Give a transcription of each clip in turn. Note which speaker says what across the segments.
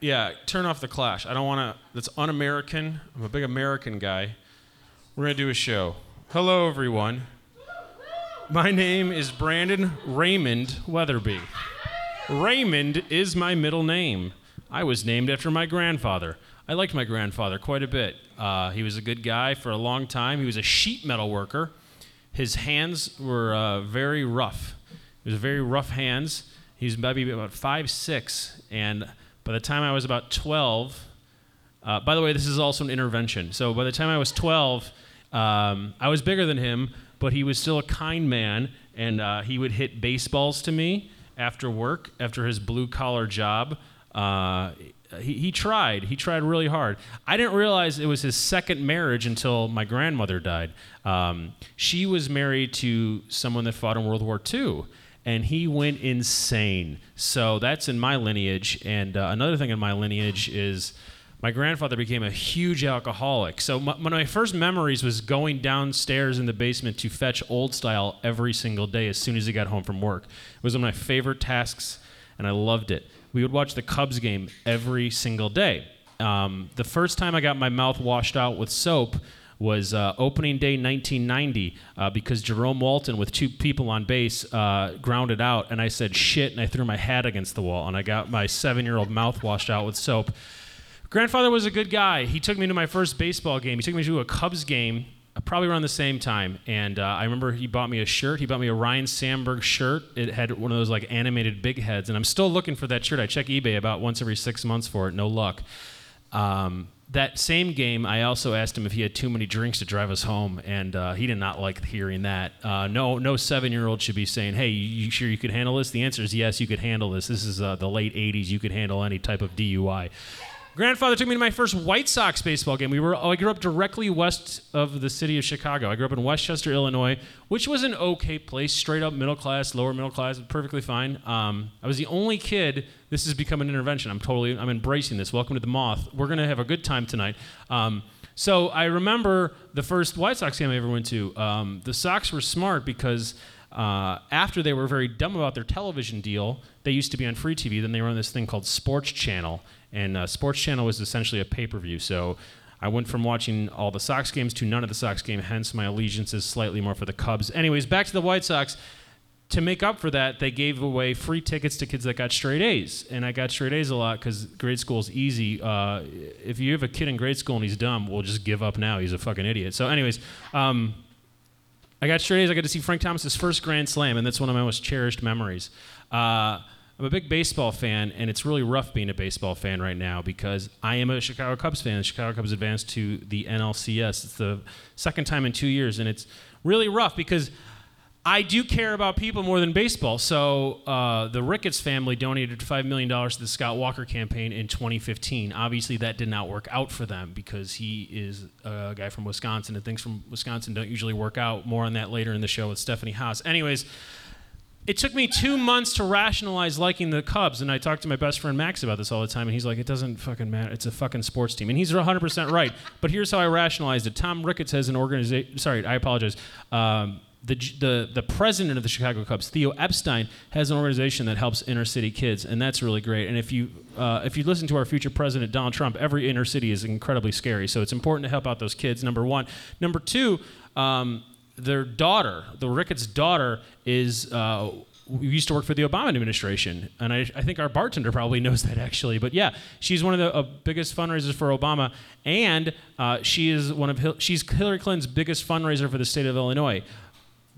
Speaker 1: yeah, turn off the Clash. I don't want to. That's un-American. I'm a big American guy. We're gonna do a show. Hello, everyone. My name is Brandon Raymond Weatherby. Raymond is my middle name. I was named after my grandfather. I liked my grandfather quite a bit. Uh, he was a good guy for a long time. He was a sheet metal worker. His hands were uh, very rough. He was very rough hands. He was maybe about five six, and by the time I was about twelve, uh, by the way, this is also an intervention. So by the time I was 12, um, I was bigger than him, but he was still a kind man, and uh, he would hit baseballs to me after work, after his blue collar job. Uh, he, he tried. He tried really hard. I didn't realize it was his second marriage until my grandmother died. Um, she was married to someone that fought in World War II and he went insane. So that's in my lineage. And uh, another thing in my lineage is my grandfather became a huge alcoholic. So my, one of my first memories was going downstairs in the basement to fetch old style every single day as soon as he got home from work. It was one of my favorite tasks, and I loved it. We would watch the Cubs game every single day. Um, the first time I got my mouth washed out with soap was uh, opening day 1990 uh, because Jerome Walton, with two people on base, uh, grounded out, and I said shit, and I threw my hat against the wall, and I got my seven-year-old mouth washed out with soap. Grandfather was a good guy. He took me to my first baseball game. He took me to a Cubs game, uh, probably around the same time, and uh, I remember he bought me a shirt. He bought me a Ryan Sandberg shirt. It had one of those like animated big heads, and I'm still looking for that shirt. I check eBay about once every six months for it. No luck. Um, that same game, I also asked him if he had too many drinks to drive us home, and uh, he did not like hearing that. Uh, no, no seven-year-old should be saying, "Hey, you sure you could handle this?" The answer is yes, you could handle this. This is uh, the late '80s. You could handle any type of DUI. Grandfather took me to my first White Sox baseball game. We were I grew up directly west of the city of Chicago. I grew up in Westchester, Illinois, which was an okay place, straight up middle class, lower middle class, perfectly fine. Um, I was the only kid. This has become an intervention. I'm totally I'm embracing this. Welcome to the moth. We're gonna have a good time tonight. Um, so I remember the first White Sox game I ever went to. Um, the Sox were smart because uh, after they were very dumb about their television deal, they used to be on free TV. Then they were on this thing called Sports Channel, and uh, Sports Channel was essentially a pay-per-view. So I went from watching all the Sox games to none of the Sox game. Hence, my allegiance is slightly more for the Cubs. Anyways, back to the White Sox. To make up for that, they gave away free tickets to kids that got straight A's, and I got straight A's a lot because grade school is easy. Uh, if you have a kid in grade school and he's dumb, we'll just give up now. He's a fucking idiot. So, anyways. Um, I got straight A's. I got to see Frank Thomas's first grand slam, and that's one of my most cherished memories. Uh, I'm a big baseball fan, and it's really rough being a baseball fan right now because I am a Chicago Cubs fan. The Chicago Cubs advanced to the NLCS. It's the second time in two years, and it's really rough because I do care about people more than baseball. So uh, the Ricketts family donated $5 million to the Scott Walker campaign in 2015. Obviously, that did not work out for them because he is a guy from Wisconsin, and things from Wisconsin don't usually work out. More on that later in the show with Stephanie Haas. Anyways, it took me two months to rationalize liking the Cubs, and I talked to my best friend Max about this all the time, and he's like, "It doesn't fucking matter. It's a fucking sports team," and he's 100 percent right. But here's how I rationalized it: Tom Ricketts has an organization. Sorry, I apologize. Um, the, J- the, the president of the Chicago Cubs, Theo Epstein, has an organization that helps inner city kids, and that's really great. And if you uh, if you listen to our future president Donald Trump, every inner city is incredibly scary. So it's important to help out those kids. Number one, number two. Um, their daughter, the Ricketts' daughter, is uh, we used to work for the Obama administration, and I, I think our bartender probably knows that actually. But yeah, she's one of the uh, biggest fundraisers for Obama, and uh, she is one of Hil- she's Hillary Clinton's biggest fundraiser for the state of Illinois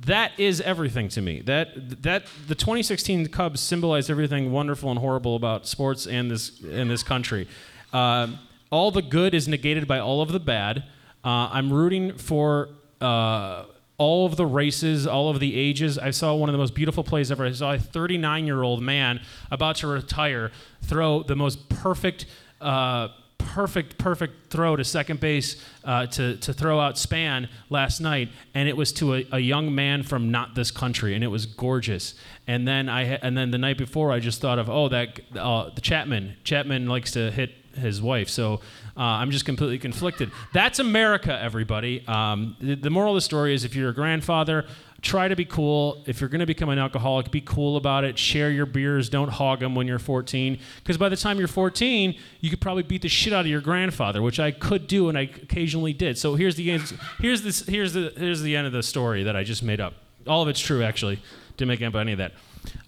Speaker 1: that is everything to me. That that the 2016 Cubs symbolized everything wonderful and horrible about sports and this and this country. Um, all the good is negated by all of the bad. Uh, I'm rooting for uh, all of the races, all of the ages. I saw one of the most beautiful plays ever. I saw a 39-year-old man about to retire throw the most perfect. Uh, perfect, perfect throw to second base uh, to, to throw out Span last night, and it was to a, a young man from not this country, and it was gorgeous. And then I ha- and then the night before, I just thought of oh that uh, the Chapman Chapman likes to hit his wife, so uh, I'm just completely conflicted. That's America, everybody. Um, the, the moral of the story is if you're a grandfather. Try to be cool. If you're going to become an alcoholic, be cool about it. Share your beers. Don't hog them when you're 14. Because by the time you're 14, you could probably beat the shit out of your grandfather, which I could do and I occasionally did. So here's the here's this here's the here's the end of the story that I just made up. All of it's true, actually. Didn't make up any of that.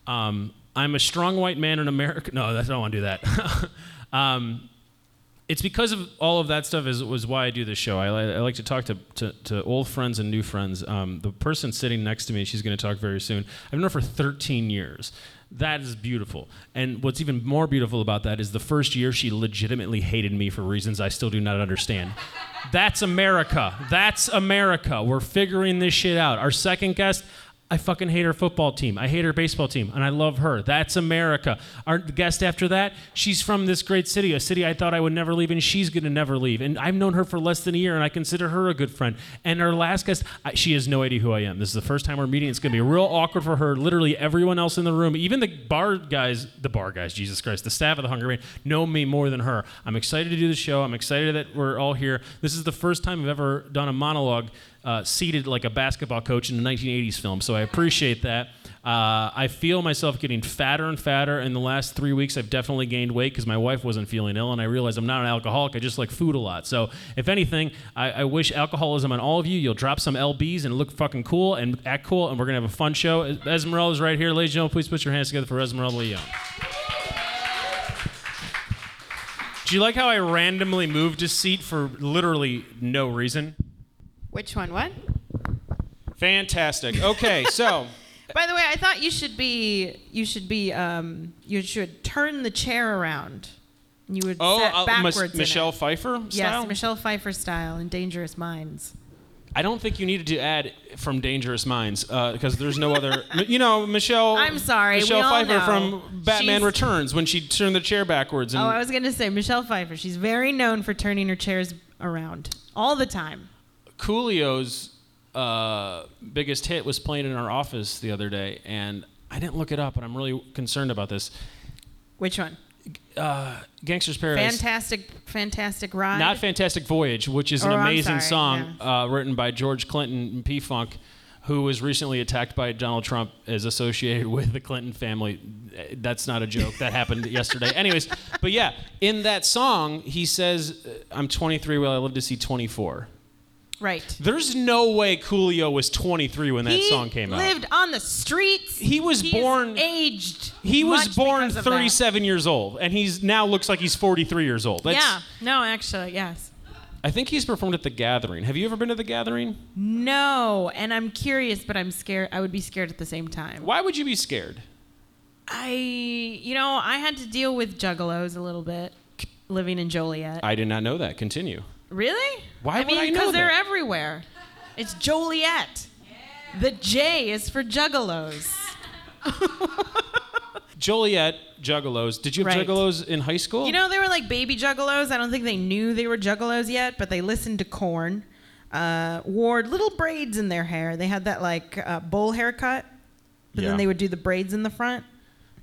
Speaker 1: Um, I'm a strong white man in America. No, that's, I don't want to do that. um, it's because of all of that stuff is was why I do this show. I, li- I like to talk to, to, to old friends and new friends. Um, the person sitting next to me, she's going to talk very soon. I've known her for 13 years. That is beautiful. And what's even more beautiful about that is the first year she legitimately hated me for reasons I still do not understand. That's America. That's America. We're figuring this shit out. Our second guest, I fucking hate her football team. I hate her baseball team, and I love her. That's America. Our guest after that, she's from this great city, a city I thought I would never leave, and she's gonna never leave. And I've known her for less than a year, and I consider her a good friend. And our last guest, I, she has no idea who I am. This is the first time we're meeting. It's gonna be real awkward for her. Literally everyone else in the room, even the bar guys, the bar guys, Jesus Christ, the staff of the Hunger Man, know me more than her. I'm excited to do the show. I'm excited that we're all here. This is the first time I've ever done a monologue uh, seated like a basketball coach in a 1980s film, so I appreciate that. Uh, I feel myself getting fatter and fatter. In the last three weeks, I've definitely gained weight because my wife wasn't feeling ill, and I realized I'm not an alcoholic. I just like food a lot. So, if anything, I, I wish alcoholism on all of you. You'll drop some LBs and look fucking cool and act cool, and we're going to have a fun show. Es- Esmeralda's right here. Ladies and gentlemen, please put your hands together for Esmeralda Leon. Do you like how I randomly moved a seat for literally no reason?
Speaker 2: Which one? What?
Speaker 1: Fantastic. Okay, so
Speaker 2: By the way, I thought you should be you should be um you should turn the chair around. You would
Speaker 1: oh,
Speaker 2: set
Speaker 1: uh, Mis-
Speaker 2: backwards. in it.
Speaker 1: Michelle Pfeiffer style.
Speaker 2: Yes, Michelle Pfeiffer style in Dangerous Minds.
Speaker 1: I don't think you needed to add from Dangerous Minds because there's no other. M- you know, Michelle.
Speaker 2: I'm sorry, we
Speaker 1: Michelle
Speaker 2: all
Speaker 1: Pfeiffer
Speaker 2: know.
Speaker 1: from Batman
Speaker 2: She's-
Speaker 1: Returns when she turned the chair backwards and
Speaker 2: Oh, I was gonna say Michelle Pfeiffer. She's very known for turning her chairs around all the time.
Speaker 1: Coolio's uh, biggest hit was playing in our office the other day, and I didn't look it up, and I'm really concerned about this.
Speaker 2: Which one?
Speaker 1: Uh, Gangster's Paradise.
Speaker 2: Fantastic, fantastic ride.
Speaker 1: Not Fantastic Voyage, which is an
Speaker 2: Or, Oh, I'm
Speaker 1: amazing
Speaker 2: sorry,
Speaker 1: song uh, written by George Clinton and P Funk, who was recently attacked by Donald Trump as associated with the Clinton family. Eh, That's not a joke. That happened yesterday. Anyways, but yeah, in that song, he says, uh, I'm 23, will I live to see 24?
Speaker 2: right.
Speaker 1: There's no way Coolio was 23 when that
Speaker 2: he
Speaker 1: song came out.
Speaker 2: lived on the streets.
Speaker 1: He was
Speaker 2: He's
Speaker 1: born-
Speaker 2: aged.
Speaker 1: He was
Speaker 2: much
Speaker 1: born
Speaker 2: because of that.
Speaker 1: 37 years old, and he's now looks like he's 43 years old. That's,
Speaker 2: yeah. No, actually, yes.
Speaker 1: I think he's performed at The Gathering. Have you ever been to The Gathering?
Speaker 2: No, and I'm curious, but I'm scared. I would be scared at the same time.
Speaker 1: Why would you be scared?
Speaker 2: I, you know, I had to deal with juggalos a little bit living in Joliet.
Speaker 1: I did not know that. Continue.
Speaker 2: really?
Speaker 1: Why
Speaker 2: I
Speaker 1: would
Speaker 2: mean,
Speaker 1: I know
Speaker 2: Because they're
Speaker 1: that?
Speaker 2: everywhere. It's Joliet. The J is for juggalos.
Speaker 1: Joliet Juggalos. Did you have
Speaker 2: Right.
Speaker 1: Juggalos in high school?
Speaker 2: You know, they were like baby juggalos. I don't think they knew they were juggalos yet, but they listened to corn, uh, wore little braids in their hair. They had that like uh, bowl haircut, but
Speaker 1: Yeah.
Speaker 2: then they would do the braids in the front,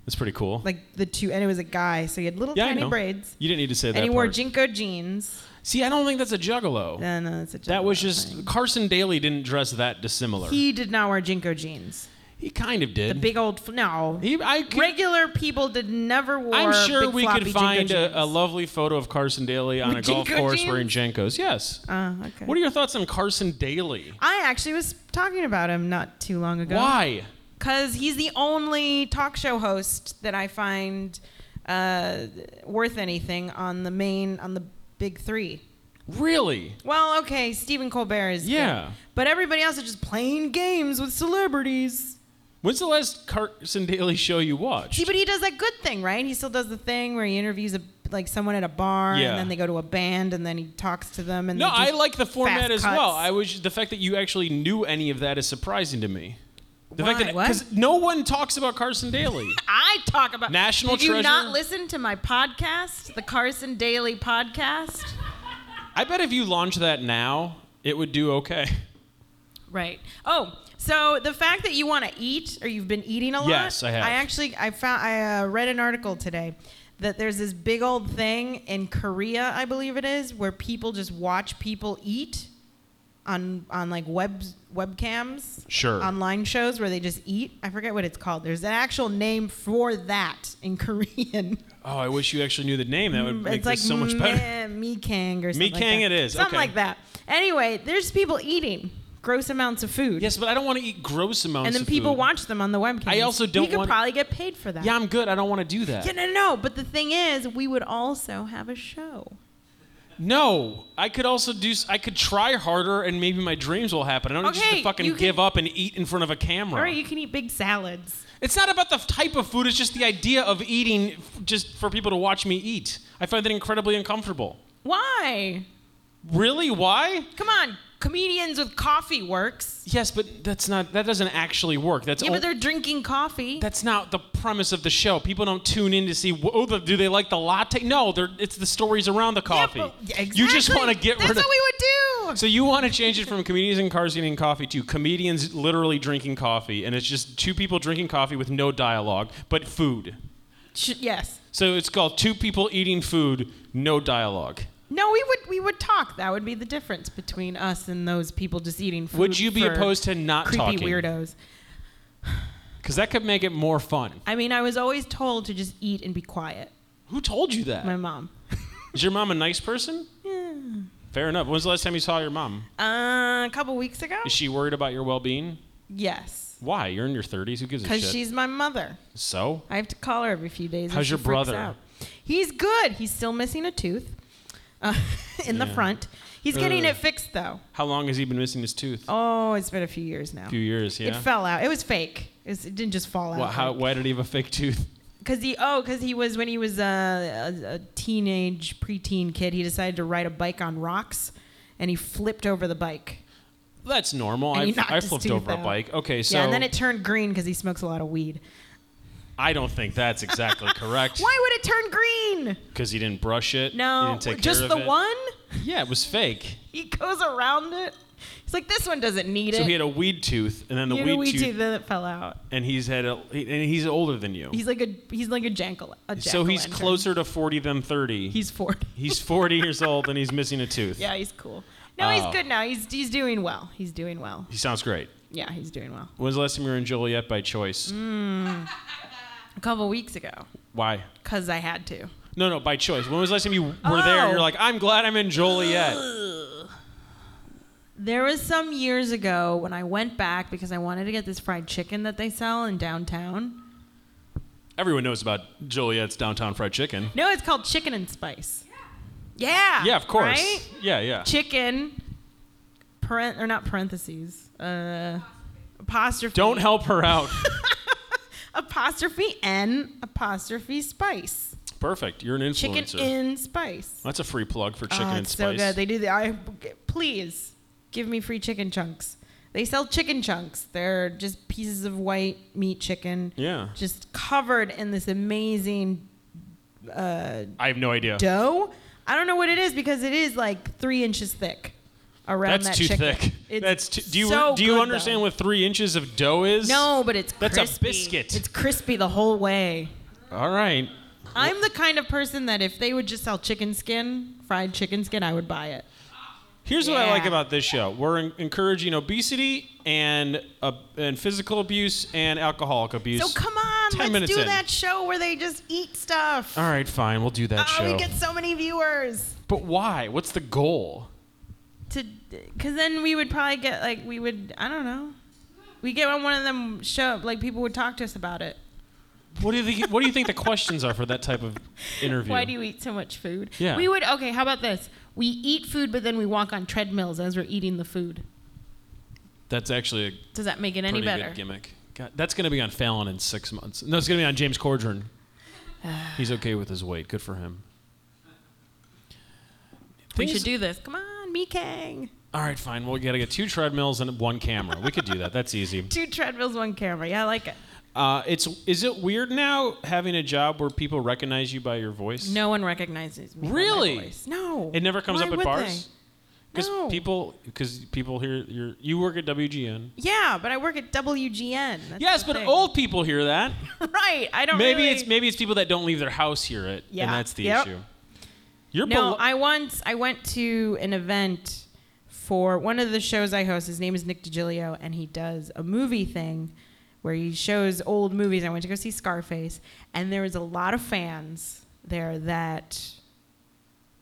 Speaker 1: that's pretty cool.
Speaker 2: like the two, and it was a guy, so he had little
Speaker 1: yeah, I
Speaker 2: tiny
Speaker 1: know.
Speaker 2: braids.
Speaker 1: You didn't need to say that.
Speaker 2: And he wore
Speaker 1: part.
Speaker 2: Jinko jeans.
Speaker 1: See, I don't think that's a Juggalo.
Speaker 2: No, no, that's a
Speaker 1: that was
Speaker 2: juggalo
Speaker 1: just
Speaker 2: thing.
Speaker 1: Carson Daly didn't dress that dissimilar. He,
Speaker 2: He did not wear Jinko jeans.
Speaker 1: kind of
Speaker 2: The
Speaker 1: did.
Speaker 2: big old f- no.
Speaker 1: he, I could-
Speaker 2: Regular people did never wore.
Speaker 1: I'm sure
Speaker 2: big
Speaker 1: we
Speaker 2: floppy
Speaker 1: could find
Speaker 2: Jinko
Speaker 1: a, a
Speaker 2: jeans.
Speaker 1: lovely photo of Carson Daly on
Speaker 2: With
Speaker 1: a golf
Speaker 2: Jenko
Speaker 1: course
Speaker 2: jeans?
Speaker 1: wearing Jenkos. Yes.
Speaker 2: Oh, okay.
Speaker 1: What are your thoughts on Carson Daly?
Speaker 2: I actually was talking about him not too long ago.
Speaker 1: Why?
Speaker 2: Because he's the only talk show host that I find uh, worth anything on the main, on the big three.
Speaker 1: Really?
Speaker 2: Well, okay, Stephen Colbert is. good.
Speaker 1: Yeah.
Speaker 2: But everybody else is just playing games with celebrities.
Speaker 1: When's the last Carson Daly show you watched?
Speaker 2: See, but he does that good thing, right? He still does the thing where he interviews a, like someone at a bar,
Speaker 1: Yeah.
Speaker 2: and then they go to a band, and then he talks to them. And
Speaker 1: No,
Speaker 2: they do
Speaker 1: I like the format
Speaker 2: fast
Speaker 1: as well.
Speaker 2: cuts.
Speaker 1: I was the fact that you actually knew any of that is surprising to me. The
Speaker 2: Why?
Speaker 1: fact that
Speaker 2: What?
Speaker 1: because no one talks about Carson Daly.
Speaker 2: I talk about
Speaker 1: National
Speaker 2: Did you
Speaker 1: treasure?
Speaker 2: not listen to my podcast, the Carson Daily podcast?
Speaker 1: I bet if you launched that now, it would do okay.
Speaker 2: Right. Oh, so the fact that you want to eat or you've been eating a lot.
Speaker 1: Yes, I have.
Speaker 2: I actually I found I uh, read an article today that there's this big old thing in Korea, I believe it is, where people just watch people eat on on like web webcams,
Speaker 1: Sure.
Speaker 2: online shows where they just eat. I forget what it's called. There's an actual name for that in Korean.
Speaker 1: Oh, I wish you actually knew the name. That would make
Speaker 2: Mm, it's like
Speaker 1: this so much better.
Speaker 2: Me, Kang or something.
Speaker 1: Mekang
Speaker 2: like that.
Speaker 1: it is,
Speaker 2: Something
Speaker 1: okay.
Speaker 2: like that. Anyway, there's people eating gross amounts of food.
Speaker 1: Yes, but I don't want to eat gross amounts.
Speaker 2: And then
Speaker 1: of
Speaker 2: people
Speaker 1: food.
Speaker 2: watch them on the webcam.
Speaker 1: I also don't
Speaker 2: We could
Speaker 1: want-
Speaker 2: probably get paid for that.
Speaker 1: Yeah, I'm good. I don't want to do that.
Speaker 2: Yeah, no, no, but the thing is, we would also have a show.
Speaker 1: No, I could also do. s- I could try harder, and maybe my dreams will happen. I don't just
Speaker 2: Okay,
Speaker 1: to fucking
Speaker 2: you can-
Speaker 1: give up and eat in front of a camera.
Speaker 2: All right, you can eat big salads.
Speaker 1: It's not about the f- type of food. It's just the idea of eating, f- just for people to watch me eat. I find that incredibly uncomfortable.
Speaker 2: Why?
Speaker 1: Really? Why?
Speaker 2: Come on, comedians with coffee works.
Speaker 1: Yes, but that's not. That doesn't actually work. That's
Speaker 2: Yeah,
Speaker 1: o-
Speaker 2: but they're drinking coffee.
Speaker 1: Oh. that's not the premise of the show. People don't tune in to see. wh- Oh, the, do they like the latte? No, they're, it's the stories around the coffee.
Speaker 2: Yeah, but- yeah,
Speaker 1: You just
Speaker 2: exactly.
Speaker 1: want to get
Speaker 2: That's
Speaker 1: rid of.
Speaker 2: what we would do.
Speaker 1: So you want to change it from comedians in cars eating coffee to comedians literally drinking coffee, and it's just two people drinking coffee with no dialogue, but food.
Speaker 2: Sh- yes.
Speaker 1: So it's called two people eating food, no dialogue.
Speaker 2: No, we would we would talk. That would be the difference between us and those people just eating food.
Speaker 1: Would you be
Speaker 2: for
Speaker 1: opposed to not
Speaker 2: creepy
Speaker 1: talking?
Speaker 2: weirdos?
Speaker 1: Because that could make it more fun.
Speaker 2: I mean, I was always told to just eat and be quiet.
Speaker 1: Who told you that? Is
Speaker 2: My mom.
Speaker 1: your mom a nice person? Fair enough. When's the last time you saw your mom?
Speaker 2: Uh, a couple weeks ago.
Speaker 1: Is she worried about your well-being?
Speaker 2: Yes,
Speaker 1: Why? You're in your 30s. Who gives a shit?
Speaker 2: because she's my mother.
Speaker 1: so.
Speaker 2: I have to call her every few days. and
Speaker 1: How's
Speaker 2: she
Speaker 1: your
Speaker 2: freaks
Speaker 1: brother?
Speaker 2: out. He's good. He's still missing a tooth uh, in the
Speaker 1: Yeah.
Speaker 2: front. He's getting
Speaker 1: Ugh.
Speaker 2: it fixed though.
Speaker 1: How long has he been missing his tooth?
Speaker 2: Oh, it's been a few years now.
Speaker 1: A few years. Yeah.
Speaker 2: It fell out. It was fake. It, was- it didn't just fall
Speaker 1: Wha- how,
Speaker 2: out.
Speaker 1: why did he have a fake tooth?
Speaker 2: Because he oh, because he was when he was a, a, a teenage preteen kid, he decided to ride a bike on rocks, and he flipped over the bike.
Speaker 1: That's normal.
Speaker 2: And
Speaker 1: I,
Speaker 2: he
Speaker 1: f-
Speaker 2: knocked
Speaker 1: I
Speaker 2: his
Speaker 1: flipped
Speaker 2: tooth
Speaker 1: over a
Speaker 2: out.
Speaker 1: bike. Okay, so
Speaker 2: yeah, and then it turned green because he smokes a lot of weed.
Speaker 1: I don't think that's exactly correct
Speaker 2: Why would it turn green?
Speaker 1: because he didn't brush it. he
Speaker 2: No,
Speaker 1: didn't take
Speaker 2: just
Speaker 1: care
Speaker 2: the
Speaker 1: of it.
Speaker 2: one.
Speaker 1: Yeah, it was fake.
Speaker 2: He goes around it. He's like, this one doesn't need
Speaker 1: So
Speaker 2: it.
Speaker 1: he had a weed tooth, and then the
Speaker 2: You
Speaker 1: weed,
Speaker 2: know, we
Speaker 1: tooth,
Speaker 2: do, then it fell out.
Speaker 1: and he's had a, he- and he's older than you.
Speaker 2: He's like a he's like a jankle. A
Speaker 1: so he's
Speaker 2: jack-o'-lantern.
Speaker 1: closer to forty than thirty.
Speaker 2: He's forty.
Speaker 1: he's forty years old, and he's missing a tooth.
Speaker 2: yeah, he's cool. No,
Speaker 1: Oh.
Speaker 2: he's good now. He's he's doing well. He's doing well.
Speaker 1: He sounds great.
Speaker 2: Yeah, he's doing well.
Speaker 1: When's the last time you were in Joliet by choice?
Speaker 2: Mm. A couple weeks ago,
Speaker 1: Why?
Speaker 2: cause I had to.
Speaker 1: No, no, by choice. When was the last time you were there and
Speaker 2: Oh.
Speaker 1: you're like, I'm glad I'm in Joliet?
Speaker 2: There was some years ago when I went back because I wanted to get this fried chicken that they sell in downtown.
Speaker 1: Everyone knows about Joliet's downtown fried chicken.
Speaker 2: No, it's called Chicken and Spice. Yeah.
Speaker 1: Yeah, of course.
Speaker 2: Right?
Speaker 1: Yeah, yeah.
Speaker 2: chicken parent or not parentheses uh apostrophe
Speaker 1: Don't help her out.
Speaker 2: apostrophe n apostrophe spice
Speaker 1: Perfect. You're an influencer.
Speaker 2: chicken in spice
Speaker 1: That's a free plug for
Speaker 2: Oh,
Speaker 1: chicken and
Speaker 2: it's
Speaker 1: spice.
Speaker 2: so good they do the i please give me free chicken chunks they sell chicken chunks they're just pieces of white meat chicken
Speaker 1: yeah.
Speaker 2: just covered in this amazing uh
Speaker 1: I have no idea.
Speaker 2: dough i don't know what it is because it is like three inches thick around
Speaker 1: That's
Speaker 2: that
Speaker 1: too
Speaker 2: chicken.
Speaker 1: thick.
Speaker 2: It's
Speaker 1: That's too, do you
Speaker 2: so
Speaker 1: do you
Speaker 2: good,
Speaker 1: understand
Speaker 2: though.
Speaker 1: what three inches of dough is?
Speaker 2: No, but it's
Speaker 1: That's a
Speaker 2: crispy.
Speaker 1: biscuit.
Speaker 2: It's crispy the whole way.
Speaker 1: All right.
Speaker 2: I'm the kind of person that if they would just sell chicken skin, fried chicken skin, I would buy it.
Speaker 1: Here's what I like
Speaker 2: Yeah.
Speaker 1: about this show. We're en- encouraging obesity and uh, and physical abuse and alcoholic abuse.
Speaker 2: So come on,
Speaker 1: 10
Speaker 2: let's
Speaker 1: minutes
Speaker 2: do
Speaker 1: in.
Speaker 2: that show where they just eat stuff.
Speaker 1: All right, fine. We'll do that
Speaker 2: oh,
Speaker 1: show.
Speaker 2: we get so many viewers.
Speaker 1: but why? What's the goal?
Speaker 2: To, cause then we would probably get like we would I don't know, we get on one of them show like people would talk to us about it.
Speaker 1: What do you think, what do you think the questions are for that type of interview?
Speaker 2: Why do you eat so much food?
Speaker 1: Yeah.
Speaker 2: We would okay. How about this? We eat food, but then we walk on treadmills as we're eating the food.
Speaker 1: That's actually a
Speaker 2: Does that make it any
Speaker 1: pretty
Speaker 2: better?
Speaker 1: good gimmick. God, that's going to be on Fallon in six months. No, it's going to be on James Corden. He's okay with his weight. Good for him.
Speaker 2: We
Speaker 1: Things-
Speaker 2: should do this. Come on, me Kang.
Speaker 1: All right, fine. We'll gotta get two treadmills and one camera. We could do that. That's easy.
Speaker 2: Two treadmills, one camera. Yeah, I like it.
Speaker 1: Uh, it's is it weird now having a job where people recognize you by your voice?
Speaker 2: No one recognizes me. by my
Speaker 1: Really?
Speaker 2: voice. No.
Speaker 1: it never comes
Speaker 2: Why
Speaker 1: up at
Speaker 2: would
Speaker 1: bars.
Speaker 2: they?
Speaker 1: Because
Speaker 2: No.
Speaker 1: people, because people hear your you work at WGN.
Speaker 2: they? Yeah, but I work at WGN. That's
Speaker 1: Yes,
Speaker 2: the
Speaker 1: but
Speaker 2: thing.
Speaker 1: old people hear that.
Speaker 2: right. I don't.
Speaker 1: Maybe
Speaker 2: really-
Speaker 1: it's maybe it's people that don't leave their house hear it, and
Speaker 2: Yeah.
Speaker 1: that's the
Speaker 2: Yep.
Speaker 1: issue. You're
Speaker 2: No,
Speaker 1: belo-
Speaker 2: I once I went to an event for one of the shows I host. His name is Nick DiGilio, and he does a movie thing where he shows old movies. I went to go see Scarface, and there was a lot of fans there that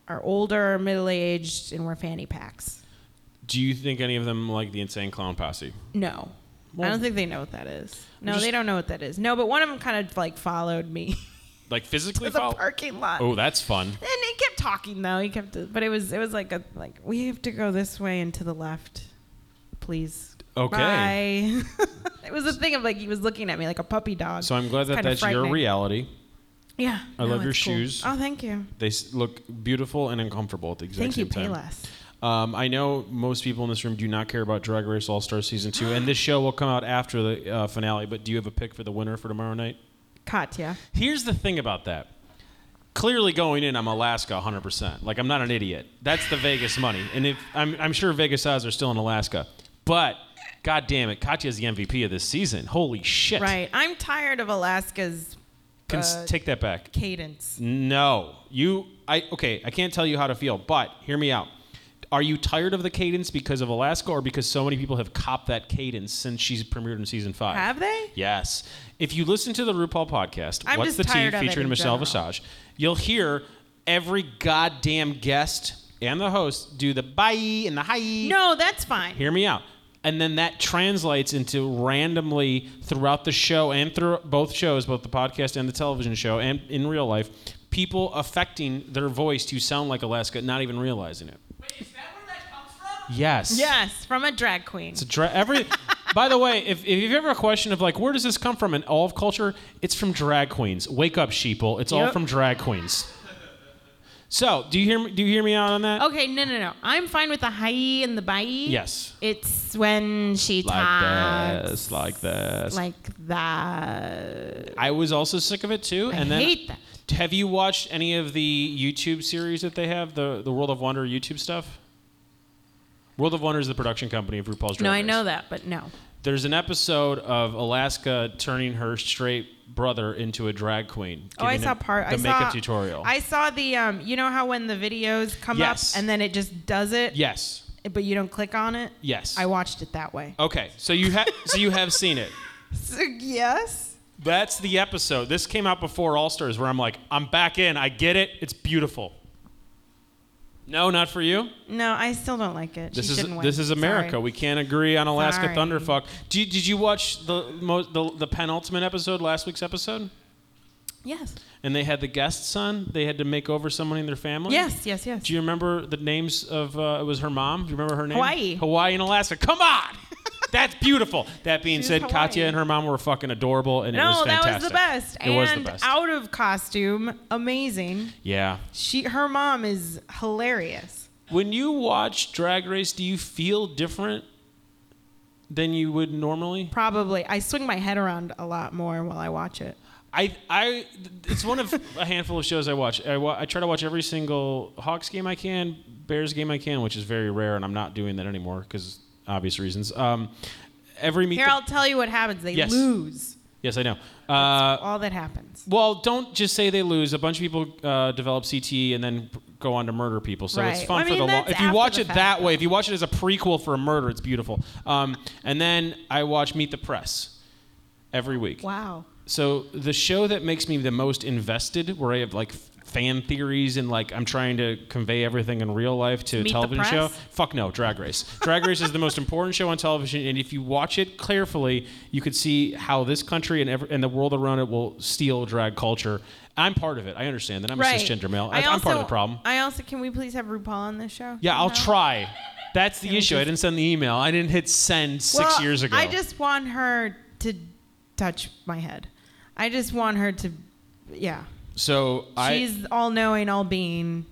Speaker 2: are older, middle aged, and wear fanny packs.
Speaker 1: Do you think any of them like the Insane Clown Posse?
Speaker 2: No. I
Speaker 1: Well-
Speaker 2: don't think they know what that is. No,
Speaker 1: Just-
Speaker 2: they don't know what that is. No, but one of them kind of like followed me
Speaker 1: Like physically?
Speaker 2: to the
Speaker 1: follow-
Speaker 2: parking lot.
Speaker 1: oh, that's fun.
Speaker 2: And he kept talking though. He kept, but it was it was like a like we have to go this way and to the left, please.
Speaker 1: Okay.
Speaker 2: Bye. it was a thing of like he was looking at me like a puppy dog.
Speaker 1: So I'm glad that
Speaker 2: Kinda
Speaker 1: that's your
Speaker 2: frightening.
Speaker 1: reality.
Speaker 2: yeah.
Speaker 1: I love your
Speaker 2: it's
Speaker 1: shoes.
Speaker 2: Oh, thank you.
Speaker 1: They s- look beautiful and uncomfortable at the exact
Speaker 2: Thank you,
Speaker 1: same time.
Speaker 2: Payless.
Speaker 1: Um, I know most people in this room do not care about Drag Race All Star Season 2, and this show will come out after the uh, finale, but do you have a pick for the winner for tomorrow night?
Speaker 2: Katya.
Speaker 1: Here's the thing about that. Clearly, going in, I'm Alaska 100%. Like, I'm not an idiot. That's the Vegas money. And if I'm, I'm sure Vegas odds are still in Alaska. But, god damn it, Katya's the MVP of this season. Holy shit.
Speaker 2: Right. I'm tired of Alaska's
Speaker 1: Can s-
Speaker 2: Uh,
Speaker 1: take that back.
Speaker 2: cadence.
Speaker 1: No. You I okay, I can't tell you how to feel, but hear me out. Are you tired of the cadence because of Alaska or because so many people have copped that cadence since she's premiered in season 5?
Speaker 2: Have they?
Speaker 1: Yes. If you listen to the RuPaul podcast,
Speaker 2: I'm
Speaker 1: What's
Speaker 2: just
Speaker 1: the Tea
Speaker 2: tired of it
Speaker 1: featuring
Speaker 2: in
Speaker 1: Michelle
Speaker 2: general.
Speaker 1: Visage, you'll hear every goddamn guest and the host do the bye and the hi.
Speaker 2: No, that's fine.
Speaker 1: Hear me out. And then that translates into randomly throughout the show and through both shows, both the podcast and the television show, and in real life, people affecting their voice to sound like Alaska, not even realizing it.
Speaker 3: Wait, is that where that comes from?
Speaker 1: Yes.
Speaker 2: Yes, from a drag queen.
Speaker 1: It's a dra- every. By the way, if, if you've ever a question of like where does this come from in all of culture, it's from drag queens. Wake up, sheeple! It's all
Speaker 2: Yep.
Speaker 1: from drag queens. So, do you hear me? Do you hear me out on that?
Speaker 2: Okay, no, no, no. I'm fine with the hi and the bye.
Speaker 1: Yes.
Speaker 2: It's when she talks
Speaker 1: like this.
Speaker 2: like that.
Speaker 1: I was also sick of it too.
Speaker 2: I
Speaker 1: and then
Speaker 2: hate that.
Speaker 1: Have you watched any of the YouTube series that they have, the the World of Wonder YouTube stuff? World of Wonder is the production company of RuPaul's Drag
Speaker 2: No, I
Speaker 1: Race.
Speaker 2: know that, but no.
Speaker 1: There's an episode of Alaska turning her straight brother into a drag queen.
Speaker 2: Oh, I
Speaker 1: giving
Speaker 2: saw
Speaker 1: him
Speaker 2: part.
Speaker 1: The
Speaker 2: I
Speaker 1: makeup
Speaker 2: saw,
Speaker 1: tutorial.
Speaker 2: I saw the um. You know how when the videos come
Speaker 1: Yes.
Speaker 2: up and then it just does it,
Speaker 1: yes,
Speaker 2: but you don't click on it.
Speaker 1: yes.
Speaker 2: I watched it that way.
Speaker 1: okay, so you have so you have seen it.
Speaker 2: So, yes.
Speaker 1: That's the episode. This came out before All Stars, where I'm like, I'm back in. I get it. It's beautiful. No, not for you.
Speaker 2: No, I still don't like it.
Speaker 1: This
Speaker 2: she
Speaker 1: is
Speaker 2: shouldn't win.
Speaker 1: this is America.
Speaker 2: Sorry.
Speaker 1: We can't agree on Alaska
Speaker 2: Sorry.
Speaker 1: Thunderfuck. Do you, did you watch the, mo- the the penultimate episode last week's episode?
Speaker 2: Yes.
Speaker 1: And they had the guests on. They had to make over someone in their family.
Speaker 2: Yes. Yes. Yes.
Speaker 1: Do you remember the names of? Uh, it was her mom. Do you remember her name?
Speaker 2: Hawaii.
Speaker 1: Hawaii and Alaska. Come on. That's beautiful. That being
Speaker 2: She's
Speaker 1: said, Katya
Speaker 2: Hawaii.
Speaker 1: and her mom were fucking adorable, and it was
Speaker 2: no, that
Speaker 1: fantastic.
Speaker 2: was the best.
Speaker 1: It
Speaker 2: and
Speaker 1: was the best.
Speaker 2: out of costume, amazing.
Speaker 1: yeah.
Speaker 2: She, her mom is hilarious.
Speaker 1: When you watch Drag Race, do you feel different than you would normally?
Speaker 2: Probably, I swing my head around a lot more while I watch it.
Speaker 1: I, I, it's one of a handful of shows I watch. I, wa- I try to watch every single Hawks game I can, Bears game I can, which is very rare, and I'm not doing that anymore because obvious reasons. Um, every meet.
Speaker 2: Here,
Speaker 1: the-
Speaker 2: I'll tell you what happens. They
Speaker 1: Yes.
Speaker 2: lose.
Speaker 1: yes, I know. Uh,
Speaker 2: All that happens.
Speaker 1: well, don't just say they lose. A bunch of people uh, develop CTE and then go on to murder people. So it's
Speaker 2: Right.
Speaker 1: fun
Speaker 2: I mean,
Speaker 1: for the long.
Speaker 2: that's
Speaker 1: If you
Speaker 2: after
Speaker 1: watch
Speaker 2: the
Speaker 1: it
Speaker 2: fact,
Speaker 1: that way,
Speaker 2: though.
Speaker 1: if you watch it as a prequel for a murder, it's beautiful. Um, and then I watch Meet the Press every week.
Speaker 2: Wow.
Speaker 1: So the show that makes me the most invested, where I have like f- fan theories and like I'm trying to convey everything in real life to
Speaker 2: Meet
Speaker 1: a
Speaker 2: the
Speaker 1: television show.
Speaker 2: Press?
Speaker 1: Fuck no, Drag Race. Drag Race is the most important show on television, and if you watch it carefully, you could see how this country and every, and the world around it will steal drag culture. I'm part of it. I understand that. I'm a cisgender male. I,
Speaker 2: I
Speaker 1: am part of
Speaker 2: also-
Speaker 1: the problem.
Speaker 2: I also can we please have RuPaul on this show?
Speaker 1: Yeah, I'll
Speaker 2: somehow?
Speaker 1: try. That's the
Speaker 2: we
Speaker 1: issue. I
Speaker 2: just-
Speaker 1: didn't send the email. I didn't hit send six
Speaker 2: Well,
Speaker 1: years ago.
Speaker 2: I just want her to touch my head. I just want her to, yeah.
Speaker 1: so I
Speaker 2: She's all knowing, all being,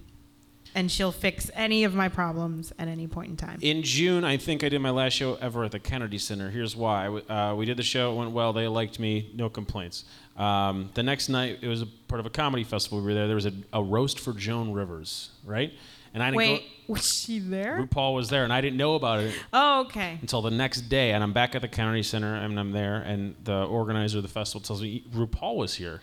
Speaker 2: and she'll fix any of my problems at any point in time.
Speaker 1: In June, I think I did my last show ever at the Kennedy Center. Here's why. I w- Uh, we did the show, it went well, they liked me, no complaints. Um, the next night, it was a part of a comedy festival. We were there, there was a, a roast for Joan Rivers, right? And I didn't
Speaker 2: Wait, was she
Speaker 1: go.
Speaker 2: there?
Speaker 1: RuPaul was there, and I didn't know about it
Speaker 2: Oh, okay.
Speaker 1: until the next day. And I'm back at the Kennedy Center, and I'm there, and the organizer of the festival tells me RuPaul was here,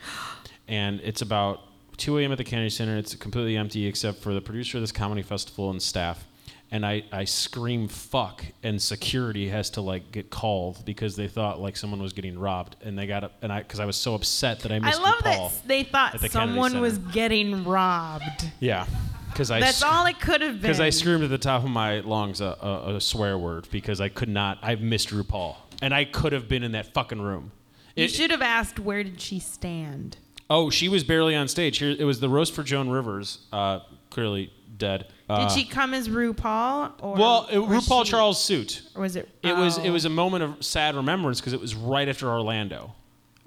Speaker 1: and it's about 2 a.m. at the Kennedy Center. It's completely empty except for the producer of this comedy festival and staff. and I, I scream fuck and security has to like get called because they thought like someone was getting robbed and they got up and I because I was so upset that I
Speaker 2: I
Speaker 1: missed
Speaker 2: love
Speaker 1: the
Speaker 2: that
Speaker 1: call.
Speaker 2: s- they thought
Speaker 1: at the Kennedy
Speaker 2: someone was
Speaker 1: Center.
Speaker 2: getting robbed.
Speaker 1: Yeah, because I
Speaker 2: That's
Speaker 1: sc-
Speaker 2: all it could have been.
Speaker 1: Because I screamed at the top of my lungs a, a, a swear word because I could not. I missed RuPaul, and I could have been in that fucking room.
Speaker 2: You
Speaker 1: It-
Speaker 2: should have asked where did she stand.
Speaker 1: oh, she was barely on stage. Here, it was the roast for Joan Rivers, uh, clearly dead. Uh,
Speaker 2: Did she come as RuPaul or
Speaker 1: Well, it,
Speaker 2: or
Speaker 1: RuPaul
Speaker 2: she-
Speaker 1: Charles suit.
Speaker 2: Or was it?
Speaker 1: It was it
Speaker 2: oh.
Speaker 1: was a moment of sad remembrance because it was right after Orlando.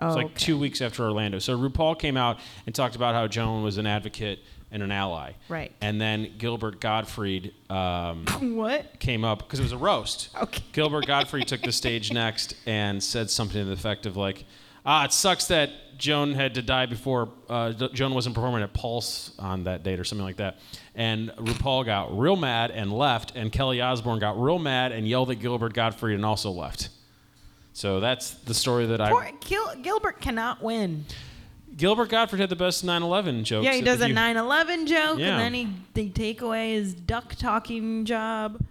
Speaker 1: It was
Speaker 2: Oh,
Speaker 1: like
Speaker 2: okay.
Speaker 1: two weeks after Orlando. So RuPaul came out and talked about how Joan was an advocate and an ally.
Speaker 2: Right.
Speaker 1: And then Gilbert Gottfried. Um,
Speaker 2: What?
Speaker 1: came up because it was a roast.
Speaker 2: Okay.
Speaker 1: Gilbert Godfrey took the stage next and said something to the effect of like, "Ah, it sucks that Joan had to die before uh, J- Joan wasn't performing at Pulse on that date or something like that." And RuPaul got real mad and left, and Kelly Osbourne got real mad and yelled at Gilbert Godfrey and also left. So that's the story that
Speaker 2: Poor
Speaker 1: I.
Speaker 2: Gil- Gilbert cannot win.
Speaker 1: Gilbert Godfrey had the best 9/11 jokes.
Speaker 2: Yeah, he
Speaker 1: at
Speaker 2: does
Speaker 1: the
Speaker 2: a
Speaker 1: view.
Speaker 2: 9/11 joke,
Speaker 1: Yeah.
Speaker 2: and then he they take away his duck talking job,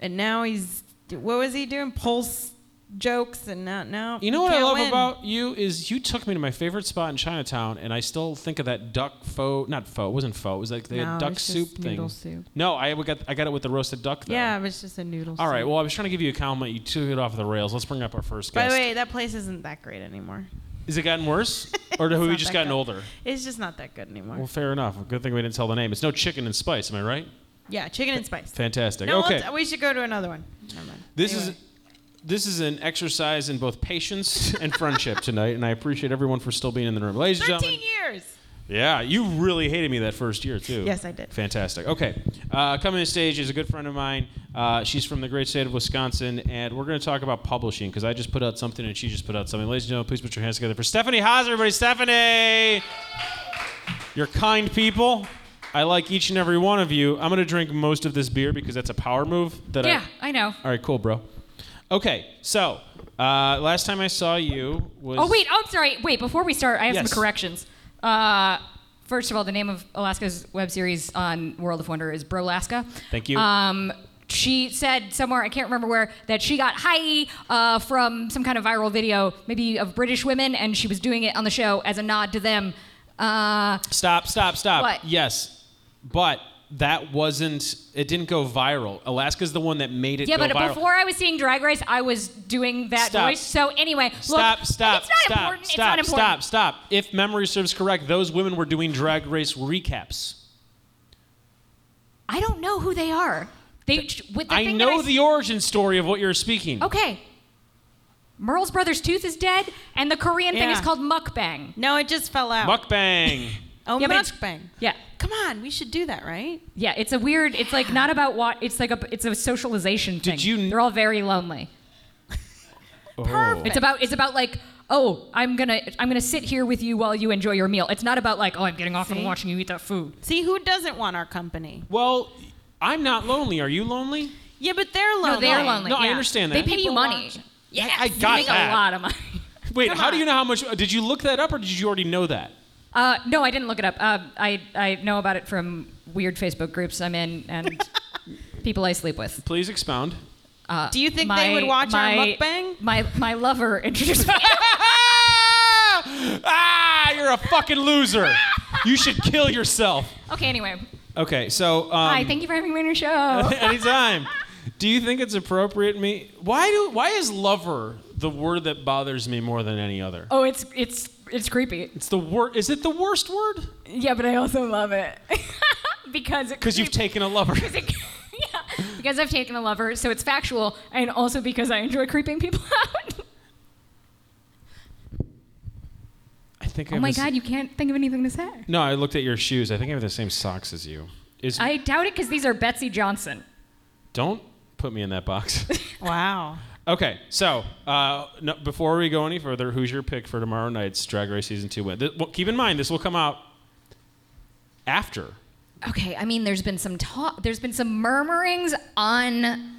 Speaker 2: and now he's what was he doing? Pulse jokes, and not now.
Speaker 1: You know
Speaker 2: he
Speaker 1: what I
Speaker 2: can't
Speaker 1: love
Speaker 2: win.
Speaker 1: about you is you took me to my favorite spot in Chinatown, and I still think of that duck pho. Not pho. It wasn't pho. It was like the
Speaker 2: No,
Speaker 1: duck
Speaker 2: it's
Speaker 1: soup
Speaker 2: just
Speaker 1: thing.
Speaker 2: noodle soup.
Speaker 1: No, I got I got it with the roasted duck. Though.
Speaker 2: Yeah, but it's just a noodle.
Speaker 1: All right.
Speaker 2: soup.
Speaker 1: Well, I was trying to give you a compliment. You took it off the rails. Let's bring up our first
Speaker 2: By
Speaker 1: guest.
Speaker 2: the way, that place isn't that great anymore.
Speaker 1: Is it gotten worse, or
Speaker 2: It's
Speaker 1: have we
Speaker 2: not
Speaker 1: just
Speaker 2: that
Speaker 1: gotten
Speaker 2: good.
Speaker 1: older?
Speaker 2: It's just not that good anymore.
Speaker 1: Well, fair enough. Good thing we didn't tell the name. It's no chicken and spice. Am I right?
Speaker 2: yeah, chicken and spice.
Speaker 1: Fantastic.
Speaker 2: No,
Speaker 1: okay.
Speaker 2: we'll t- we should go to another one. Never mind.
Speaker 1: This
Speaker 2: Anyway.
Speaker 1: is this is an exercise in both patience and friendship tonight, and I appreciate everyone for still being in the room, ladies and gentlemen.
Speaker 2: thirteen years.
Speaker 1: Yeah, you really hated me that first year too.
Speaker 2: Yes, I did.
Speaker 1: Fantastic. Okay, uh, coming to stage is a good friend of mine. Uh, she's from the great state of Wisconsin, and we're going to talk about publishing because I just put out something and she just put out something. Ladies and gentlemen, please put your hands together for Stephanie Haas, everybody. Stephanie, you're kind people. I like each and every one of you. I'm going to drink most of this beer because that's a power move that
Speaker 4: Yeah,
Speaker 1: I
Speaker 4: I know.
Speaker 1: all right, cool, bro. Okay, so uh, last time I saw you was.
Speaker 4: Oh wait, oh, I'm sorry. Wait, before we start, I have
Speaker 1: Yes.
Speaker 4: some corrections. Uh, first of all, the name of Alaska's web series on World of Wonder is Brolaska.
Speaker 1: Thank you.
Speaker 4: Um, she said somewhere I can't remember where that she got high uh, from some kind of viral video, maybe of British women, and she was doing it on the show as a nod to them. Uh,
Speaker 1: Stop, stop, stop.
Speaker 4: What?
Speaker 1: Yes. But that wasn't it didn't go viral. Alaska's the one that made it
Speaker 4: yeah,
Speaker 1: go
Speaker 4: but
Speaker 1: viral.
Speaker 4: before I was seeing Drag Race, I was doing that
Speaker 1: Stop.
Speaker 4: voice. So anyway,
Speaker 1: Stop,
Speaker 4: look,
Speaker 1: stop,
Speaker 4: it's not
Speaker 1: stop,
Speaker 4: important.
Speaker 1: stop,
Speaker 4: it's not
Speaker 1: stop,
Speaker 4: important.
Speaker 1: stop. If memory serves correct, those women were doing drag race recaps.
Speaker 4: I don't know who they are. They with the
Speaker 1: I
Speaker 4: thing
Speaker 1: know
Speaker 4: that I
Speaker 1: the origin story of what you're speaking.
Speaker 4: Okay. Merle's brother's tooth is dead, and the Korean thing
Speaker 2: Yeah.
Speaker 4: is called mukbang.
Speaker 2: No, it just fell out.
Speaker 1: Mukbang.
Speaker 2: oh,
Speaker 4: Yeah, but it's-
Speaker 2: mukbang.
Speaker 4: Yeah,
Speaker 2: Come on, we should do that, right?
Speaker 4: yeah. It's a weird. It's like not about what. It's like a. It's a socialization thing.
Speaker 1: Did you kn-
Speaker 4: They're all very lonely.
Speaker 1: oh.
Speaker 2: Perfect.
Speaker 4: It's about. It's about like. Oh, I'm gonna. I'm gonna sit here with you while you enjoy your meal. It's not about like. Oh, I'm getting off
Speaker 2: See?
Speaker 4: and watching you eat that food.
Speaker 2: See who doesn't want our company?
Speaker 1: Well, I'm not lonely. Are you lonely?
Speaker 2: Yeah, but they're lonely.
Speaker 4: No, they're lonely.
Speaker 1: No, I
Speaker 4: yeah.
Speaker 1: understand that.
Speaker 4: They pay you
Speaker 2: People
Speaker 4: money.
Speaker 2: watch.
Speaker 4: Yeah,
Speaker 1: I got
Speaker 4: make
Speaker 1: that.
Speaker 4: a lot of money.
Speaker 1: Wait,
Speaker 2: Come
Speaker 1: how do
Speaker 2: on.
Speaker 1: you know how much did you look that up or did you already know that?
Speaker 4: Uh, no, I didn't look it up. Uh, I I know about it from weird Facebook groups I'm in and people I sleep with.
Speaker 1: Please expound.
Speaker 4: Uh,
Speaker 2: Do you think they would watch our mukbang?
Speaker 4: My my lover introduced me.
Speaker 1: ah, you're a fucking loser. You should kill yourself.
Speaker 4: okay, anyway.
Speaker 1: Okay, so um,
Speaker 4: Hi, thank you for having me on your show.
Speaker 1: anytime. Do you think it's appropriate me? Why do? Why is lover the word that bothers me more than any other?
Speaker 4: oh, it's it's it's creepy.
Speaker 1: It's the word. Is it the worst word?
Speaker 4: Yeah, but I also love it because it
Speaker 1: Because you've
Speaker 4: creep-
Speaker 1: taken a lover.
Speaker 4: 'cause it- yeah, because I've taken a lover, so it's factual, and also because I enjoy creeping people out.
Speaker 1: I think. I
Speaker 4: oh
Speaker 1: have
Speaker 4: my
Speaker 1: the s-
Speaker 4: god, you can't think of anything to say.
Speaker 1: No, I looked at your shoes. I think I have the same socks as you. Is
Speaker 4: I doubt it because these are Betsy Johnson.
Speaker 1: don't put me in that box.
Speaker 2: Wow.
Speaker 1: Okay, so uh, no, before we go any further, who's your pick for tomorrow night's Drag Race season two win? Th- well, keep in mind, this will come out after.
Speaker 4: Okay, I mean, there's been some talk, there's been some murmurings on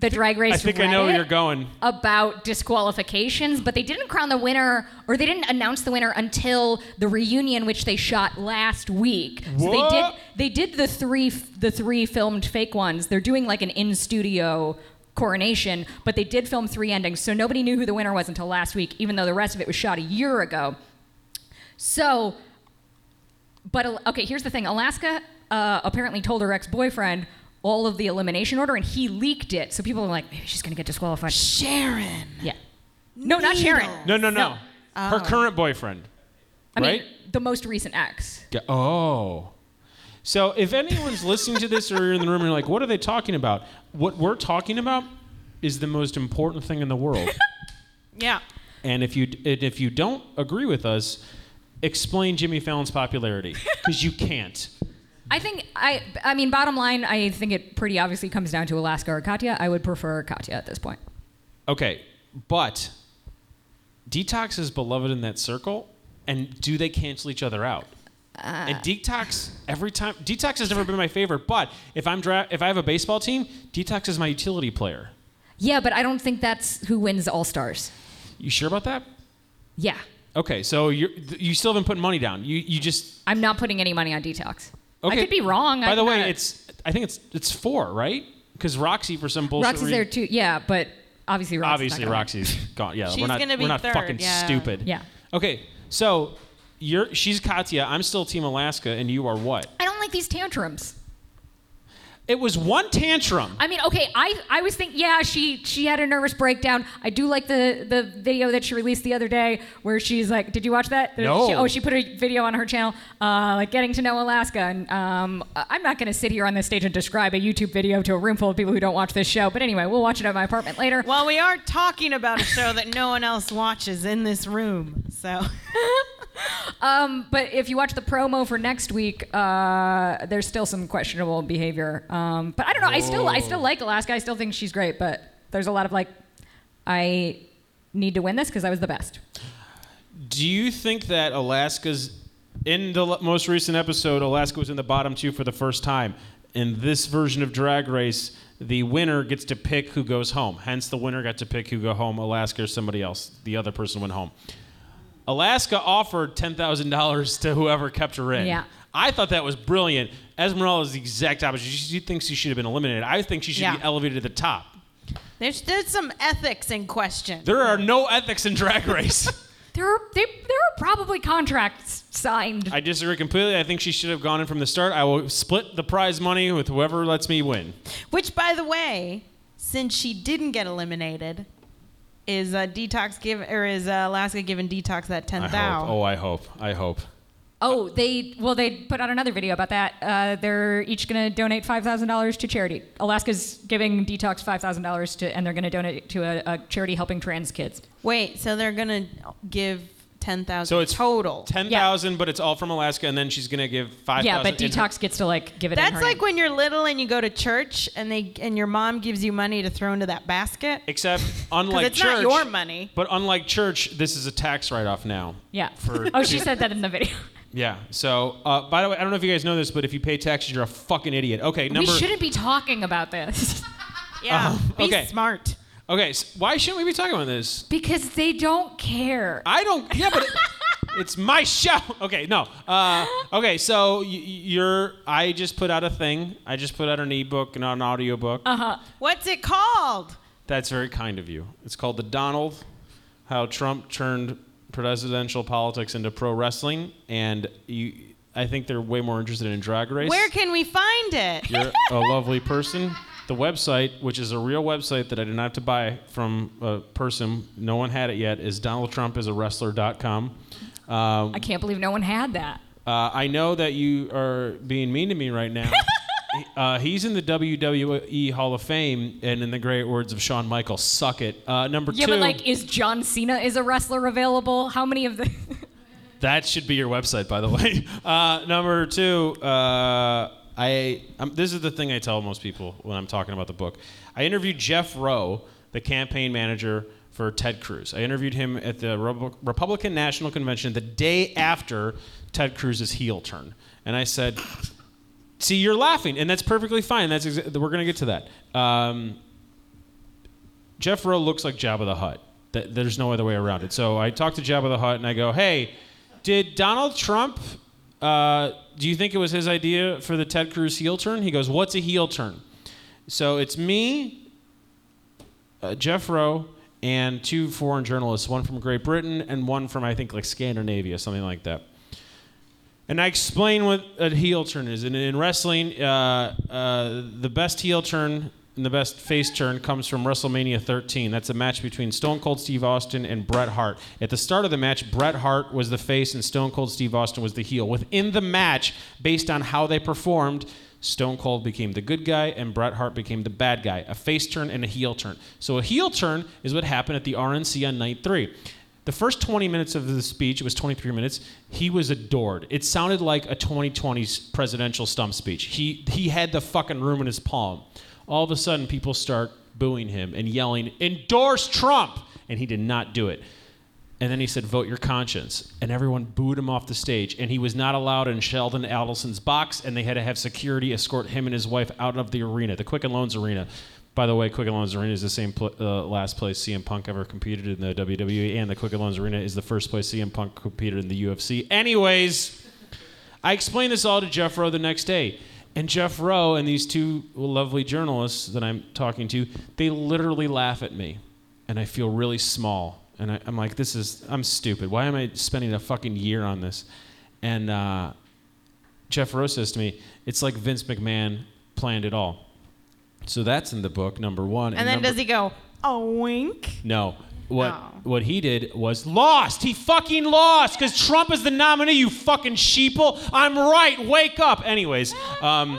Speaker 4: the drag race
Speaker 1: I think I know where
Speaker 4: Reddit
Speaker 1: you're going.
Speaker 4: about disqualifications, but they didn't crown the winner or they didn't announce the winner until the reunion, which they shot last week. So they did
Speaker 1: What?
Speaker 4: they did the three the three filmed fake ones. They're doing like an in studio coronation, but they did film three endings, so nobody knew who the winner was until last week, even though the rest of it was shot a year ago. So, but Al- okay, here's the thing: Alaska uh, apparently told her ex-boyfriend all of the elimination order, and he leaked it. So people are like, maybe she's gonna get disqualified.
Speaker 2: Sharon.
Speaker 4: Yeah. No, not Sharon.
Speaker 1: No, no, no.
Speaker 4: No. Oh.
Speaker 1: Her current boyfriend.
Speaker 4: I mean,
Speaker 1: right?
Speaker 4: the most recent ex.
Speaker 1: Ga- Oh. So if anyone's listening to this or you're in the room and you're like, what are they talking about? What we're talking about is the most important thing in the world.
Speaker 2: Yeah.
Speaker 1: and if you d- and if you don't agree with us, explain Jimmy Fallon's popularity because you can't.
Speaker 4: I think I. I mean, bottom line, I think it pretty obviously comes down to Alaska or Katya. I would prefer Katya at this point.
Speaker 1: Okay, but Detox is beloved in that circle, and do they cancel each other out?
Speaker 4: Uh.
Speaker 1: and Detox every time Detox has never been my favorite, but if I'm dra- if I have a baseball team, Detox is my utility player.
Speaker 4: Yeah, but I don't think that's who wins All Stars.
Speaker 1: You sure about that?
Speaker 4: Yeah,
Speaker 1: Okay, so you you still haven't put money down. You you just
Speaker 4: I'm not putting any money on detox.
Speaker 1: okay.
Speaker 4: I could be wrong.
Speaker 1: By
Speaker 4: I'm
Speaker 1: the way,
Speaker 4: not-
Speaker 1: it's I think it's it's four, right? Because Roxy for some bullshit.
Speaker 4: Roxy's there
Speaker 1: reason-
Speaker 4: too. Yeah, but obviously Roxy's
Speaker 1: Obviously,
Speaker 4: not gonna win.
Speaker 1: Roxy's gone. Yeah,
Speaker 2: She's
Speaker 1: we're not
Speaker 2: gonna be
Speaker 1: we're not
Speaker 2: third,
Speaker 1: fucking
Speaker 2: yeah.
Speaker 1: stupid.
Speaker 4: Yeah.
Speaker 1: Okay, so you're she's Katya. I'm still Team Alaska, and you are what?
Speaker 4: I don't like these tantrums.
Speaker 1: It was one tantrum.
Speaker 4: I mean, okay, I, I was thinking, yeah, she she had a nervous breakdown. I do like the the video that she released the other day where she's like, did you watch that?
Speaker 1: No.
Speaker 4: She- oh, she put a video on her channel, uh, like getting to know Alaska. And um, I- I'm not going to sit here on this stage and describe a YouTube video to a room full of people who don't watch this show. But anyway, we'll watch it at my apartment later.
Speaker 2: Well, we are talking about a show that no one else watches in this room, so.
Speaker 4: Um, but if you watch the promo for next week, uh, there's still some questionable behavior. Um, but I don't know. I still I still like Alaska. I still think she's great. But there's a lot of like, I need to win this because I was the best.
Speaker 1: Do you think that Alaska's in the l- most recent episode, Alaska was in the bottom two for the first time? In this version of Drag Race, the winner gets to pick who goes home. Hence, the winner got to pick who go home. Alaska or somebody else. The other person went home. Alaska offered ten thousand dollars to whoever kept her in.
Speaker 4: Yeah.
Speaker 1: I thought that was brilliant. Esmeralda is the exact opposite. She she thinks she should have been eliminated. I think she should
Speaker 2: Yeah.
Speaker 1: be elevated to the top.
Speaker 2: There's, there's some ethics in question.
Speaker 1: There are no ethics in Drag Race.
Speaker 4: There are they, there are probably contracts signed.
Speaker 1: I disagree completely. I think she should have gone in from the start. I will split the prize money with whoever lets me win.
Speaker 2: Which, by the way, since she didn't get eliminated, is uh, detox give or is uh, Alaska giving detox that ten
Speaker 1: I hope.
Speaker 2: thousand?
Speaker 1: Oh, I hope. I hope.
Speaker 4: oh, they well they put out another video about that. Uh, they're each gonna donate five thousand dollars to charity. Alaska's giving Detox five thousand dollars to, and they're gonna donate to a, a charity helping trans kids.
Speaker 2: Wait, so they're gonna give ten thousand?
Speaker 1: So it's
Speaker 2: total.
Speaker 1: Ten thousand, but it's all from Alaska, and then she's gonna give five thousand.
Speaker 4: Yeah, but Detox gets to like give it. in
Speaker 2: That's
Speaker 4: her
Speaker 2: like
Speaker 4: name.
Speaker 2: when you're little and you go to church and they and your mom gives you money to throw into that basket.
Speaker 1: Except
Speaker 2: Because
Speaker 1: unlike
Speaker 2: it's
Speaker 1: church,
Speaker 2: not your money.
Speaker 1: but unlike church, this is a tax write-off now.
Speaker 4: Yeah.
Speaker 1: For-
Speaker 4: oh, she said that in the video.
Speaker 1: Yeah. So, uh, by the way, I don't know if you guys know this, but if you pay taxes, you're a fucking idiot. Okay. Number.
Speaker 4: we shouldn't be talking about this
Speaker 2: Yeah.
Speaker 1: Um,
Speaker 2: Be
Speaker 1: okay.
Speaker 2: smart.
Speaker 1: okay. s why shouldn't we be talking about this?
Speaker 4: because they don't care.
Speaker 1: I don't. Yeah, but it, it's my show. Okay, no. Uh, okay, so y- y- you're. I just put out a thing. I just put out an ebook and an audiobook.
Speaker 2: Uh-huh.
Speaker 1: book.
Speaker 2: What's it called?
Speaker 1: That's very kind of you. It's called The Donald: How Trump Turned Presidential Politics into Pro Wrestling, and you. I think they're way more interested in Drag Race.
Speaker 2: Where can we find it?
Speaker 1: You're a lovely person. The website, which is a real website that I did not have to buy from a person, no one had it yet, is DonaldTrumpIsAWrestler.com. Um,
Speaker 4: I can't believe no one had that.
Speaker 1: Uh, I know that you are being mean to me right now. uh, he's in the WWE Hall of Fame, and in the great words of Shawn Michaels, suck it. Uh, number
Speaker 4: Yeah,
Speaker 1: two,
Speaker 4: but like, is John Cena is a wrestler available? How many of the?
Speaker 1: that should be your website, by the way. Uh, number two, uh, I um, this is the thing I tell most people when I'm talking about the book. I interviewed Jeff Rowe, the campaign manager for Ted Cruz. I interviewed him at the Rebu- Republican National Convention the day after Ted Cruz's heel turn, and I said. See, you're laughing, and that's perfectly fine. That's exa- we're gonna get to that. Um, Jeff Rowe looks like Jabba the Hutt. Th- There's no other way around it. So I talked to Jabba the Hutt and I go, hey, did Donald Trump, uh, do you think it was his idea for the Ted Cruz heel turn? He goes, what's a heel turn? So it's me, uh, Jeff Rowe, and two foreign journalists, one from Great Britain and one from, I think, like Scandinavia, something like that. And I explain what a heel turn is. And in wrestling, uh, uh, the best heel turn and the best face turn comes from WrestleMania 13. That's a match between Stone Cold Steve Austin and Bret Hart. At the start of the match, Bret Hart was the face and Stone Cold Steve Austin was the heel. Within the match, based on how they performed, Stone Cold became the good guy and Bret Hart became the bad guy. A face turn and a heel turn. So a heel turn is what happened at the RNC on night three. The first 20 minutes of the speech, it was 23 minutes, he was adored. It sounded like a 2020 presidential stump speech. He, he had the fucking room in his palm. All of a sudden, people start booing him and yelling, endorse Trump! And he did not do it. And then he said, vote your conscience. And everyone booed him off the stage. And he was not allowed in Sheldon Adelson's box. And they had to have security escort him and his wife out of the arena, the Quicken Loans Arena. By the way, Quicken Loans Arena is the same pl- uh, last place CM Punk ever competed in the WWE. And the Quicken Loans Arena is the first place CM Punk competed in the UFC. Anyways. I explained this all to Jeff Rowe the next day. And Jeff Rowe and these two lovely journalists that I'm talking to, they literally laugh at me. And I feel really small. And I, I'm like, this is, I'm stupid. Why am I spending a fucking year on this? And uh, Jeff Rowe says to me, it's like Vince McMahon planned it all. So that's in the book, number one.
Speaker 2: And then
Speaker 1: number-
Speaker 2: does he go, a wink?
Speaker 1: no. What
Speaker 2: Oh.
Speaker 1: what he did was lost. He fucking lost because Trump is the nominee. You fucking sheeple. I'm right. Wake up. Anyways, um,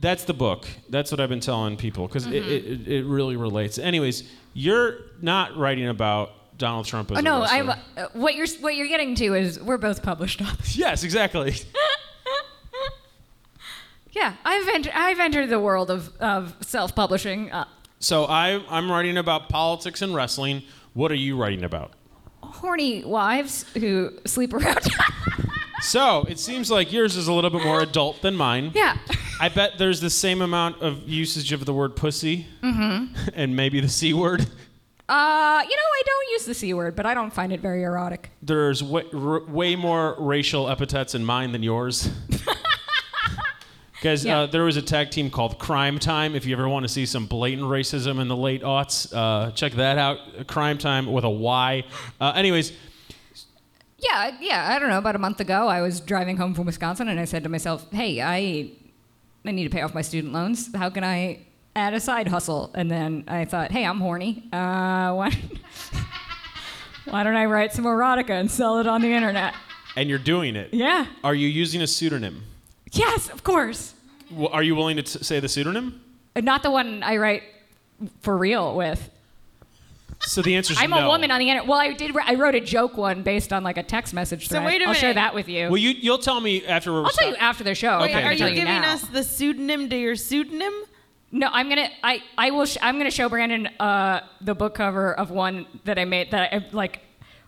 Speaker 1: that's the book. That's what I've been telling people because it,
Speaker 4: Mm-hmm.
Speaker 1: it, it really relates. Anyways, you're not writing about Donald Trump as
Speaker 4: Oh
Speaker 1: a
Speaker 4: no,
Speaker 1: wrestler.
Speaker 4: I'm, uh, what you're what you're getting to is we're both published authors.
Speaker 1: yes, exactly.
Speaker 4: yeah, I've entered I've entered the world of of self-publishing. Uh,
Speaker 1: So I I'm writing about politics and wrestling. What are you writing about?
Speaker 4: horny wives who sleep around.
Speaker 1: So it seems like yours is a little bit more adult than mine.
Speaker 4: yeah.
Speaker 1: I bet there's the same amount of usage of the word pussy
Speaker 4: Mm-hmm.
Speaker 1: and maybe the C word.
Speaker 4: Uh, you know, I don't use the c word, but I don't find it very erotic.
Speaker 1: There's way, r- way more racial epithets in mine than yours. Guys,
Speaker 4: Yeah.
Speaker 1: uh, there was a tag team called Crime Time. If you ever want to see some blatant racism in the late aughts, uh, check that out. Crime Time with a Y. Uh, anyways,
Speaker 4: Yeah, yeah. I don't know. About a month ago, I was driving home from Wisconsin, and I said to myself, "Hey, I, I need to pay off my student loans. How can I add a side hustle?" And then I thought, "Hey, I'm horny. Uh, why, why don't I write some erotica and sell it on the internet?"
Speaker 1: and you're doing it.
Speaker 4: Yeah.
Speaker 1: Are you using a pseudonym?
Speaker 4: Yes, of course.
Speaker 1: W- are you willing to t- say the pseudonym?
Speaker 4: Not the one I write for real with.
Speaker 1: So the answer is
Speaker 4: I'm
Speaker 1: no.
Speaker 4: a woman on the internet. Well, I did. I wrote a joke one based on like a text message
Speaker 2: So
Speaker 4: thread.
Speaker 2: wait a
Speaker 4: I'll share
Speaker 2: minute.
Speaker 4: that with you.
Speaker 1: Well, you you'll tell me after we're.
Speaker 4: I'll tell you after the show.
Speaker 2: Wait,
Speaker 4: I'm not
Speaker 2: are
Speaker 4: gonna
Speaker 2: you
Speaker 4: tell
Speaker 2: giving
Speaker 4: now.
Speaker 2: us the pseudonym to your pseudonym?
Speaker 4: No, I'm gonna. I I will. Sh- I'm gonna show Brandon uh, the book cover of one that I made. That I like.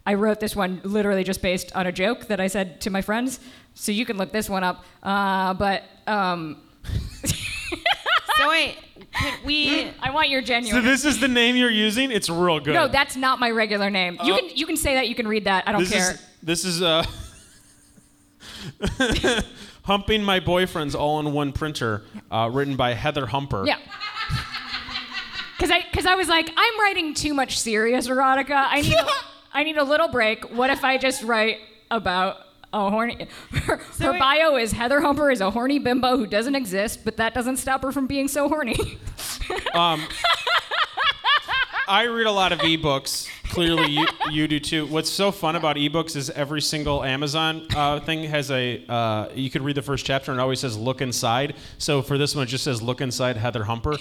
Speaker 4: I wrote this one literally just based on a joke that I said to my friends. So you can look this one up. Uh, but um,
Speaker 2: So wait, can we?
Speaker 4: I want your
Speaker 1: So
Speaker 4: genuine.
Speaker 1: this is the name you're using. It's real good.
Speaker 4: no, that's not my regular name. You
Speaker 1: Oh.
Speaker 4: can you can say that. You can read that. I don't
Speaker 1: this
Speaker 4: care.
Speaker 1: is this is uh, humping my boyfriend's all-in-one printer, uh, written by Heather Humper.
Speaker 4: Yeah. Cause I, cause I was like, I'm writing too much serious erotica. I need, a, I need a little break. What if I just write about a horny? Her, her
Speaker 2: it-
Speaker 4: bio is Heather Humper is a horny bimbo who doesn't exist, but that doesn't stop her from being so horny.
Speaker 1: Um, I read a lot of ebooks. Clearly, you, you do too. What's so fun about ebooks is every single Amazon uh, thing has a. Uh, you could read the first chapter and it always says "look inside." So for this one, it just says "look inside Heather Humper."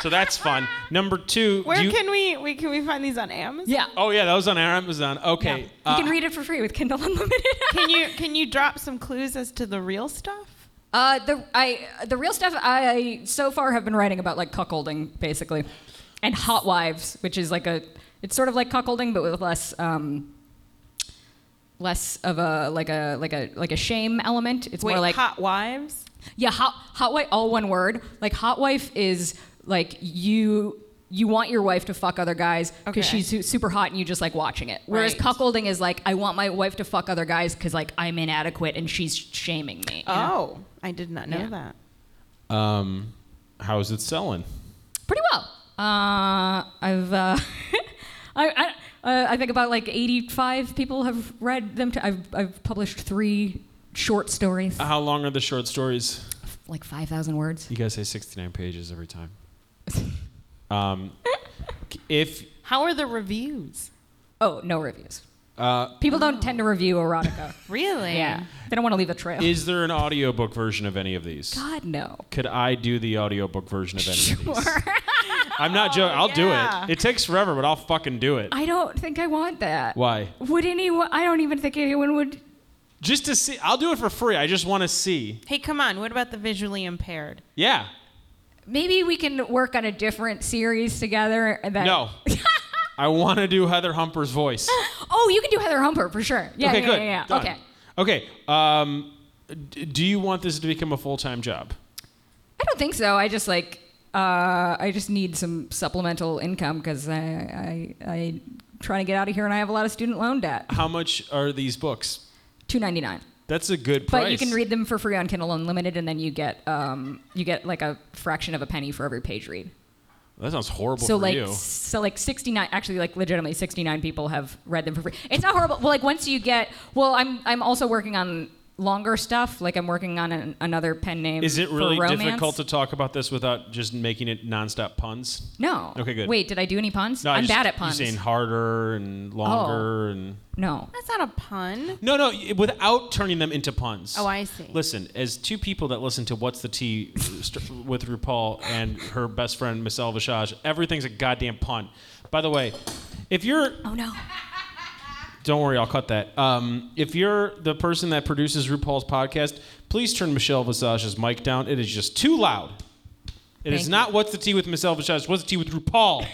Speaker 1: So that's fun. Number two. do
Speaker 2: Where
Speaker 1: you-
Speaker 2: can we? We can we find these on Amazon?
Speaker 4: Yeah.
Speaker 1: Oh yeah, that was on Amazon.
Speaker 4: Yeah.
Speaker 1: Okay.
Speaker 4: You
Speaker 1: uh,
Speaker 4: can read it for free with Kindle Unlimited.
Speaker 2: Can you can you drop some clues as to the real stuff?
Speaker 4: Uh, the I the real stuff I so far have been writing about like cuckolding basically, and hot wives, which is like a it's sort of like cuckolding but with less um, less of a like a like a like a shame element. It's
Speaker 2: Wait,
Speaker 4: more like
Speaker 2: hot wives.
Speaker 4: yeah, hot hot wife all one word. Like hot wife is like you you want your wife to fuck other guys because
Speaker 2: Okay.
Speaker 4: she's su- super hot and you just like watching it. Whereas
Speaker 2: Right.
Speaker 4: cuckolding is like, I want my wife to fuck other guys because like I'm inadequate and she's shaming me. you know?
Speaker 2: Oh, I did not know
Speaker 4: Yeah.
Speaker 2: that.
Speaker 1: Um, how's it selling?
Speaker 4: pretty well. Uh, I've uh, I I, uh, I think about like 85 people have read them. To, I've I've published three short stories,
Speaker 1: How long are the short stories?
Speaker 4: like 5,000 words.
Speaker 1: You guys say 69 pages every time. Um, if
Speaker 2: How are the reviews?
Speaker 4: Oh, no reviews.
Speaker 1: uh,
Speaker 4: People don't tend to review erotica.
Speaker 2: Really?
Speaker 4: yeah, they don't want to leave a trail.
Speaker 1: is there an audiobook version of any of these?
Speaker 4: God no.
Speaker 1: Could I do the audiobook version of any of these?
Speaker 4: Sure.
Speaker 1: I'm not joking. I'll
Speaker 2: yeah.
Speaker 1: do it. It takes forever, but I'll fucking do it.
Speaker 4: I don't think I want that.
Speaker 1: Why?
Speaker 4: Would anyone? I don't even think anyone would.
Speaker 1: Just to see. I'll do it for free. I just want to see.
Speaker 2: Hey, come on. What about the visually impaired?
Speaker 1: Yeah.
Speaker 4: Maybe we can work on a different series together. That
Speaker 1: No. I want to do Heather Humper's voice.
Speaker 4: Oh, you can do Heather Humper for sure. Yeah.
Speaker 1: okay,
Speaker 4: yeah,
Speaker 1: good.
Speaker 4: Yeah. yeah.
Speaker 1: Done.
Speaker 4: Okay.
Speaker 1: Okay. Um, d- do you want this to become a full time job?
Speaker 4: I don't think so. I just like uh, I just need some supplemental income because I, I I trying to get out of here and I have a lot of student loan debt.
Speaker 1: How much are these books?
Speaker 4: Two ninety nine.
Speaker 1: That's a good price.
Speaker 4: But you can read them for free on Kindle Unlimited, and then you get um, you get like a fraction of a penny for every page read.
Speaker 1: That sounds horrible
Speaker 4: so
Speaker 1: for
Speaker 4: like
Speaker 1: you.
Speaker 4: so like 69 actually like legitimately 69 people have read them for free it's not horrible well like once you get well i'm i'm also working on longer stuff like i'm working on an, another pen name
Speaker 1: Is it
Speaker 4: for
Speaker 1: really
Speaker 4: romance.
Speaker 1: difficult to talk about this without just making it nonstop puns?
Speaker 4: no
Speaker 1: Okay, good.
Speaker 4: wait did i do any puns
Speaker 1: I
Speaker 4: i'm
Speaker 1: just-
Speaker 4: bad at puns Oh.
Speaker 1: You're saying harder and longer and
Speaker 4: no
Speaker 2: That's not a pun.
Speaker 1: no, no, y- without turning them into puns.
Speaker 2: Oh, I see.
Speaker 1: Listen, as two people that listen to What's the Tea st- with RuPaul and her best friend Michelle Visage, everything's a goddamn pun. By the way, if you're
Speaker 4: oh no
Speaker 1: Don't worry, I'll cut that. Um, if you're the person that produces RuPaul's podcast, please turn Michelle Visage's mic down. It is just too loud. It is
Speaker 4: Thank you.
Speaker 1: not what's the tea with Michelle Visage. What's the tea with RuPaul?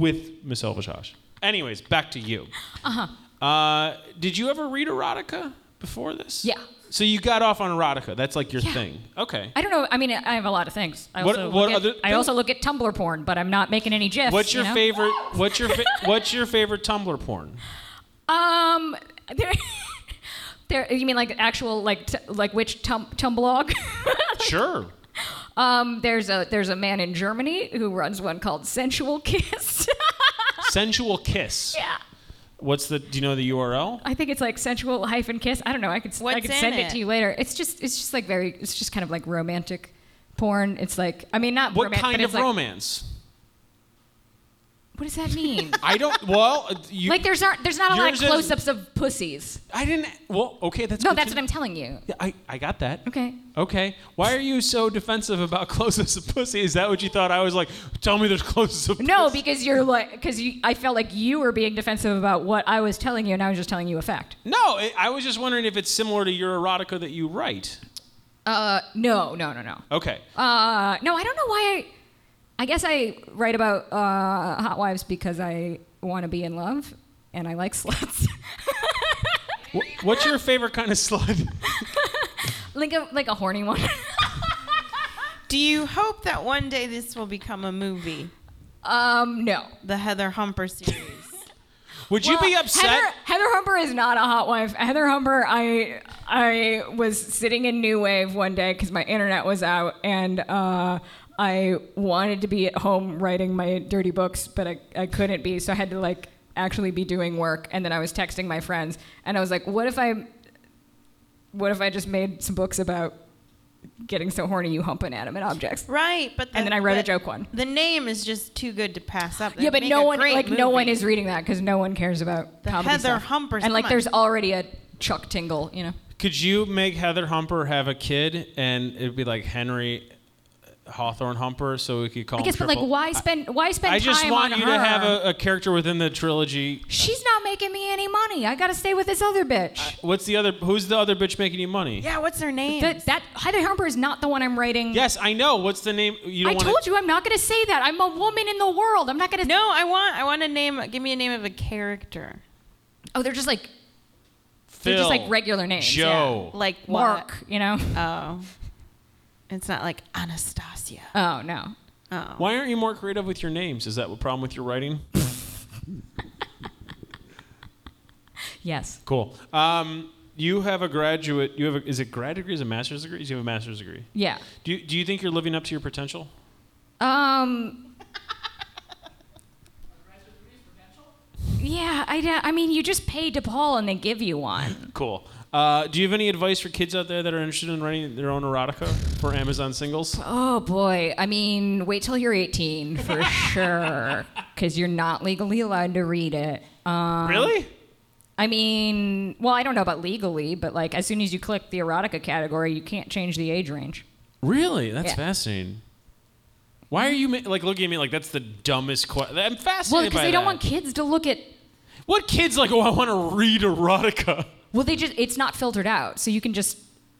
Speaker 1: with Michelle Visage. Anyways, back to you. Uh-huh. Did you ever read erotica before this?
Speaker 4: Yeah.
Speaker 1: So you got off on erotica. That's like your
Speaker 4: Yeah.
Speaker 1: thing. Okay.
Speaker 4: i don't know i mean i have a lot of things i
Speaker 1: What-
Speaker 4: also
Speaker 1: what
Speaker 4: look at,
Speaker 1: other
Speaker 4: i
Speaker 1: things?
Speaker 4: also look at tumblr porn but i'm not making any gifs
Speaker 1: What's
Speaker 4: you
Speaker 1: your
Speaker 4: know?
Speaker 1: favorite? What's your fa- What's your favorite Tumblr porn?
Speaker 4: um there there you mean like actual like t- like which tum- tumblog
Speaker 1: Sure.
Speaker 4: Um, there's a there's a man in Germany who runs one called Sensual Kiss.
Speaker 1: Sensual kiss.
Speaker 4: yeah.
Speaker 1: What's the? Do you know the URL?
Speaker 4: I think it's like sensual hyphen kiss. I don't know. I could s- I
Speaker 2: What's
Speaker 4: could
Speaker 2: in
Speaker 4: send it?
Speaker 2: it?
Speaker 4: to you later. It's just it's just like very it's just kind of like romantic porn. It's like I mean not
Speaker 1: What
Speaker 4: romantic,
Speaker 1: kind
Speaker 4: but
Speaker 1: of
Speaker 4: it's like,
Speaker 1: romance?
Speaker 4: What does that mean?
Speaker 1: I don't. Well, uh, you.
Speaker 4: like there's not there's not a lot of
Speaker 1: Yours is-
Speaker 4: close-ups of pussies.
Speaker 1: I didn't. Well, okay, that's.
Speaker 4: No,
Speaker 1: good
Speaker 4: that's
Speaker 1: to-
Speaker 4: what I'm telling you.
Speaker 1: Yeah, I, I got that.
Speaker 4: Okay.
Speaker 1: Okay. Why are you so defensive about close-ups of pussy? Is that what you thought? I was like, tell me there's close-ups of
Speaker 4: No,
Speaker 1: pussy.
Speaker 4: because you're like because you I felt like you were being defensive about what I was telling you, and I was just telling you a fact.
Speaker 1: No, I- I was just wondering if it's similar to your erotica that you write.
Speaker 4: Uh, no, no, no, no.
Speaker 1: Okay.
Speaker 4: Uh, no, I don't know why. I, I guess I write about uh, hot wives because I want to be in love and I like sluts.
Speaker 1: Wh- What's your favorite kind of slut?
Speaker 4: like a like a horny one.
Speaker 2: Do you hope that one day this will become a movie?
Speaker 4: um, no.
Speaker 2: The Heather Humper series.
Speaker 1: Would you be
Speaker 4: Well,
Speaker 1: upset?
Speaker 4: Heather, Heather Humper is not a hot wife. Heather Humper, I I was sitting in New Wave one day because my internet was out and uh, I wanted to be at home writing my dirty books, but I, I couldn't be, so I had to like actually be doing work. And then I was texting my friends, and I was like, what if I what if I just made some books about getting so horny you hump inanimate objects?
Speaker 2: right, but the,
Speaker 4: And then I wrote a
Speaker 2: the-
Speaker 4: joke one.
Speaker 2: The name is just too good to pass up.
Speaker 4: Yeah,
Speaker 2: It'd
Speaker 4: but
Speaker 2: make
Speaker 4: no
Speaker 2: a
Speaker 4: one
Speaker 2: great
Speaker 4: like no one
Speaker 2: movie.
Speaker 4: is reading that because no one cares about
Speaker 2: The
Speaker 4: comedy
Speaker 2: Heather
Speaker 4: stuff.
Speaker 2: Humpers,
Speaker 4: and like
Speaker 2: come on.
Speaker 4: there's already a Chuck Tingle, you know.
Speaker 1: Could you make Heather Humper have a kid and it'd be like Henry Hawthorne Humper so we could call
Speaker 4: I guess,
Speaker 1: him
Speaker 4: but like,
Speaker 1: Oh, triple?
Speaker 4: why spend why spend
Speaker 1: I just
Speaker 4: time
Speaker 1: want
Speaker 4: on
Speaker 1: you
Speaker 4: her?
Speaker 1: to have a, a character within the trilogy
Speaker 4: She's not making me any money. I gotta stay with this other bitch.
Speaker 1: What's the other? Who's the other bitch making you money?
Speaker 2: Yeah, what's her name?
Speaker 4: that that Heather Humper is not the one I'm writing.
Speaker 1: Yes, I know. What's the name? You don't
Speaker 4: I
Speaker 1: wanna-
Speaker 4: told you I'm not gonna say that. I'm a woman in the world. I'm not gonna.
Speaker 2: no, I want I want a name. Give me a name of a character.
Speaker 4: Oh, they're just like
Speaker 1: Phil,
Speaker 4: they're just like regular names.
Speaker 1: Joe.
Speaker 2: Like
Speaker 4: Yeah. Mark. You know.
Speaker 2: What? Oh, it's not like Anastasia.
Speaker 4: Oh no.
Speaker 2: Oh.
Speaker 1: Why aren't you more creative with your names? Is that a problem with your writing?
Speaker 4: Yes.
Speaker 1: Cool. Um, you have a graduate. You have a, is it grad degree? Is it master's degree? Do you have a master's degree?
Speaker 4: Yeah.
Speaker 1: Do you, do you think you're living up to your potential?
Speaker 4: Um. yeah, I, d- I mean, you just pay DePaul and they give you one.
Speaker 1: Cool. Uh, do you have any advice for kids out there that are interested in writing their own erotica for Amazon singles?
Speaker 4: Oh boy. I mean, wait till you're 18 for sure, because you're not legally allowed to read it. Um,
Speaker 1: really?
Speaker 4: I mean, well, I don't know about legally, but like as soon as you click the erotica category, you can't change the age range.
Speaker 1: Really? That's
Speaker 4: Yeah.
Speaker 1: fascinating. Why are you ma- like looking at me like that's the dumbest question? I'm fascinated
Speaker 4: Well,
Speaker 1: by
Speaker 4: because they
Speaker 1: that.
Speaker 4: don't want kids to look at.
Speaker 1: what kids like? Oh, I want to read erotica.
Speaker 4: Well, they just—it's not filtered out, so you can just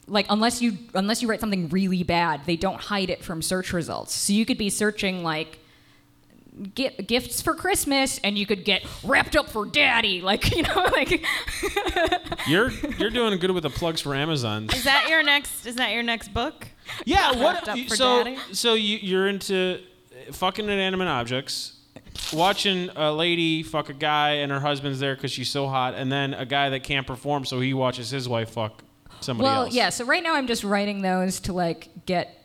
Speaker 4: like unless you unless you write something really bad, they don't hide it from search results. So you could be searching like gi- gifts for Christmas, and you could get wrapped up for daddy, like you know, like
Speaker 1: You're you're doing good with the plugs for Amazon.
Speaker 2: Is that your next? Is that your next book?
Speaker 1: Yeah, what?
Speaker 2: Wrapped up for
Speaker 1: so
Speaker 2: daddy?
Speaker 1: so you, you're into uh, fucking inanimate objects, watching a lady fuck a guy and her husband's there because she's so hot, and then a guy that can't perform, so he watches his wife fuck somebody
Speaker 4: well,
Speaker 1: else.
Speaker 4: yeah. So right now I'm just writing those to like get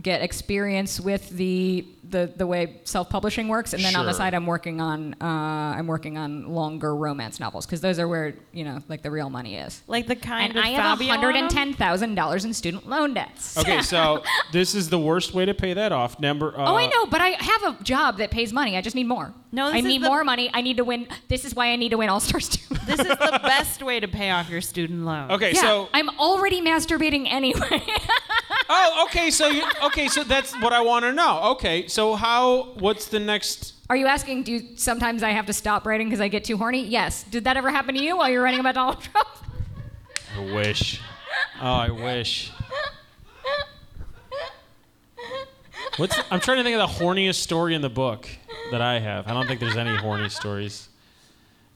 Speaker 4: get experience with the the, the way self-publishing works and then on the
Speaker 1: Sure.
Speaker 4: side i'm working on uh, i'm working on longer romance novels because those are where you know like the real money is
Speaker 2: Like the kind
Speaker 4: and
Speaker 2: of
Speaker 4: I have
Speaker 2: Fabio on 'em?
Speaker 4: $110,000 in student loan debts.
Speaker 1: Okay, so this is the worst way to pay that off. Number. Uh,
Speaker 4: oh, I know, but I have a job that pays money. I just need more.
Speaker 2: No, this
Speaker 4: I
Speaker 2: is
Speaker 4: need
Speaker 2: the-
Speaker 4: more money. I need to win. This is why I need to win All Stars 2.
Speaker 2: This is the best way to pay off your student loan.
Speaker 1: Okay,
Speaker 4: yeah,
Speaker 1: so
Speaker 4: I'm already masturbating anyway.
Speaker 1: oh, okay, so you, okay, so that's what I want to know. Okay, so how? What's the next?
Speaker 4: Are you asking, do you, sometimes I have to stop writing because I get too horny? Yes. Did that ever happen to you while you were writing about Donald Trump?
Speaker 1: I wish. Oh, I wish. What's? I'm trying to think of the horniest story in the book that I have. I don't think there's any horny stories.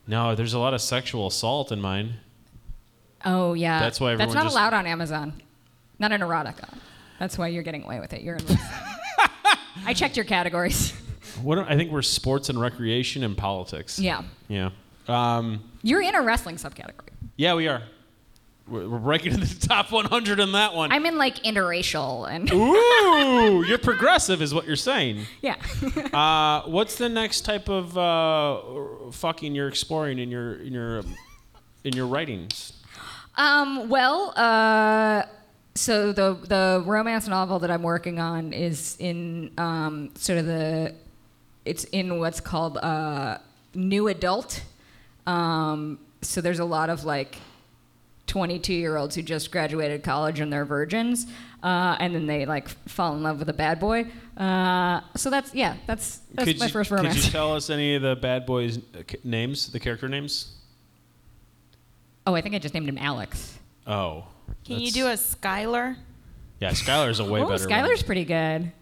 Speaker 1: No, there's a lot of sexual assault in mine.
Speaker 4: Oh, yeah.
Speaker 1: That's why
Speaker 4: That's
Speaker 1: everyone
Speaker 4: not
Speaker 1: just-
Speaker 4: allowed on Amazon. Not an erotica. That's why you're getting away with it. You're in. I checked your categories.
Speaker 1: What? I think we're sports and recreation and politics.
Speaker 4: Yeah.
Speaker 1: Yeah. Um,
Speaker 4: You're in a wrestling subcategory.
Speaker 1: yeah, we are. We're, we're breaking into the top 100 on that one.
Speaker 4: I'm in like interracial and
Speaker 1: Ooh, you're progressive, is what you're saying.
Speaker 4: yeah.
Speaker 1: Uh, what's the next type of uh, fucking you're exploring in your in your in your writings?
Speaker 4: um, well, uh, so the the romance novel that I'm working on is in um, sort of the it's in what's called uh, new adult. Um, so there's a lot of like 22 year olds who just graduated college and they're virgins, uh, and then they like fall in love with a bad boy. Uh, so that's yeah, that's that's
Speaker 1: could
Speaker 4: my
Speaker 1: you,
Speaker 4: first
Speaker 1: could
Speaker 4: romance.
Speaker 1: you tell us any of the bad boys' uh, c- names, the character names?
Speaker 4: oh, I think I just named him Alex.
Speaker 1: Oh.
Speaker 2: Can you do a Skylar?
Speaker 1: Yeah, Skylar's a way
Speaker 4: oh,
Speaker 1: better.
Speaker 4: Skylar's
Speaker 1: one.
Speaker 4: pretty good.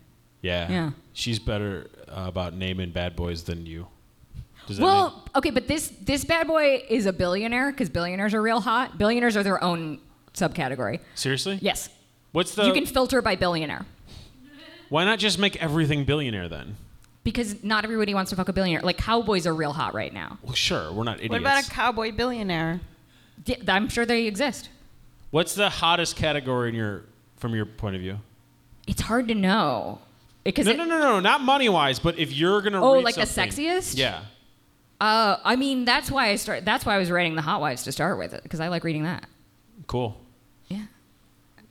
Speaker 1: Yeah.
Speaker 4: Yeah.
Speaker 1: She's better uh, about naming bad boys than you. Does that
Speaker 4: Well,
Speaker 1: make-
Speaker 4: okay, but this this bad boy is a billionaire because billionaires are real hot. Billionaires are their own subcategory.
Speaker 1: seriously?
Speaker 4: Yes,
Speaker 1: What's the?
Speaker 4: you can filter by billionaire
Speaker 1: why not just make everything billionaire then?
Speaker 4: because not everybody wants to fuck a billionaire. Like cowboys are real hot right now.
Speaker 1: Well, sure, we're not idiots.
Speaker 2: What about a cowboy billionaire?
Speaker 4: D- I'm sure they exist.
Speaker 1: What's the hottest category in your from your point of view?
Speaker 4: It's hard to know because
Speaker 1: No,
Speaker 4: it-
Speaker 1: no, no, no, not money wise, but if you're gonna.
Speaker 4: Oh,
Speaker 1: read
Speaker 4: like the
Speaker 1: something-
Speaker 4: sexiest?
Speaker 1: Yeah.
Speaker 4: uh, I mean that's why I start. That's why I was writing the hot wives to start with because I like reading that.
Speaker 1: Cool.
Speaker 4: Yeah,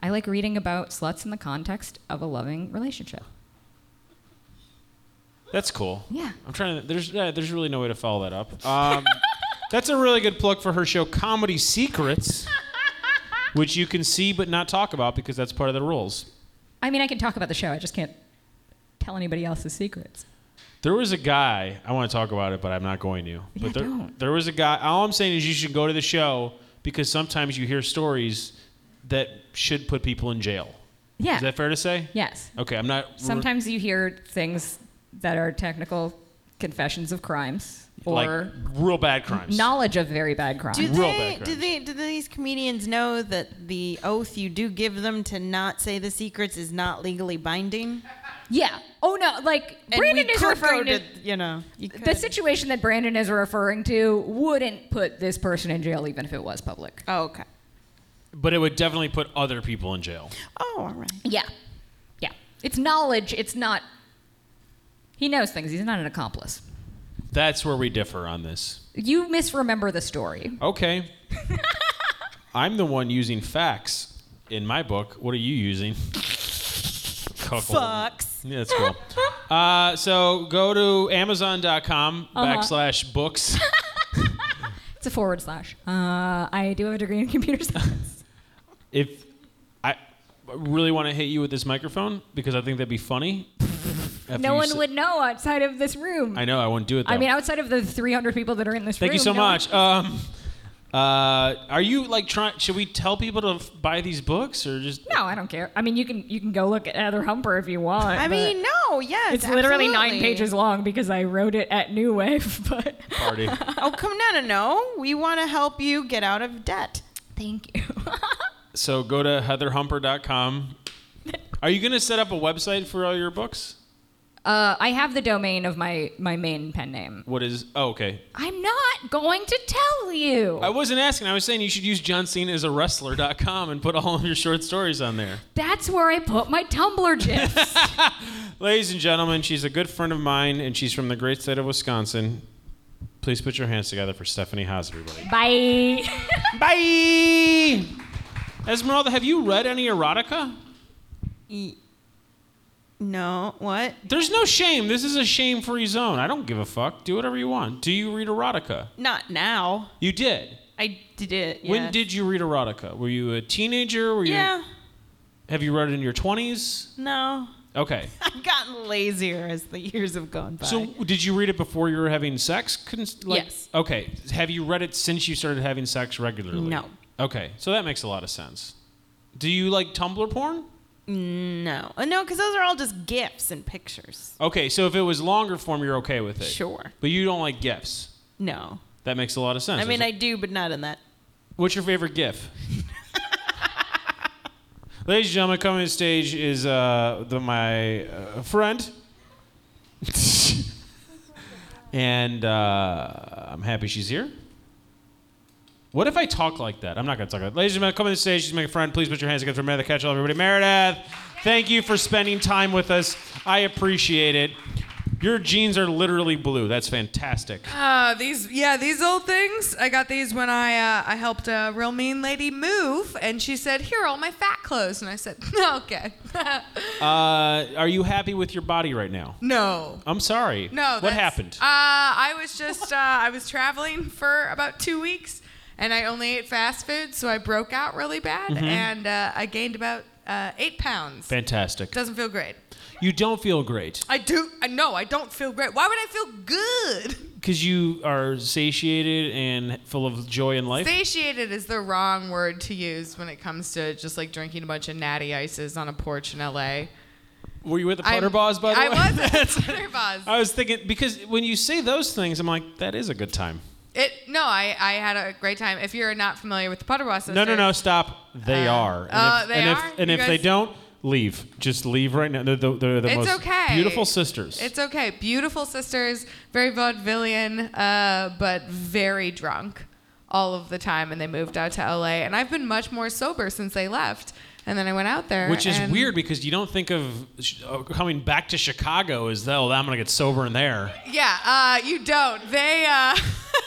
Speaker 4: I like reading about sluts in the context of a loving relationship.
Speaker 1: That's cool.
Speaker 4: Yeah.
Speaker 1: I'm trying to. There's uh, there's really no way to follow that up. Um, that's a really good plug for her show, Comedy Secrets, which you can see but not talk about because that's part of the rules.
Speaker 4: I mean, I can talk about the show. I just can't tell anybody else's secrets.
Speaker 1: There was a guy. I want to talk about it, but I'm not going to.
Speaker 4: Yeah,
Speaker 1: but there,
Speaker 4: don't.
Speaker 1: there was a guy. All I'm saying is you should go to the show because sometimes you hear stories that should put people in jail.
Speaker 4: Yeah.
Speaker 1: Is that fair to say?
Speaker 4: yes.
Speaker 1: Okay, I'm not.
Speaker 4: Sometimes you hear things that are technical confessions of crimes or
Speaker 1: like real bad crimes.
Speaker 4: knowledge of very bad crimes.
Speaker 2: Do
Speaker 1: Real
Speaker 2: they,
Speaker 1: background.
Speaker 2: do they do these comedians know that the oath you do give them to not say the secrets is not legally binding?
Speaker 4: yeah. Oh no, like
Speaker 2: And
Speaker 4: Brandon
Speaker 2: we
Speaker 4: is
Speaker 2: could
Speaker 4: referring
Speaker 2: go
Speaker 4: to,
Speaker 2: to, you know you
Speaker 4: the
Speaker 2: could.
Speaker 4: situation that Brandon is referring to wouldn't put this person in jail even if it was public.
Speaker 2: Oh, okay.
Speaker 1: But it would definitely put other people in jail.
Speaker 2: Oh, all right.
Speaker 4: Yeah. Yeah. It's knowledge, it's not he knows things. He's not an accomplice.
Speaker 1: That's where we differ on this.
Speaker 4: You misremember the story.
Speaker 1: Okay. I'm the one using facts in my book. What are you using? Cuckold.
Speaker 2: Fucks.
Speaker 1: Yeah, that's cool. Uh, so go to Amazon.com
Speaker 4: Uh-huh.
Speaker 1: backslash books.
Speaker 4: It's a forward slash. Uh, I do have a degree in computer science.
Speaker 1: If I really want to hit you with this microphone because I think that'd be funny. After
Speaker 4: no
Speaker 1: you
Speaker 4: one
Speaker 1: s-
Speaker 4: would know outside of this room.
Speaker 1: I know. I won't do it. Though.
Speaker 4: I mean, outside of the 300 people that are in this
Speaker 1: Thank
Speaker 4: room.
Speaker 1: you so
Speaker 4: no one-
Speaker 1: much. Um, uh, are you like trying? Should we tell people to f- buy these books or just?
Speaker 4: No, I don't care. I mean, you can you can go look at Heather Humper if you want.
Speaker 2: I
Speaker 4: but
Speaker 2: mean, no, yes.
Speaker 4: it's literally nine
Speaker 2: absolutely.
Speaker 4: pages long because I wrote it at New Wave. But
Speaker 1: Party.
Speaker 2: Oh, come no, no, no. We want to help you get out of debt.
Speaker 4: thank you.
Speaker 1: so go to heatherhumper.com. Are you going to set up a website for all your books?
Speaker 4: uh, I have the domain of my my main pen name.
Speaker 1: What is? Oh, okay.
Speaker 4: I'm not going to tell you.
Speaker 1: I wasn't asking. I was saying you should use John Cena as a wrestler.com and put all of your short stories on there.
Speaker 4: That's where I put my Tumblr gifs.
Speaker 1: Ladies and gentlemen, she's a good friend of mine, and she's from the great state of Wisconsin. Please put your hands together for Stephanie Haas, everybody.
Speaker 4: Bye.
Speaker 1: Bye! Esmeralda, have you read any erotica?
Speaker 2: E- no, what?
Speaker 1: There's no shame. This is a shame free zone. I don't give a fuck. Do whatever you want. Do you read erotica?
Speaker 2: Not now.
Speaker 1: You did.
Speaker 2: I did it.
Speaker 1: When
Speaker 2: yes.
Speaker 1: did you read erotica? Were you a teenager? Were you,
Speaker 2: Yeah.
Speaker 1: Have you read it in your 20s?
Speaker 2: No.
Speaker 1: Okay.
Speaker 2: I've gotten lazier as the years have gone by.
Speaker 1: So, did you read it before you were having sex? Cons-
Speaker 2: Yes.
Speaker 1: Okay. Have you read it since you started having sex regularly?
Speaker 2: No.
Speaker 1: Okay. So that makes a lot of sense. Do you like Tumblr porn?
Speaker 2: no, Uh, no, because those are all just gifts and pictures.
Speaker 1: Okay. So if it was longer form, you're okay with it.
Speaker 2: Sure.
Speaker 1: But you don't like gifs.
Speaker 2: No,
Speaker 1: That makes a lot of sense.
Speaker 2: I mean
Speaker 1: That's-
Speaker 2: I do, but not in that.
Speaker 1: What's your favorite GIF? Ladies and gentlemen, coming to stage is uh, the, my uh, friend. and uh, I'm happy she's here. What if I talk like that? I'm not going to talk like that. Ladies and gentlemen, coming to stage is my friend. Please put your hands together for Meredith Catchall, everybody. Meredith, thank you for spending time with us. I appreciate it. Your jeans are literally blue. That's fantastic.
Speaker 5: Uh, these, yeah, these old things. I got these when I uh, I helped a real mean lady move, and she said, "Here are all my fat clothes," and I said, "Okay."
Speaker 1: Uh, are you happy with your body right now?
Speaker 5: no.
Speaker 1: I'm sorry.
Speaker 5: No.
Speaker 1: What
Speaker 5: that's-
Speaker 1: happened?
Speaker 5: Uh, I was just uh, I was traveling for about two weeks, and I only ate fast food, so I broke out really bad,
Speaker 1: Mm-hmm.
Speaker 5: and uh, I gained about uh, eight pounds.
Speaker 1: Fantastic.
Speaker 5: Doesn't feel great.
Speaker 1: You don't feel great
Speaker 5: I do. I know I don't feel great. Why would I feel good?
Speaker 1: because you are satiated and full of joy in life.
Speaker 5: Satiated is the wrong word to use when it comes to just like drinking a bunch of natty ices on a porch in LA.
Speaker 1: Were you with the
Speaker 5: I'm-
Speaker 1: Putter Boss, by the
Speaker 5: I
Speaker 1: way?
Speaker 5: was at the
Speaker 1: That's-
Speaker 5: Putter Boss.
Speaker 1: I was thinking because when you say those things, I'm like, that is a good time.
Speaker 5: It no, I, I had a great time. If you're not familiar with the Putter Boss,
Speaker 1: No, no, no, stop. They
Speaker 5: Uh,
Speaker 1: are. And
Speaker 5: uh,
Speaker 1: if,
Speaker 5: they
Speaker 1: and
Speaker 5: are?
Speaker 1: If, and
Speaker 5: You
Speaker 1: if they
Speaker 5: guys-
Speaker 1: don't, leave. Just leave right now. They're the, they're the
Speaker 5: It's
Speaker 1: most
Speaker 5: okay.
Speaker 1: beautiful sisters.
Speaker 5: It's okay. Beautiful sisters, very vaudevillian, uh, but very drunk all of the time. And they moved out to LA. And I've been much more sober since they left. And then I went out there.
Speaker 1: which is
Speaker 5: and-
Speaker 1: weird because you don't think of sh- uh, coming back to Chicago as though I'm gonna get sober in there.
Speaker 5: Yeah, uh, you don't. They uh,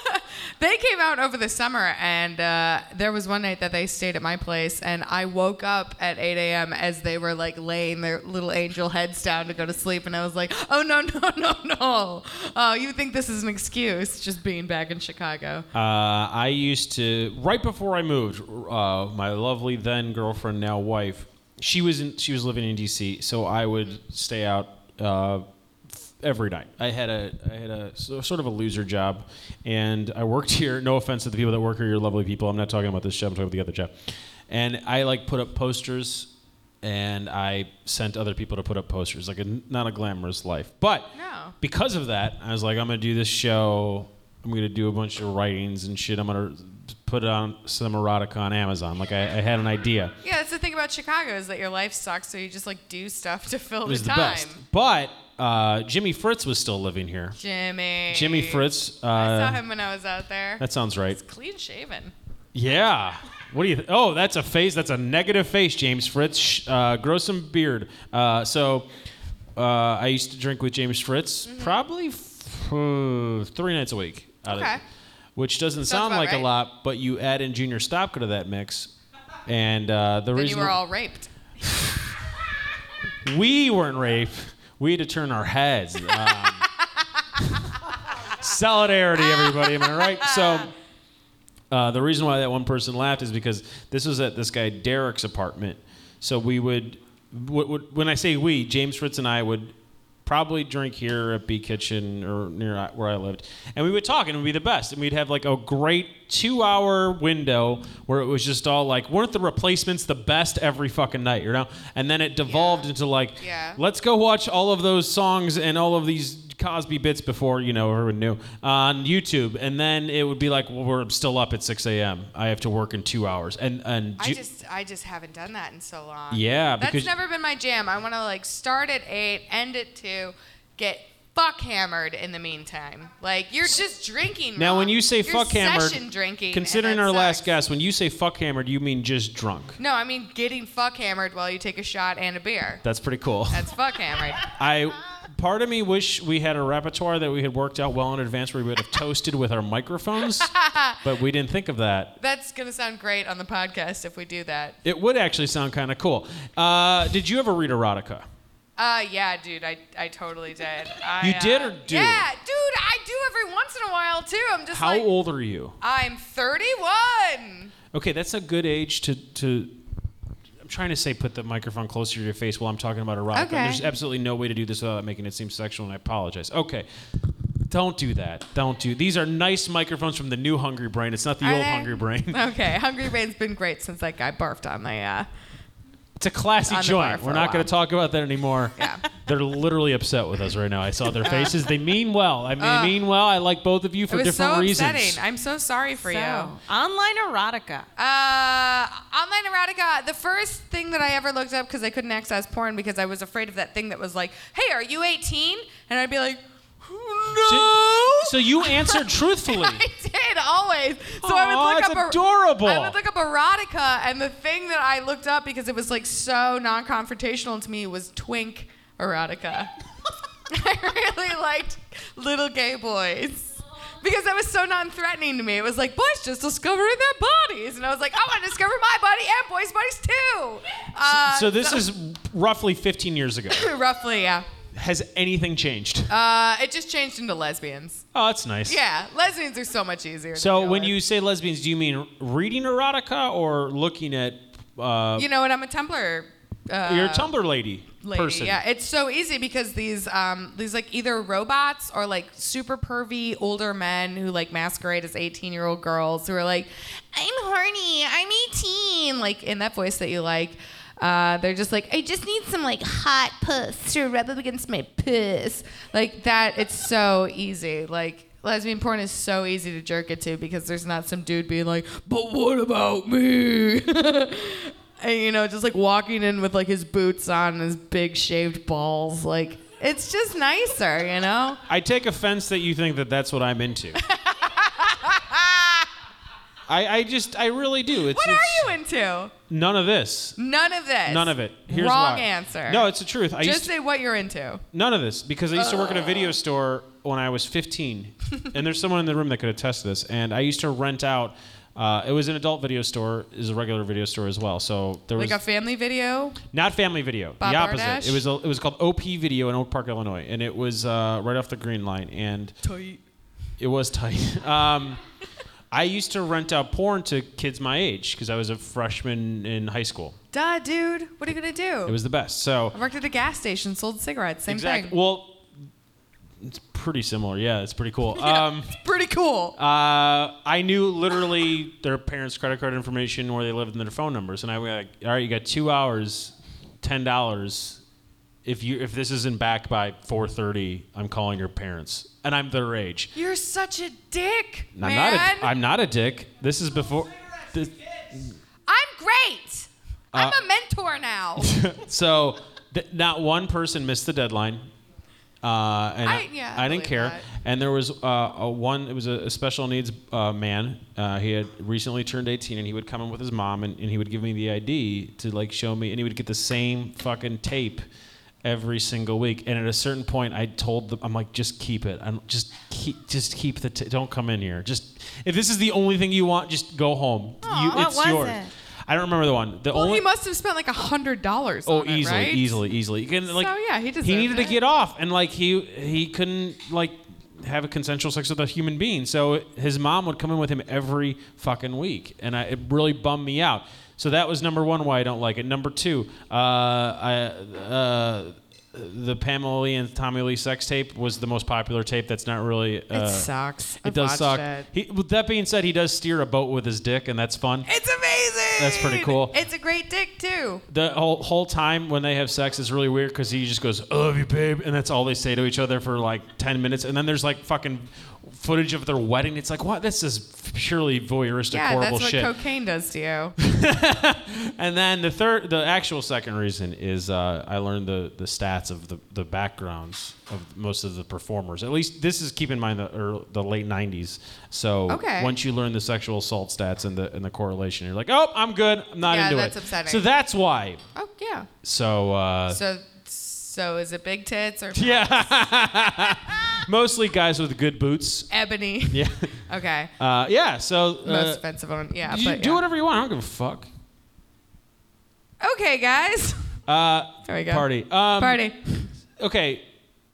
Speaker 5: they came out over the summer, and uh, there was one night that they stayed at my place, and I woke up at 8 a.m. as they were like laying their little angel heads down to go to sleep, and I was like, oh no no no no! Oh, you think this is an excuse? Just being back in Chicago.
Speaker 1: Uh, I used to right before I moved. Uh, my lovely then girlfriend, now wife, she was in, she was living in D.C. So I would stay out uh, every night. I had a I had a so, sort of a loser job, and I worked here. No offense to the people that work here, you're lovely people. I'm not talking about this job. I'm talking about the other job. And I like put up posters and I sent other people to put up posters. Like, a, not a glamorous life. But
Speaker 5: No.
Speaker 1: because of that, I was like, I'm going to do this show. I'm going to do a bunch of writings and shit. I'm going to put on some erotica on Amazon. Like, I, I had an idea.
Speaker 5: Yeah, that's the thing about Chicago is that your life sucks, so you just like do stuff to fill
Speaker 1: It was
Speaker 5: the
Speaker 1: the
Speaker 5: time.
Speaker 1: best. But uh, Jimmy Fritz was still living here.
Speaker 5: Jimmy.
Speaker 1: Jimmy Fritz. Uh,
Speaker 5: I saw him when I was out there.
Speaker 1: That sounds right.
Speaker 5: He's clean shaven.
Speaker 1: Yeah. What do you? Th- oh, that's a face. That's a negative face, James Fritz. Sh- Uh, grow some beard. Uh, so, uh, I used to drink with James Fritz
Speaker 5: Mm-hmm.
Speaker 1: probably f- uh, three nights a week. out of-
Speaker 5: Okay.
Speaker 1: which doesn't
Speaker 5: Sounds
Speaker 1: sound
Speaker 5: about
Speaker 1: like a
Speaker 5: right.
Speaker 1: lot, but you add in Junior Stopka to that mix, and uh, the
Speaker 5: Then you
Speaker 1: reason
Speaker 5: were all raped.
Speaker 1: we weren't raped, we had to turn our heads. Um, solidarity, everybody. Am I right? So, uh, the reason why that one person laughed is because this was at this guy Derek's apartment. So we would, w- w- when I say we, James Fritz and I would probably drink here at B Kitchen or near I- where I lived, and we would talk and it would be the best, and we'd have like a great two-hour window where it was just all like, weren't the replacements the best every fucking night, you know? And then it devolved into like,
Speaker 5: Yeah.
Speaker 1: let's go watch all of those songs and all of these Cosby bits before you know everyone knew on YouTube, and then it would be like, well, we're still up at 6 a.m. I have to work in two hours, and and
Speaker 5: I
Speaker 1: ju-
Speaker 5: just I just haven't done that in so long.
Speaker 1: Yeah,
Speaker 5: That's
Speaker 1: because-
Speaker 5: never been my jam. I want to like start at 8, end at 2, get fuck hammered in the meantime. Like you're just drinking
Speaker 1: now
Speaker 5: wrong.
Speaker 1: when you say
Speaker 5: You're
Speaker 1: fuck hammered,
Speaker 5: session drinking. and
Speaker 1: considering
Speaker 5: that
Speaker 1: our last
Speaker 5: sucks.
Speaker 1: guest, when you say fuck hammered, you mean just drunk.
Speaker 5: No, I mean getting fuck hammered while you take a shot and a beer.
Speaker 1: That's pretty cool.
Speaker 5: That's fuck hammered.
Speaker 1: I part of me wish we had a repertoire that we had worked out well in advance where we would have toasted with our microphones, but we didn't think of that.
Speaker 5: That's gonna sound great on the podcast if we do that.
Speaker 1: It would actually sound kind of cool. Uh, did you ever read erotica?
Speaker 5: Uh, yeah, dude, I, I totally did. I,
Speaker 1: You
Speaker 5: uh,
Speaker 1: did or do?
Speaker 5: Yeah, dude, I do every once in a while too. I'm just
Speaker 1: How
Speaker 5: like,
Speaker 1: old are you?
Speaker 5: I'm 31.
Speaker 1: Okay, that's a good age to to. I'm trying to say put the microphone closer to your face while I'm talking about erotica. and
Speaker 5: Okay.
Speaker 1: There's absolutely no way to do this without making it seem sexual, and I apologize. Okay. Don't do that. Don't do. These are nice microphones from the new Hungry Brain. It's not the
Speaker 5: Are
Speaker 1: old
Speaker 5: they?
Speaker 1: Hungry Brain.
Speaker 5: Okay, Hungry Brain's been great since that guy barfed on my. Uh,
Speaker 1: It's a classy
Speaker 5: On the bar
Speaker 1: joint.
Speaker 5: for
Speaker 1: We're
Speaker 5: a
Speaker 1: not going
Speaker 5: while.
Speaker 1: to talk about that anymore.
Speaker 5: Yeah.
Speaker 1: They're literally upset with us right now. I saw their faces. They mean well. I mean, they mean well. I like both of you
Speaker 5: it
Speaker 1: for
Speaker 5: was
Speaker 1: different
Speaker 5: so
Speaker 1: reasons.
Speaker 5: upsetting. I'm so sorry for you.
Speaker 2: online erotica.
Speaker 5: Uh, online erotica. The first thing that I ever looked up because I couldn't access porn because I was afraid of that thing that was like, "Hey, are you 18?" And I'd be like, "No."
Speaker 1: So you
Speaker 5: Oh
Speaker 1: answered truthfully.
Speaker 5: I did always. So I
Speaker 1: Aw,
Speaker 5: would look
Speaker 1: that's
Speaker 5: up er-
Speaker 1: adorable.
Speaker 5: I would look up erotica, and the thing that I looked up because it was like so non-confrontational to me was twink erotica. I really liked little gay boys because that was so non-threatening to me. It was like boys just discovering their bodies, and I was like, I want to discover my body and boys' bodies too. Uh,
Speaker 1: so this is roughly 15 years ago.
Speaker 5: roughly, yeah.
Speaker 1: Has anything changed?
Speaker 5: Uh, it just changed into lesbians.
Speaker 1: Oh, that's nice.
Speaker 5: Yeah, lesbians are so much easier. to
Speaker 1: So
Speaker 5: deal
Speaker 1: when
Speaker 5: with.
Speaker 1: you say lesbians, do you mean reading erotica or looking at? Uh,
Speaker 5: you know, and I'm a Tumblr. Uh,
Speaker 1: Oh, you're a Tumblr lady,
Speaker 5: lady.
Speaker 1: person.
Speaker 5: Yeah, it's so easy because these um, these like either robots or like super pervy older men who like masquerade as 18 year old girls who are like, I'm horny, I'm 18, like in that voice that you like. Uh, they're just like, I just need some like hot puss to rub up against my puss, like that. It's so easy, like. Lesbian porn is so easy to jerk it to because there's not some dude being like, but what about me? and you know, just like walking in with like his boots on and his big shaved balls, like it's just nicer, you know.
Speaker 1: I take offense that you think that that's what I'm into. I, I just, I really do. It's,
Speaker 5: What
Speaker 1: it's
Speaker 5: are you into?
Speaker 1: None of this.
Speaker 5: None of this.
Speaker 1: None of it. Here's
Speaker 5: Wrong
Speaker 1: why.
Speaker 5: answer.
Speaker 1: No, it's the truth. I used
Speaker 5: just
Speaker 1: to-
Speaker 5: say what you're into.
Speaker 1: None of this because I used to work at a video
Speaker 5: Uh.
Speaker 1: store when I was 15, and there's someone in the room that could attest to this. And I used to rent out. Uh, it was an adult video store, is a regular video store as well. So there
Speaker 5: Like
Speaker 1: was
Speaker 5: a family video.
Speaker 1: not Family Video,
Speaker 5: Bob
Speaker 1: the opposite.
Speaker 5: Bardash?
Speaker 1: It was a, it was called OP Video in Oak Park, Illinois, and it was uh, right off the Green Line, and it was tight. Um, I used to rent out porn to kids my age because I was a freshman in high school.
Speaker 5: Duh, dude. What are you gonna do?
Speaker 1: It was the best. So
Speaker 5: I worked at a gas station, sold cigarettes. Same
Speaker 1: exactly.
Speaker 5: thing.
Speaker 1: Well, it's pretty similar. Yeah, it's pretty cool. Um,
Speaker 5: Pretty cool.
Speaker 1: Uh, I knew literally their parents' credit card information, where they lived, and their phone numbers. And I was like, "All right, you got two hours ten dollars. If you if this isn't back by four thirty, I'm calling your parents, and I'm their age.
Speaker 5: You're such a dick,
Speaker 1: And I'm
Speaker 5: man.
Speaker 1: not. A, I'm not a dick. This is before. This,
Speaker 5: I'm great.
Speaker 1: Uh,
Speaker 5: I'm a mentor now.
Speaker 1: so, th- not one person missed the deadline. Uh, and
Speaker 5: I- yeah, I
Speaker 1: didn't
Speaker 5: believe
Speaker 1: care.
Speaker 5: that.
Speaker 1: And there was uh, a one. It was a, a special needs uh, man. Uh, he had recently turned 18, and he would come in with his mom, and, and he would give me the ID to like show me, and he would get the same fucking tape every single week. And at a certain point, I told them, I'm like, just keep it. I'm just keep, just keep the. T- don't come in here. Just if this is the only thing you want, just go home. You,
Speaker 2: What
Speaker 1: it's
Speaker 2: was
Speaker 1: yours.
Speaker 2: it?
Speaker 1: I don't remember the one. The
Speaker 5: well,
Speaker 1: only
Speaker 5: he must have spent like a hundred dollars.
Speaker 1: Oh,
Speaker 5: on it,
Speaker 1: easily,
Speaker 5: right?
Speaker 1: easily, easily. And, like,
Speaker 5: So, yeah, he deserved
Speaker 1: needed
Speaker 5: it.
Speaker 1: to get off, and like he he couldn't like have a consensual sex with a human being. So his mom would come in with him every fucking week, and I, it really bummed me out. So that was number one why I don't like it. Number two, uh, I, uh, the Pamela Lee and Tommy Lee sex tape was the most popular tape. That's not really. Uh,
Speaker 5: It sucks.
Speaker 1: It
Speaker 5: I've
Speaker 1: does
Speaker 5: watched
Speaker 1: suck.
Speaker 5: it.
Speaker 1: He, with that being said, he does steer a boat with his dick, and that's fun.
Speaker 5: It's amazing.
Speaker 1: That's pretty cool.
Speaker 5: It's a great dick too.
Speaker 1: the whole, whole time when they have sex is really weird because he just goes, "I love you, babe," and that's all they say to each other for like ten minutes, and then there's like fucking footage of their wedding. It's like, what? This is purely voyeuristic,
Speaker 5: Yeah,
Speaker 1: horrible
Speaker 5: that's what
Speaker 1: shit.
Speaker 5: cocaine does to you.
Speaker 1: and then the third, the actual second reason is uh, I learned the the stats of the, the backgrounds of most of the performers. At least this is keep in mind the early, the late '90s. So
Speaker 5: Okay.
Speaker 1: once you learn the sexual assault stats and the and the correlation, you're like, oh, I'm good. I'm not
Speaker 5: Yeah,
Speaker 1: into
Speaker 5: that's
Speaker 1: it.
Speaker 5: upsetting.
Speaker 1: So that's why.
Speaker 5: Oh yeah.
Speaker 1: So. Uh,
Speaker 5: So so is it big tits or
Speaker 1: Yeah. Mostly guys with good boots.
Speaker 5: ebony?
Speaker 1: Yeah.
Speaker 5: Okay.
Speaker 1: Uh, yeah. So uh,
Speaker 5: Most offensive one. Yeah.
Speaker 1: you
Speaker 5: but
Speaker 1: do
Speaker 5: yeah.
Speaker 1: whatever you want. I don't give a fuck.
Speaker 5: Okay, guys.
Speaker 1: Uh,
Speaker 5: There we go.
Speaker 1: Party. Um,
Speaker 5: Party.
Speaker 1: Okay.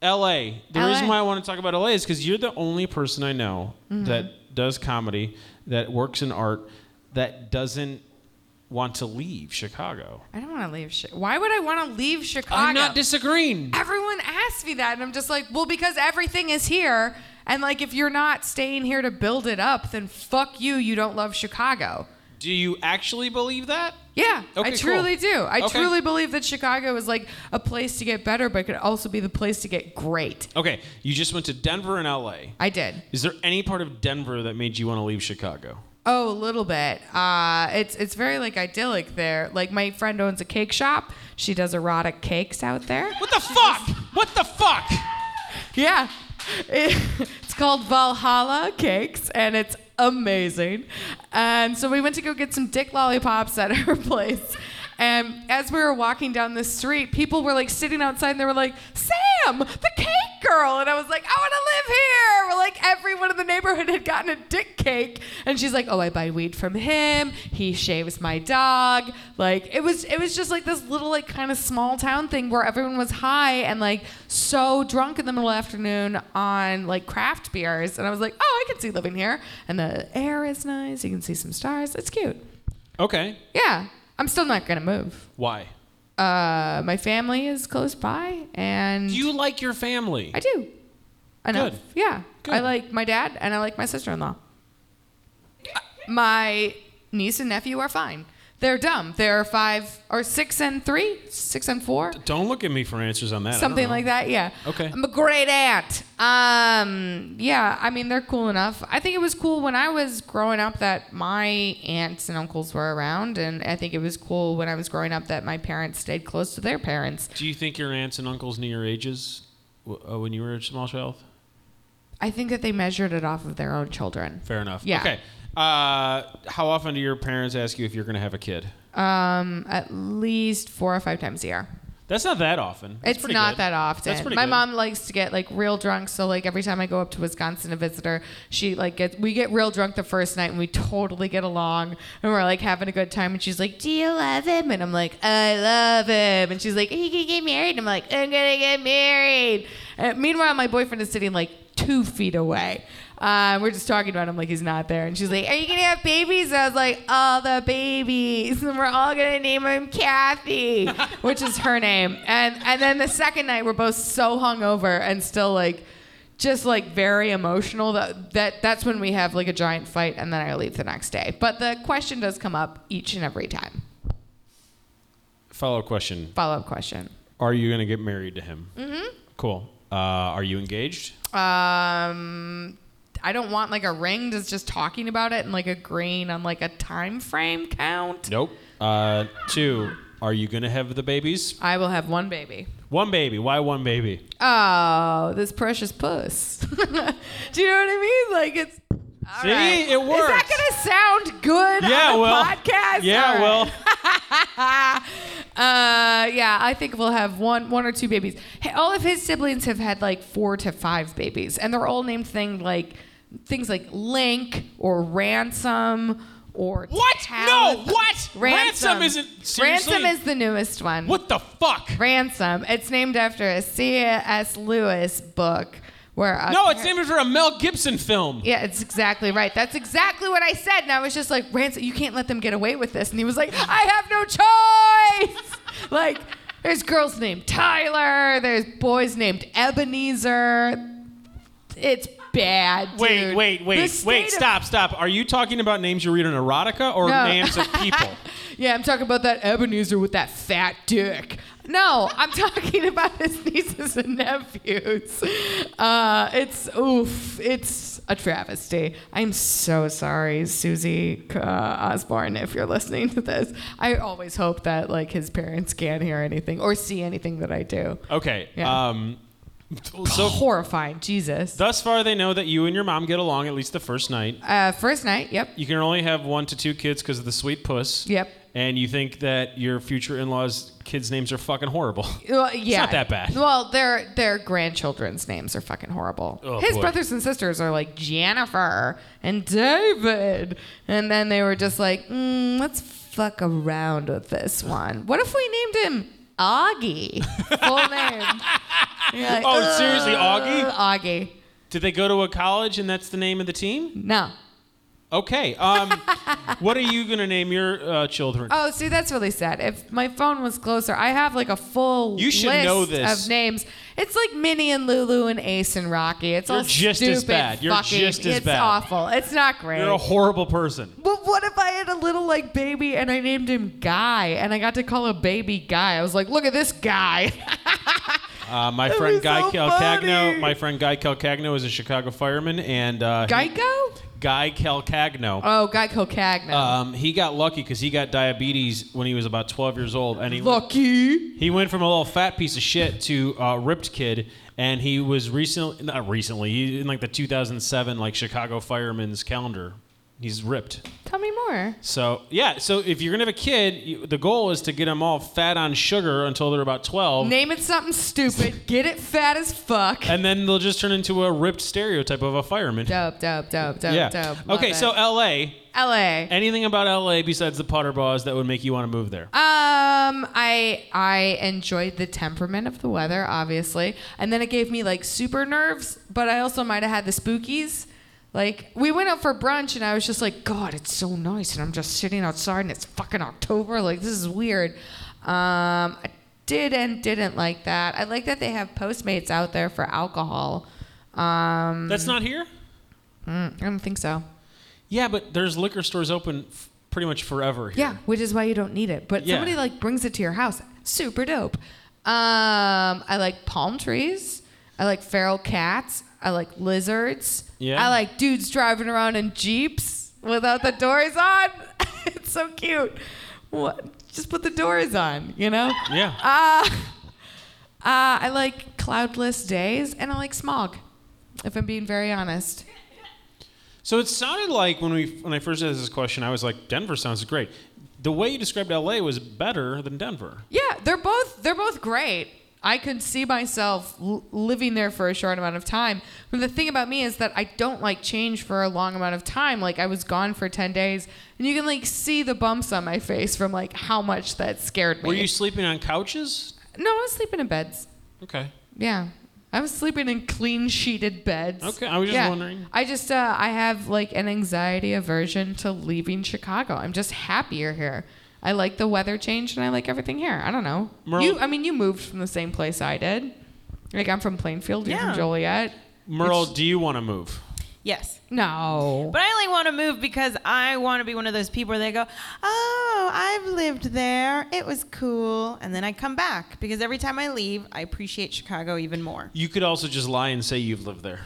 Speaker 1: L.A. The
Speaker 5: LA.
Speaker 1: reason why I want to talk about L.A. is because you're the only person I know
Speaker 5: Mm-hmm.
Speaker 1: that does comedy, that works in art, that doesn't want to leave Chicago.
Speaker 5: I don't want to leave. Chi- Why would I want to leave Chicago?
Speaker 1: I'm not disagreeing.
Speaker 5: Everyone asks me that, and I'm just like, well, because everything is here, and like, if you're not staying here to build it up, then fuck you. You don't love Chicago.
Speaker 1: Do you actually believe that?
Speaker 5: Yeah,
Speaker 1: Okay,
Speaker 5: I
Speaker 1: cool.
Speaker 5: truly do. I
Speaker 1: Okay.
Speaker 5: truly believe that Chicago is like a place to get better, but could also be the place to get great.
Speaker 1: Okay. You just went to Denver and L.A.
Speaker 5: I did.
Speaker 1: Is there any part of Denver that made you want to leave Chicago?
Speaker 5: Oh, a little bit. Uh, it's it's very like idyllic there. Like my friend owns a cake shop. She does erotic cakes out there.
Speaker 1: What the fuck? What the fuck?
Speaker 5: Yeah. It's called Valhalla Cakes and it's amazing. And so we went to go get some dick lollipops at her place. And as we were walking down the street, people were like sitting outside and they were like, Sam, the cake girl. And I was like, I want to live here. We're like, everyone in the neighborhood had gotten a dick cake. And she's like, Oh, I buy weed from him. He shaves my dog. Like, it was, it was just like this little, like, kind of small town thing where everyone was high and like so drunk in the middle of the afternoon on like craft beers. And I was like, Oh, I can see living here. And the air is nice. You can see some stars. It's cute.
Speaker 1: Okay.
Speaker 5: Yeah. I'm still not going to move.
Speaker 1: Why?
Speaker 5: Uh, my family is close by. And
Speaker 1: Do you like your family?
Speaker 5: I do. Enough.
Speaker 1: Good.
Speaker 5: Yeah. I
Speaker 1: Good.
Speaker 5: like my dad and I like my sister in law. My niece and nephew are fine. They're dumb. They're five or six and three, six and four,
Speaker 1: Don't look at me for answers on that. I don't
Speaker 5: something
Speaker 1: know.
Speaker 5: like that. Yeah.
Speaker 1: Okay.
Speaker 5: I'm a great aunt. Um, yeah, I mean, they're cool enough. I think it was cool when I was growing up that my aunts and uncles were around. And I think it was cool when I was growing up that my parents stayed close to their parents.
Speaker 1: Do you think your aunts and uncles knew your ages w- uh, when you were a small child?
Speaker 5: I think that they measured it off of their own children.
Speaker 1: Fair enough.
Speaker 5: Yeah.
Speaker 1: Okay. Uh, how often do your parents ask you if you're going to have a kid?
Speaker 5: Um, at least four or five times a year.
Speaker 1: That's not that often. That's
Speaker 5: it's
Speaker 1: pretty
Speaker 5: not
Speaker 1: good.
Speaker 5: that often.
Speaker 1: That's pretty
Speaker 5: My
Speaker 1: good.
Speaker 5: mom likes to get like real drunk, so like every time I go up to Wisconsin to visit her, she like gets we get real drunk the first night and we totally get along and we're like having a good time and she's like, "Do you love him?" and I'm like, "I love him." And she's like, "Are you gonna get married?" And I'm like, "I'm gonna get married." And meanwhile, my boyfriend is sitting like two feet away. Uh, we're just talking about him like he's not there. And she's like, Are you going to have babies? I was like, All the babies. And we're all going to name him Kathy, which is her name. And, and then the second night, we're both so hungover and still like, just like very emotional that, that that's when we have like a giant fight and then I leave the next day. But the question does come up each and every time.
Speaker 1: Follow up question:
Speaker 5: Follow up question.
Speaker 1: Are you gonna get married to him? Mm-hmm. Cool. Uh, are you engaged?
Speaker 5: Um, I don't want like a ring. Does just talking about it and like agreeing on like a time frame count?
Speaker 1: Nope. Uh, two. Are you gonna have the babies?
Speaker 5: I will have one baby.
Speaker 1: One baby. Why one baby?
Speaker 5: Oh, this precious puss. Do you know what I mean? Like it's. all
Speaker 1: See? It
Speaker 5: Is
Speaker 1: works.
Speaker 5: that gonna sound good
Speaker 1: Yeah,
Speaker 5: on the
Speaker 1: well-
Speaker 5: podcast?
Speaker 1: yeah.
Speaker 5: All
Speaker 1: Well.
Speaker 5: right. Uh, yeah, I think we'll have one, one or two babies. Hey, all of his siblings have had like four to five babies, and they're all named thing like things like Link or Ransom or
Speaker 1: What?
Speaker 5: Talith.
Speaker 1: No, what? Ransom isn't- seriously?
Speaker 5: Ransom is the newest one.
Speaker 1: What the fuck?
Speaker 5: Ransom. It's named after a C.S. Lewis book where a
Speaker 1: No, it's
Speaker 5: par-
Speaker 1: named after a Mel Gibson film.
Speaker 5: yeah, it's exactly right. That's exactly what I said. And I was just like, Ransom, you can't let them get away with this. And he was like, I have no choice. like, there's girls named Tyler, there's boys named Ebenezer. It's bad. Dude.
Speaker 1: Wait, wait,
Speaker 5: The
Speaker 1: wait,
Speaker 5: state
Speaker 1: wait!
Speaker 5: of-
Speaker 1: stop, stop! Are you talking about names you read in erotica or
Speaker 5: No.
Speaker 1: names of people?
Speaker 5: Yeah, I'm talking about that Ebenezer with that fat dick. No, I'm talking about his nieces and nephews. Uh, it's oof. It's a travesty. I'm so sorry, Susie uh, Osborne, if you're listening to this. I always hope that like his parents can't hear anything or see anything that I do.
Speaker 1: Okay.
Speaker 5: Yeah.
Speaker 1: Um, so
Speaker 5: Horrifying, Jesus.
Speaker 1: thus far, they know that you and your mom get along at least the first night.
Speaker 5: Uh, first night, yep.
Speaker 1: You can only have one to two kids because of the sweet puss.
Speaker 5: Yep.
Speaker 1: And you think that your future in-laws' kids' names are fucking horrible.
Speaker 5: Well, yeah.
Speaker 1: not that bad.
Speaker 5: Well, their their grandchildren's names are fucking horrible.
Speaker 1: Oh,
Speaker 5: His
Speaker 1: boy.
Speaker 5: brothers and sisters are like Jennifer and David, and then they were just like, mm, let's fuck around with this one. What if we named him Augie? Full name. You're like,
Speaker 1: Oh, seriously, Augie?
Speaker 5: "Ugh, Augie.
Speaker 1: Did they go to a college and that's the name of the team?
Speaker 5: No.
Speaker 1: Okay. Um, what are you gonna name your uh, children?
Speaker 5: Oh, see, that's really sad. If my phone was closer, I have like a full
Speaker 1: You should
Speaker 5: list
Speaker 1: know this.
Speaker 5: of names. It's like Minnie and Lulu and Ace and Rocky. It's
Speaker 1: You're
Speaker 5: all
Speaker 1: just
Speaker 5: stupid
Speaker 1: as bad. You're
Speaker 5: fucking-
Speaker 1: just as
Speaker 5: it's
Speaker 1: bad.
Speaker 5: awful. It's not great.
Speaker 1: You're a horrible person.
Speaker 5: but what if I had a little like baby and I named him Guy and I got to call a baby Guy? I was like, look at this guy.
Speaker 1: Uh, my friend
Speaker 5: was
Speaker 1: Guy
Speaker 5: so
Speaker 1: Calcagno.
Speaker 5: funny.
Speaker 1: My friend Guy Calcagno is a Chicago fireman, and uh, he-
Speaker 5: Geico?
Speaker 1: Guy Calcagno.
Speaker 5: Oh, Geico Cagna.
Speaker 1: Um, he got lucky because he got diabetes when he was about 12 years old, and he
Speaker 5: Lucky.
Speaker 1: he went from a little fat piece of shit to uh, ripped kid. And he was recently, not recently, he, in like the 2007 like Chicago Fireman's calendar. He's ripped.
Speaker 5: Tell me more.
Speaker 1: So yeah, so if you're gonna have a kid, you, the goal is to get them all fat on sugar until they're about 12,
Speaker 5: Name it something stupid. Get it fat as fuck.
Speaker 1: and then they'll just turn into a ripped stereotype of a fireman.
Speaker 5: Dope, dope, dope, dope,
Speaker 1: yeah.
Speaker 5: dope. Love
Speaker 1: Okay,
Speaker 5: it.
Speaker 1: so L.A.
Speaker 5: LA.
Speaker 1: Anything about L.A. besides the Potter Paws that would make you want to move there?
Speaker 5: Um, I I enjoyed the temperament of the weather, obviously, and then it gave me like super nerves. But I also might have had the spookies. Like we went out for brunch, and I was just like, God, it's so nice, and I'm just sitting outside, and it's fucking October. Like this is weird. Um, I did and didn't like that. I like that they have Postmates out there for alcohol. Um,
Speaker 1: That's not here.
Speaker 5: I don't think so.
Speaker 1: Yeah, but there's liquor stores open f- pretty much forever. Here.
Speaker 5: Yeah, which is why you don't need it. But
Speaker 1: Yeah.
Speaker 5: somebody like brings it to your house. Super dope. Um, I like palm trees. I like feral cats. I like lizards.
Speaker 1: Yeah.
Speaker 5: I like dudes driving around in jeeps without the doors on. it's so cute. What? Just put the doors on, you know?
Speaker 1: Yeah.
Speaker 5: Uh, uh, I like cloudless days and I like smog, if I'm being very honest.
Speaker 1: So it sounded like when we when I first asked this question, I was like, Denver sounds great. The way you described LA was better than Denver.
Speaker 5: Yeah, they're both they're both great. I could see myself l- living there for a short amount of time. But the thing about me is that I don't like change for a long amount of time. Like I was gone for 10 days and you can like see the bumps on my face from like how much that scared me.
Speaker 1: Were you sleeping on couches?
Speaker 5: no, I was sleeping in beds.
Speaker 1: Okay.
Speaker 5: Yeah. I was sleeping in clean sheeted beds.
Speaker 1: Okay, I was just wondering.
Speaker 5: I just uh, I have like an anxiety aversion to leaving Chicago. I'm just happier here. I like the weather change and I like everything here. I don't know.
Speaker 1: Merle-
Speaker 5: you I mean you moved from the same place I did. Like I'm from Plainfield, you're
Speaker 2: Yeah.
Speaker 5: from Joliet.
Speaker 1: Merle, do you want to move?
Speaker 2: Yes.
Speaker 5: No.
Speaker 2: But I only want to move because I want to be one of those people where they go, "Oh, I've lived there. It was cool." And then I come back because every time I leave, I appreciate Chicago even more.
Speaker 1: You could also just lie and say you've lived there.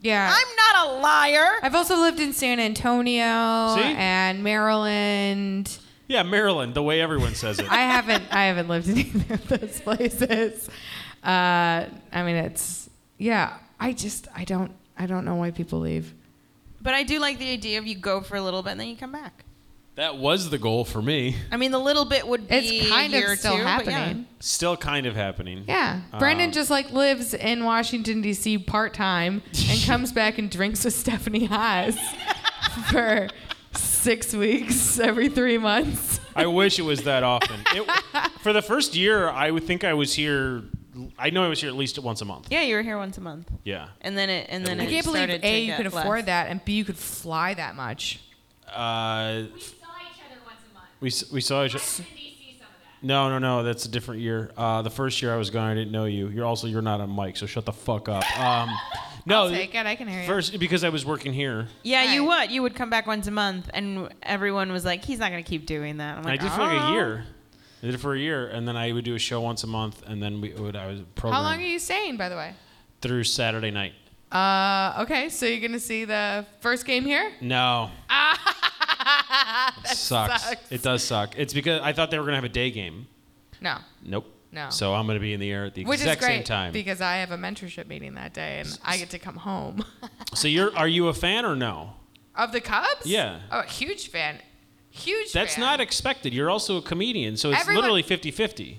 Speaker 5: yeah.
Speaker 2: I'm not a liar.
Speaker 5: I've also lived in San Antonio
Speaker 1: See?
Speaker 5: and Maryland.
Speaker 1: Yeah, Maryland, the way everyone says it.
Speaker 5: I haven't I haven't lived in either of those places. Uh, I mean, it's yeah. I just I don't I don't know why people leave.
Speaker 2: But I do like the idea of you go for a little bit and then you come back.
Speaker 1: that was the goal for me.
Speaker 2: I mean, the little bit would be
Speaker 5: It's kind
Speaker 2: a year or
Speaker 5: of still
Speaker 2: two, but yeah.
Speaker 5: happening.
Speaker 1: Still kind of happening.
Speaker 5: Yeah. Brendan
Speaker 1: Um,
Speaker 5: just like lives in Washington D.C. part time and comes back and drinks with Stephanie Haas for six weeks every three months.
Speaker 1: I wish it was that often. It, for the first year, I would think I was here. I know I was here at least once a month.
Speaker 2: Yeah, you were here once a month,
Speaker 1: Yeah.
Speaker 2: and then it and then
Speaker 1: I
Speaker 2: it
Speaker 5: I can't believe
Speaker 2: started to
Speaker 5: a you
Speaker 2: get
Speaker 5: could
Speaker 2: less.
Speaker 5: afford that and b you could fly that much.
Speaker 1: Uh,
Speaker 4: We saw each other once a month.
Speaker 1: we, s- we saw each
Speaker 4: I
Speaker 1: other.
Speaker 4: was in DC some of that.
Speaker 1: No, no, no. That's a different year. Uh, the first year I was gone, I didn't know you. You're also you're not on mic, so shut the fuck up. Um, no,
Speaker 5: I'll take it. I can hear you.
Speaker 1: first because I was working here.
Speaker 2: Yeah, you
Speaker 5: Right.
Speaker 2: would. You would come back once a month, and everyone was like, "He's not gonna keep doing that." I'm
Speaker 1: I
Speaker 2: like,
Speaker 1: did for like
Speaker 2: "Oh."
Speaker 1: a year. I did it for a year, and then I would do a show once a month, and then we would I was
Speaker 5: How
Speaker 1: program
Speaker 5: long are you staying, by the way?
Speaker 1: through Saturday night.
Speaker 5: Uh, okay, so you're gonna see the first game here.
Speaker 1: No. sucks. It does suck. It's because I thought they were gonna have a day game.
Speaker 5: No,
Speaker 1: Nope.
Speaker 5: No.
Speaker 1: So I'm gonna be in the air at the
Speaker 5: which is
Speaker 1: exact
Speaker 5: great
Speaker 1: same time.
Speaker 5: because I have a mentorship meeting that day and I get to come home.
Speaker 1: so you're are you a fan or no?
Speaker 5: of the Cubs?
Speaker 1: Yeah.
Speaker 5: Oh, huge fan, huge.
Speaker 1: That's
Speaker 5: fan.
Speaker 1: not expected. You're also a comedian, so it's
Speaker 5: Everyone-
Speaker 1: literally 50-50.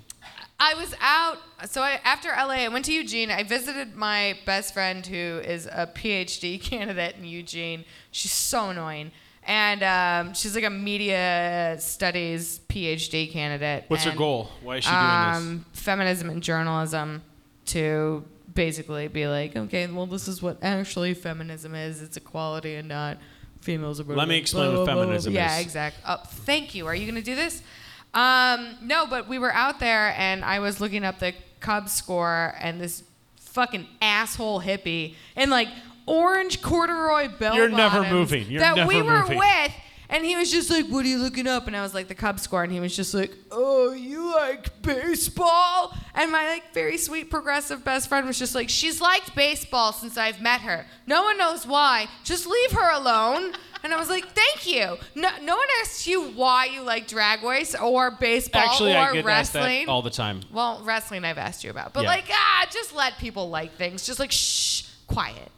Speaker 5: I was out. So I, after LA, I went to Eugene. I visited my best friend who is a PhD candidate in Eugene. She's so annoying. And um, she's like a media studies PhD candidate.
Speaker 1: What's her
Speaker 5: And,
Speaker 1: goal? Why is she doing this?
Speaker 5: Um, feminism and journalism to basically be like, okay, well, this is what actually feminism is. It's equality and not females. Are
Speaker 1: Let me explain what feminism
Speaker 5: yeah,
Speaker 1: is.
Speaker 5: exactly. Oh, thank you. Are you going to do this? Um, no, but we were out there and I was looking up the Cubs score and this fucking asshole hippie in like orange corduroy bell
Speaker 1: You're never
Speaker 5: bottoms
Speaker 1: moving. You're
Speaker 5: that
Speaker 1: never
Speaker 5: we were
Speaker 1: moving.
Speaker 5: with. And he was just like, "What are you looking up?" And I was like, "The Cubs score." And he was just like, "Oh, you like baseball?" And my like very sweet progressive best friend was just like, "She's liked baseball since I've met her. No one knows why. Just leave her alone." And I was like, "Thank you. No, no one asks you why you like drag race or baseball
Speaker 1: Actually,
Speaker 5: or
Speaker 1: I get asked
Speaker 5: wrestling."
Speaker 1: that all the time.
Speaker 5: well, wrestling I've asked you about, but
Speaker 1: Yeah.
Speaker 5: like, ah, just let people like things. Just like, shh, quiet.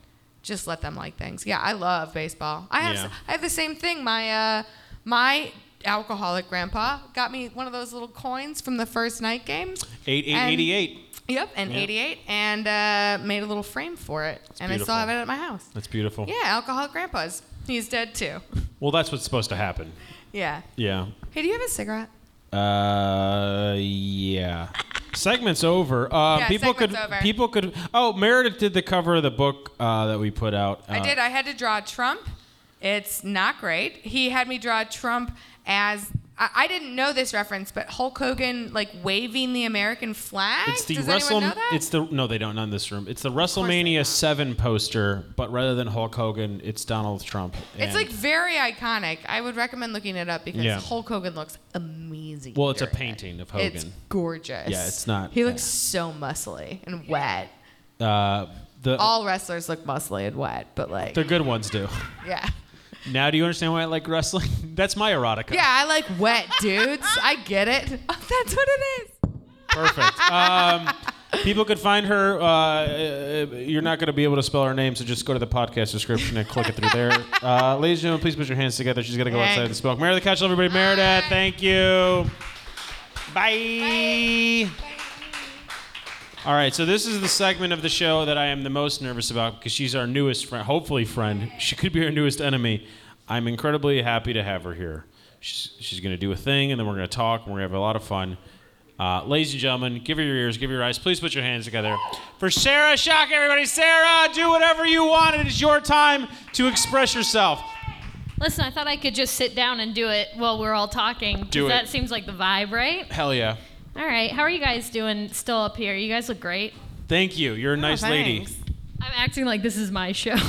Speaker 5: Just let them like things. Yeah, I love baseball. I have
Speaker 1: Yeah.
Speaker 5: I have the same thing. My uh, my alcoholic grandpa got me one of those little coins from the first night game.
Speaker 1: 8888.
Speaker 5: Yep, and
Speaker 1: Yeah.
Speaker 5: 88, and uh, made a little frame for it, and I
Speaker 1: beautiful.
Speaker 5: still have it at my house.
Speaker 1: That's beautiful.
Speaker 5: Yeah, alcoholic grandpa's. He's dead too.
Speaker 1: Well, that's what's supposed to happen.
Speaker 5: Yeah.
Speaker 1: Yeah.
Speaker 5: Hey, do you have a cigarette?
Speaker 1: Uh, yeah. Segment's over. Uh,
Speaker 5: Yeah,
Speaker 1: people could.
Speaker 5: segment's over.
Speaker 1: People could. Oh, Meredith did the cover of the book uh, that we put out.
Speaker 5: I
Speaker 1: Uh,
Speaker 5: did. I had to draw Trump. It's not great. He had me draw Trump as I, I didn't know this reference, but Hulk Hogan like waving the American flag.
Speaker 1: It's the
Speaker 5: Does
Speaker 1: Wrestle.
Speaker 5: anyone know that?
Speaker 1: It's the no, they don't. Not in this room. It's the
Speaker 5: they
Speaker 1: WrestleMania
Speaker 5: don't.
Speaker 1: Seven poster, but rather than Hulk Hogan, it's Donald Trump.
Speaker 5: It's
Speaker 1: and-
Speaker 5: like very iconic. I would recommend looking it up because
Speaker 1: Yeah.
Speaker 5: Hulk Hogan looks amazing.
Speaker 1: Well, it's a
Speaker 5: during it.
Speaker 1: painting of
Speaker 5: It's
Speaker 1: Hogan.
Speaker 5: gorgeous.
Speaker 1: Yeah, it's not-
Speaker 5: He looks
Speaker 1: yeah.
Speaker 5: so muscly and wet.
Speaker 1: uh, the
Speaker 5: All wrestlers look muscly and wet, but like,
Speaker 1: the good ones do.
Speaker 5: yeah.
Speaker 1: Now, do you understand why I like wrestling? That's my erotica.
Speaker 5: Yeah, I like wet dudes. I get it. That's what it is.
Speaker 1: Perfect. Um, people could find her. Uh, uh, you're not going to be able to spell her name, so just go to the podcast description and click it through there. Uh, ladies and gentlemen, please put your hands together. She's got to go outside and smoke. Meredith Couchel, everybody. Meredith, thank you. Bye. All right, so this is the segment of the show that I am the most nervous about because she's our newest friend, hopefully friend. She could be our newest enemy. I'm incredibly happy to have her here. She's, she's going to do a thing, and then we're going to talk, and we're going to have a lot of fun. Uh, ladies and gentlemen, give her your ears, give her your eyes. Please put your hands together for Sarah Shock, everybody. Sarah, do whatever you want. It is your time to express yourself.
Speaker 4: Listen, I thought I could just sit down and do it while we're all talking.
Speaker 1: Do it.
Speaker 4: That seems like the vibe, right?
Speaker 1: Hell yeah.
Speaker 4: All right. How are you guys doing still up here? You guys look great.
Speaker 6: Oh,
Speaker 1: Thank you. You're a nice lady.
Speaker 2: thanks.
Speaker 4: I'm acting like this is my show.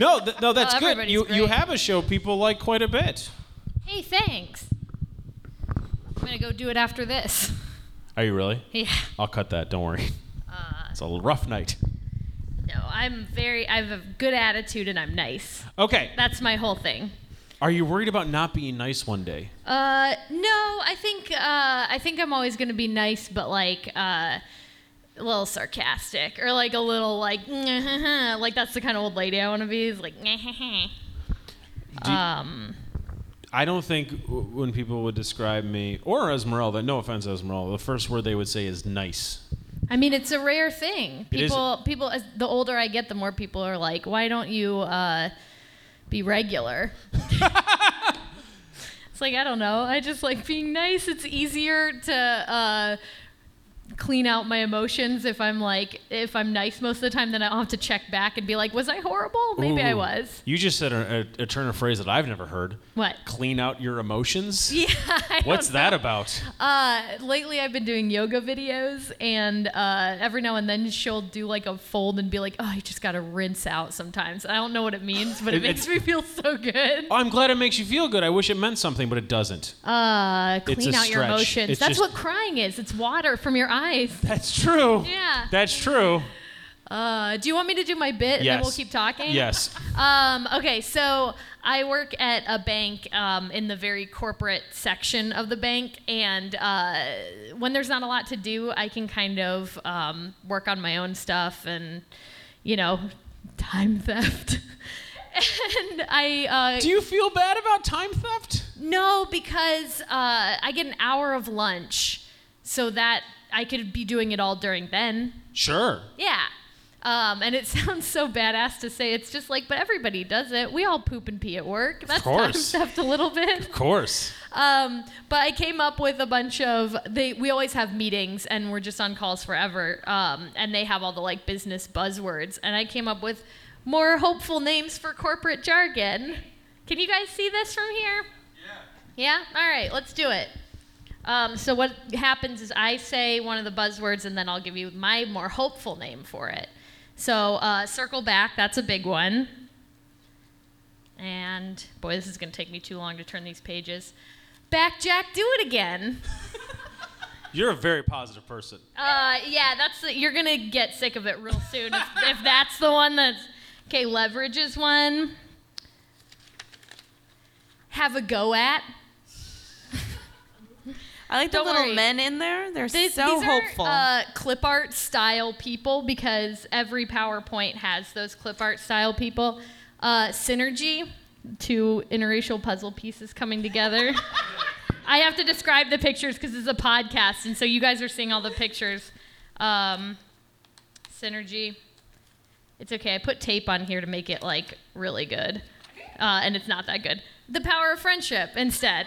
Speaker 7: No, th- no, that's
Speaker 6: Oh,
Speaker 7: good.
Speaker 6: everybody's
Speaker 7: You you
Speaker 6: great.
Speaker 7: have a show people like quite a bit.
Speaker 6: Hey, thanks. I'm gonna go do it after this.
Speaker 7: Are you really?
Speaker 6: Yeah.
Speaker 7: I'll cut that. Don't worry.
Speaker 6: Uh,
Speaker 7: It's a rough night.
Speaker 6: no, I'm very. I have a good attitude and I'm nice.
Speaker 7: Okay.
Speaker 6: That's my whole thing.
Speaker 7: Are you worried about not being nice one day?
Speaker 6: Uh, no, I think uh, I think I'm always gonna be nice, but like uh, a little sarcastic or like a little like like that's the kind of old lady I want to be. Is like
Speaker 7: Do you-
Speaker 6: um.
Speaker 7: I don't think w- when people would describe me or Esmeralda, no offense, Esmeralda, the first word they would say is nice.
Speaker 6: I mean, it's a rare thing.
Speaker 7: It is-
Speaker 6: People, people. As the older I get, the more people are like, "Why don't you uh, be regular?" it's like I don't know. I just like being nice. It's easier to uh, clean out my emotions if I'm like if I'm nice most of the time. Then I don't have to check back and be like, "Was I horrible? Maybe I
Speaker 7: Ooh.
Speaker 6: was."
Speaker 7: You just said a, a, a turn of phrase that I've never heard.
Speaker 6: What?
Speaker 7: Clean out your emotions.
Speaker 6: Yeah. I don't
Speaker 7: What's that about?
Speaker 6: Uh, lately, I've been doing yoga videos, and uh, every now and then she'll do like a fold and be like, "Oh, you just gotta rinse out sometimes." I don't know what it means, but it,
Speaker 7: It-
Speaker 6: makes
Speaker 7: it's-
Speaker 6: me feel so good.
Speaker 7: Oh, I'm glad it makes you feel good. I wish it meant something, but it doesn't.
Speaker 6: Uh,
Speaker 7: It's
Speaker 6: clean
Speaker 7: a
Speaker 6: out your
Speaker 7: stretch.
Speaker 6: emotions.
Speaker 7: It's
Speaker 6: That's
Speaker 7: just-
Speaker 6: what crying is. It's water from your eyes.
Speaker 7: That's true.
Speaker 6: Yeah.
Speaker 7: That's true.
Speaker 6: Uh, do you want me to do my bit and then
Speaker 7: Yes.
Speaker 6: we'll keep talking?
Speaker 7: Yes.
Speaker 6: Um, okay, so I work at a bank um, in the very corporate section of the bank, and uh, when there's not a lot to do, I can kind of um, work on my own stuff and, you know, time theft. and I uh,
Speaker 7: Do you feel bad about time theft?
Speaker 6: no, because uh, I get an hour of lunch, so that I could be doing it all during then.
Speaker 7: Sure.
Speaker 6: Yeah. Um, and it sounds so badass to say. It's just like, but everybody does it. We all poop and pee at work. That's time
Speaker 7: course.
Speaker 6: theft a little bit.
Speaker 7: Of course.
Speaker 6: Um, but I came up with a bunch of they. We always have meetings, and we're just on calls forever. Um, and they have all the like business buzzwords, and I came up with more hopeful names for corporate jargon. Can you guys see this from here? Yeah. Yeah. All right. Let's do it. Um, so what happens is I say one of the buzzwords, and then I'll give you my more hopeful name for it. So uh, circle back. That's a big one. And boy, this is going to take me too long to turn these pages. Back Jack, do it again.
Speaker 7: You're a very positive person.
Speaker 6: Uh, yeah, that's the, you're going to get sick of it real soon if, if that's the one that's okay. Leverage is one. Have a go at.
Speaker 2: I like
Speaker 6: Don't
Speaker 2: the little
Speaker 6: worry.
Speaker 2: men in there. They're
Speaker 6: These-
Speaker 2: so
Speaker 6: these
Speaker 2: hopeful.
Speaker 6: Are, uh, clip art style people because every PowerPoint has those clip art style people. Uh, synergy, two interracial puzzle pieces coming together. I have to describe the pictures because it's a podcast, and so you guys are seeing all the pictures. Um, synergy. It's okay. I put tape on here to make it like really good, uh, and it's not that good. The power of friendship instead.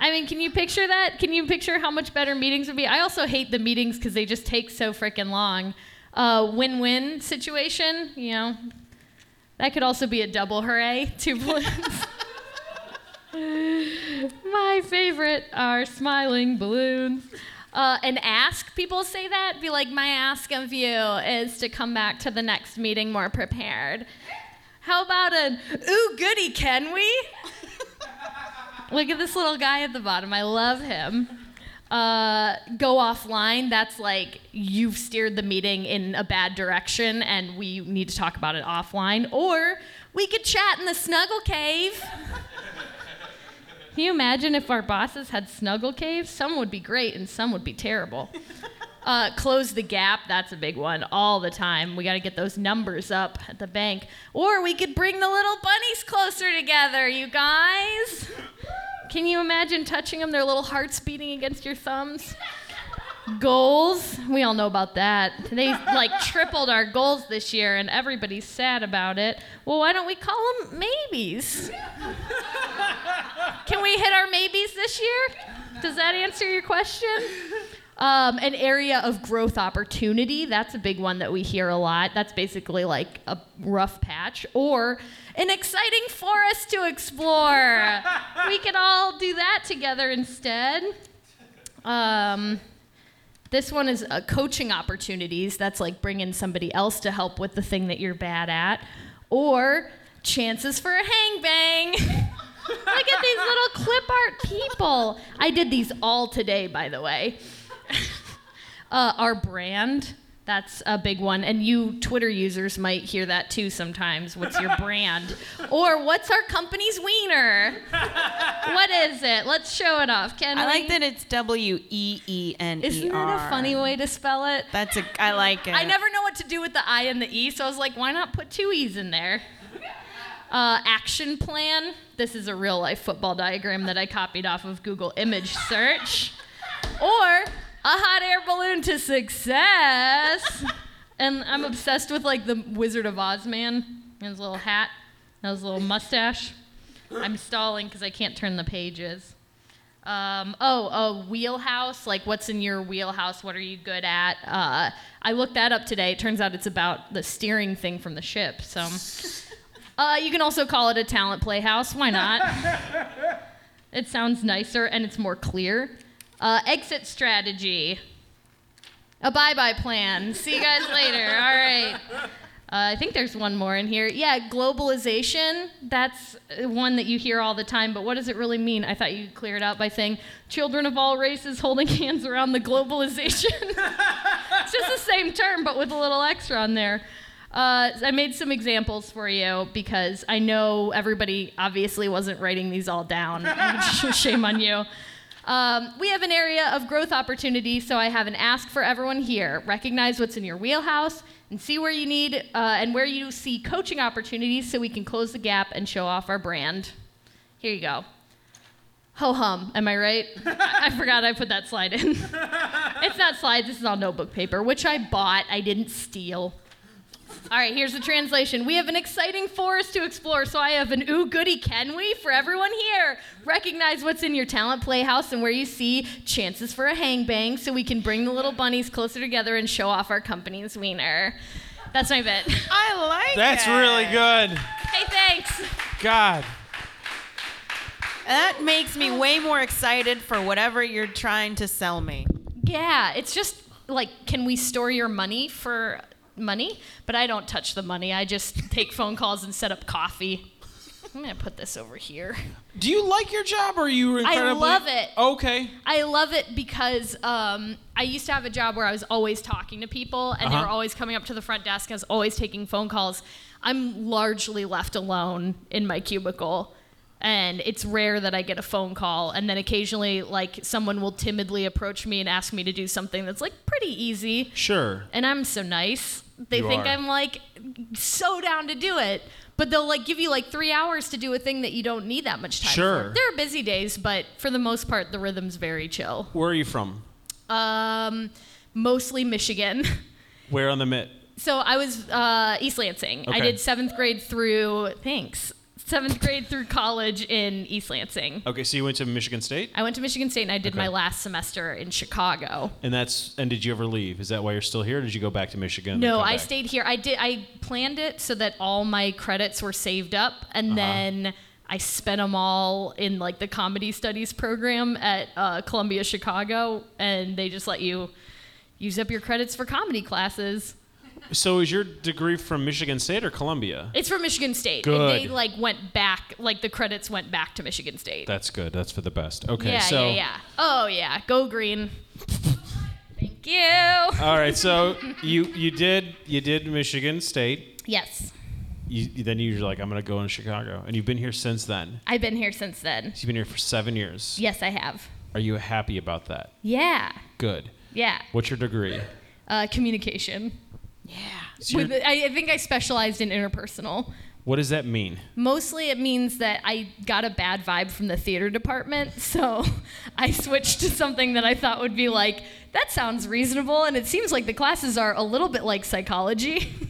Speaker 6: I mean, can you picture that? Can you picture how much better meetings would be? I also hate the meetings because they just take so freaking long. Uh, win-win situation, you know. That could also be a double hooray, two balloons. My favorite are smiling balloons. Uh, and ask people say that be like my ask of you is to come back to the next meeting more prepared. How about an ooh goody can we? Look at this little guy at the bottom. I love him. Uh, go offline. That's like you've steered the meeting in a bad direction and we need to talk about it offline. Or we could chat in the snuggle cave. Can you imagine if our bosses had snuggle caves? Some would be great and some would be terrible. Uh, close the gap, that's a big one all the time. We got to get those numbers up at the bank. Or we could bring the little bunnies closer together, you guys. Can you imagine touching them, their little hearts beating against your thumbs? Goals, we all know about that. They like tripled our goals this year and everybody's sad about it. Well, why don't we call them maybes? Can we hit our maybes this year? Does that answer your question? Um, an area of growth opportunity. That's a big one that we hear a lot. That's basically like a rough patch or an exciting forest to explore. we could all do that together instead. Um, this one is uh, coaching opportunities. That's like bringing somebody else to help with the thing that you're bad at. or chances for a hangbang. Look at these little clip art people. I did these all today, by the way. uh, our brand, that's a big one. And you Twitter users might hear that too sometimes. What's your brand? Or what's our company's wiener? what is it? Let's show it off. Can
Speaker 2: I
Speaker 6: we?
Speaker 2: like that it's W E E N E R.
Speaker 6: Isn't that a funny way to spell it?
Speaker 2: That's a. I like it.
Speaker 6: I never know what to do with the I and the E, so I was like, why not put two E's in there? Uh, action plan. This is a real life football diagram that I copied off of Google image search. Or a hot air balloon to success. And I'm obsessed with like the Wizard of Oz man and his little hat and his little mustache. I'm stalling because I can't turn the pages. Um, oh, a wheelhouse. Like, what's in your wheelhouse? What are you good at? Uh, I looked that up today. It turns out it's about the steering thing from the ship. So, uh, you can also call it a talent playhouse. Why not? it sounds nicer and it's more clear. Uh, exit strategy. A bye bye plan. See you guys later. All right. Uh, I think there's one more in here. Yeah, globalization. That's uh, one that you hear all the time, but what does it really mean? I thought you cleared out by saying children of all races holding hands around the globalization. it's just the same term, but with a little extra on there. Uh, I made some examples for you because I know everybody obviously wasn't writing these all down. Shame on you. Um, we have an area of growth opportunity, so I have an ask for everyone here. Recognize what's in your wheelhouse and see where you need uh, and where you see coaching opportunities so we can close the gap and show off our brand. Here you go. Ho hum, am I right? I I forgot I put that slide in. it's not slides, this is all notebook paper, which I bought, I didn't steal. All right, here's the translation. We have an exciting forest to explore, so I have an ooh goody can we for everyone here. Recognize what's in your talent playhouse and where you see chances for a hang bang, so we can bring the little bunnies closer together and show off our company's wiener. That's my bit.
Speaker 2: I like
Speaker 7: That's
Speaker 2: it.
Speaker 7: really good.
Speaker 6: hey, thanks.
Speaker 7: God.
Speaker 2: That makes me way more excited for whatever you're trying to sell me.
Speaker 6: Yeah, it's just like, can we store your money for money? But I don't touch the money. I just take phone calls and set up coffee. I'm gonna put this over here.
Speaker 7: Do you like your job or are you incredibly
Speaker 6: love it.
Speaker 7: Okay.
Speaker 6: I love it because um, I used to have a job where I was always talking to people, and they
Speaker 7: Uh-huh.
Speaker 6: were always coming up to the front desk. I was always taking phone calls. I'm largely left alone in my cubicle, and it's rare that I get a phone call. And then occasionally, like someone will timidly approach me and ask me to do something that's like pretty easy.
Speaker 7: Sure.
Speaker 6: and I'm so nice. They
Speaker 7: You
Speaker 6: think
Speaker 7: are.
Speaker 6: I'm like so down to do it, but they'll like give you like three hours to do a thing that you don't need that much time.
Speaker 7: Sure.
Speaker 6: For. There are busy days, but for the most part, the rhythm's very chill.
Speaker 7: Where are you from?
Speaker 6: Um, mostly Michigan.
Speaker 7: Where on the mitt?
Speaker 6: So I was uh, East Lansing. I
Speaker 7: Okay.
Speaker 6: did seventh grade through thanks seventh grade through college in East Lansing.
Speaker 7: Okay, so you went to Michigan State,
Speaker 6: I went to Michigan State and I did
Speaker 7: Okay.
Speaker 6: my last semester in Chicago.
Speaker 7: and that's and did you ever leave? Is that why you're still here? Or did you go back to Michigan? and then
Speaker 6: No,
Speaker 7: come
Speaker 6: I
Speaker 7: back?
Speaker 6: stayed here. I did. I planned it so that all my credits were saved up,
Speaker 7: Uh-huh.
Speaker 6: and then I spent them all in like the comedy studies program at uh, Columbia Chicago, and they just let you use up your credits for comedy classes.
Speaker 7: So is your degree from Michigan State or Columbia?
Speaker 6: It's from Michigan State. And they
Speaker 7: Good.
Speaker 6: like went back, like the credits went back to Michigan State.
Speaker 7: That's good. That's for the best. Okay,
Speaker 6: yeah,
Speaker 7: so
Speaker 6: yeah, yeah. Oh yeah, go green. Thank you.
Speaker 7: all right, so you you did you did Michigan State.
Speaker 6: Yes,
Speaker 7: You, you- then you're like, I'm gonna go in Chicago, and you've been here since then.
Speaker 6: I've been here since then.
Speaker 7: So you've been here for seven years.
Speaker 6: Yes, I have.
Speaker 7: Are you happy about that?
Speaker 6: Yeah,
Speaker 7: Good.
Speaker 6: yeah.
Speaker 7: What's your degree?
Speaker 6: uh, communication.
Speaker 7: So
Speaker 6: With,
Speaker 7: you're-
Speaker 6: I, I think I specialized in interpersonal.
Speaker 7: what does that mean?
Speaker 6: Mostly it means that I got a bad vibe from the theater department, so I switched to something that I thought would be like, that sounds reasonable, and it seems like the classes are a little bit like psychology.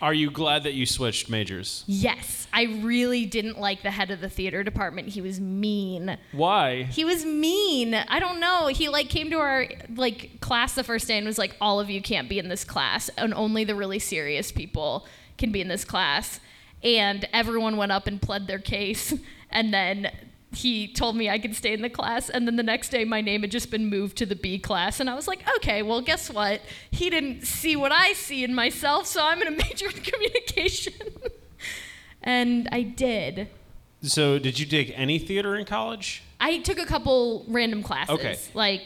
Speaker 7: Are you glad that you switched majors?
Speaker 6: yes, I really didn't like the head of the theater department. He was mean.
Speaker 7: Why?
Speaker 6: He was mean. I don't know. He like came to our like class the first day and was like, "All of you can't be in this class, and only the really serious people can be in this class." And everyone went up and pled their case, and then he told me I could stay in the class. And then the next day, my name had just been moved to the B class, and I was like, "Okay, well, guess what? He didn't see what I see in myself, so I'm gonna major in communication." and I did.
Speaker 1: So, did you take any theater in college?
Speaker 6: I took a couple random classes.
Speaker 1: Okay.
Speaker 6: Like,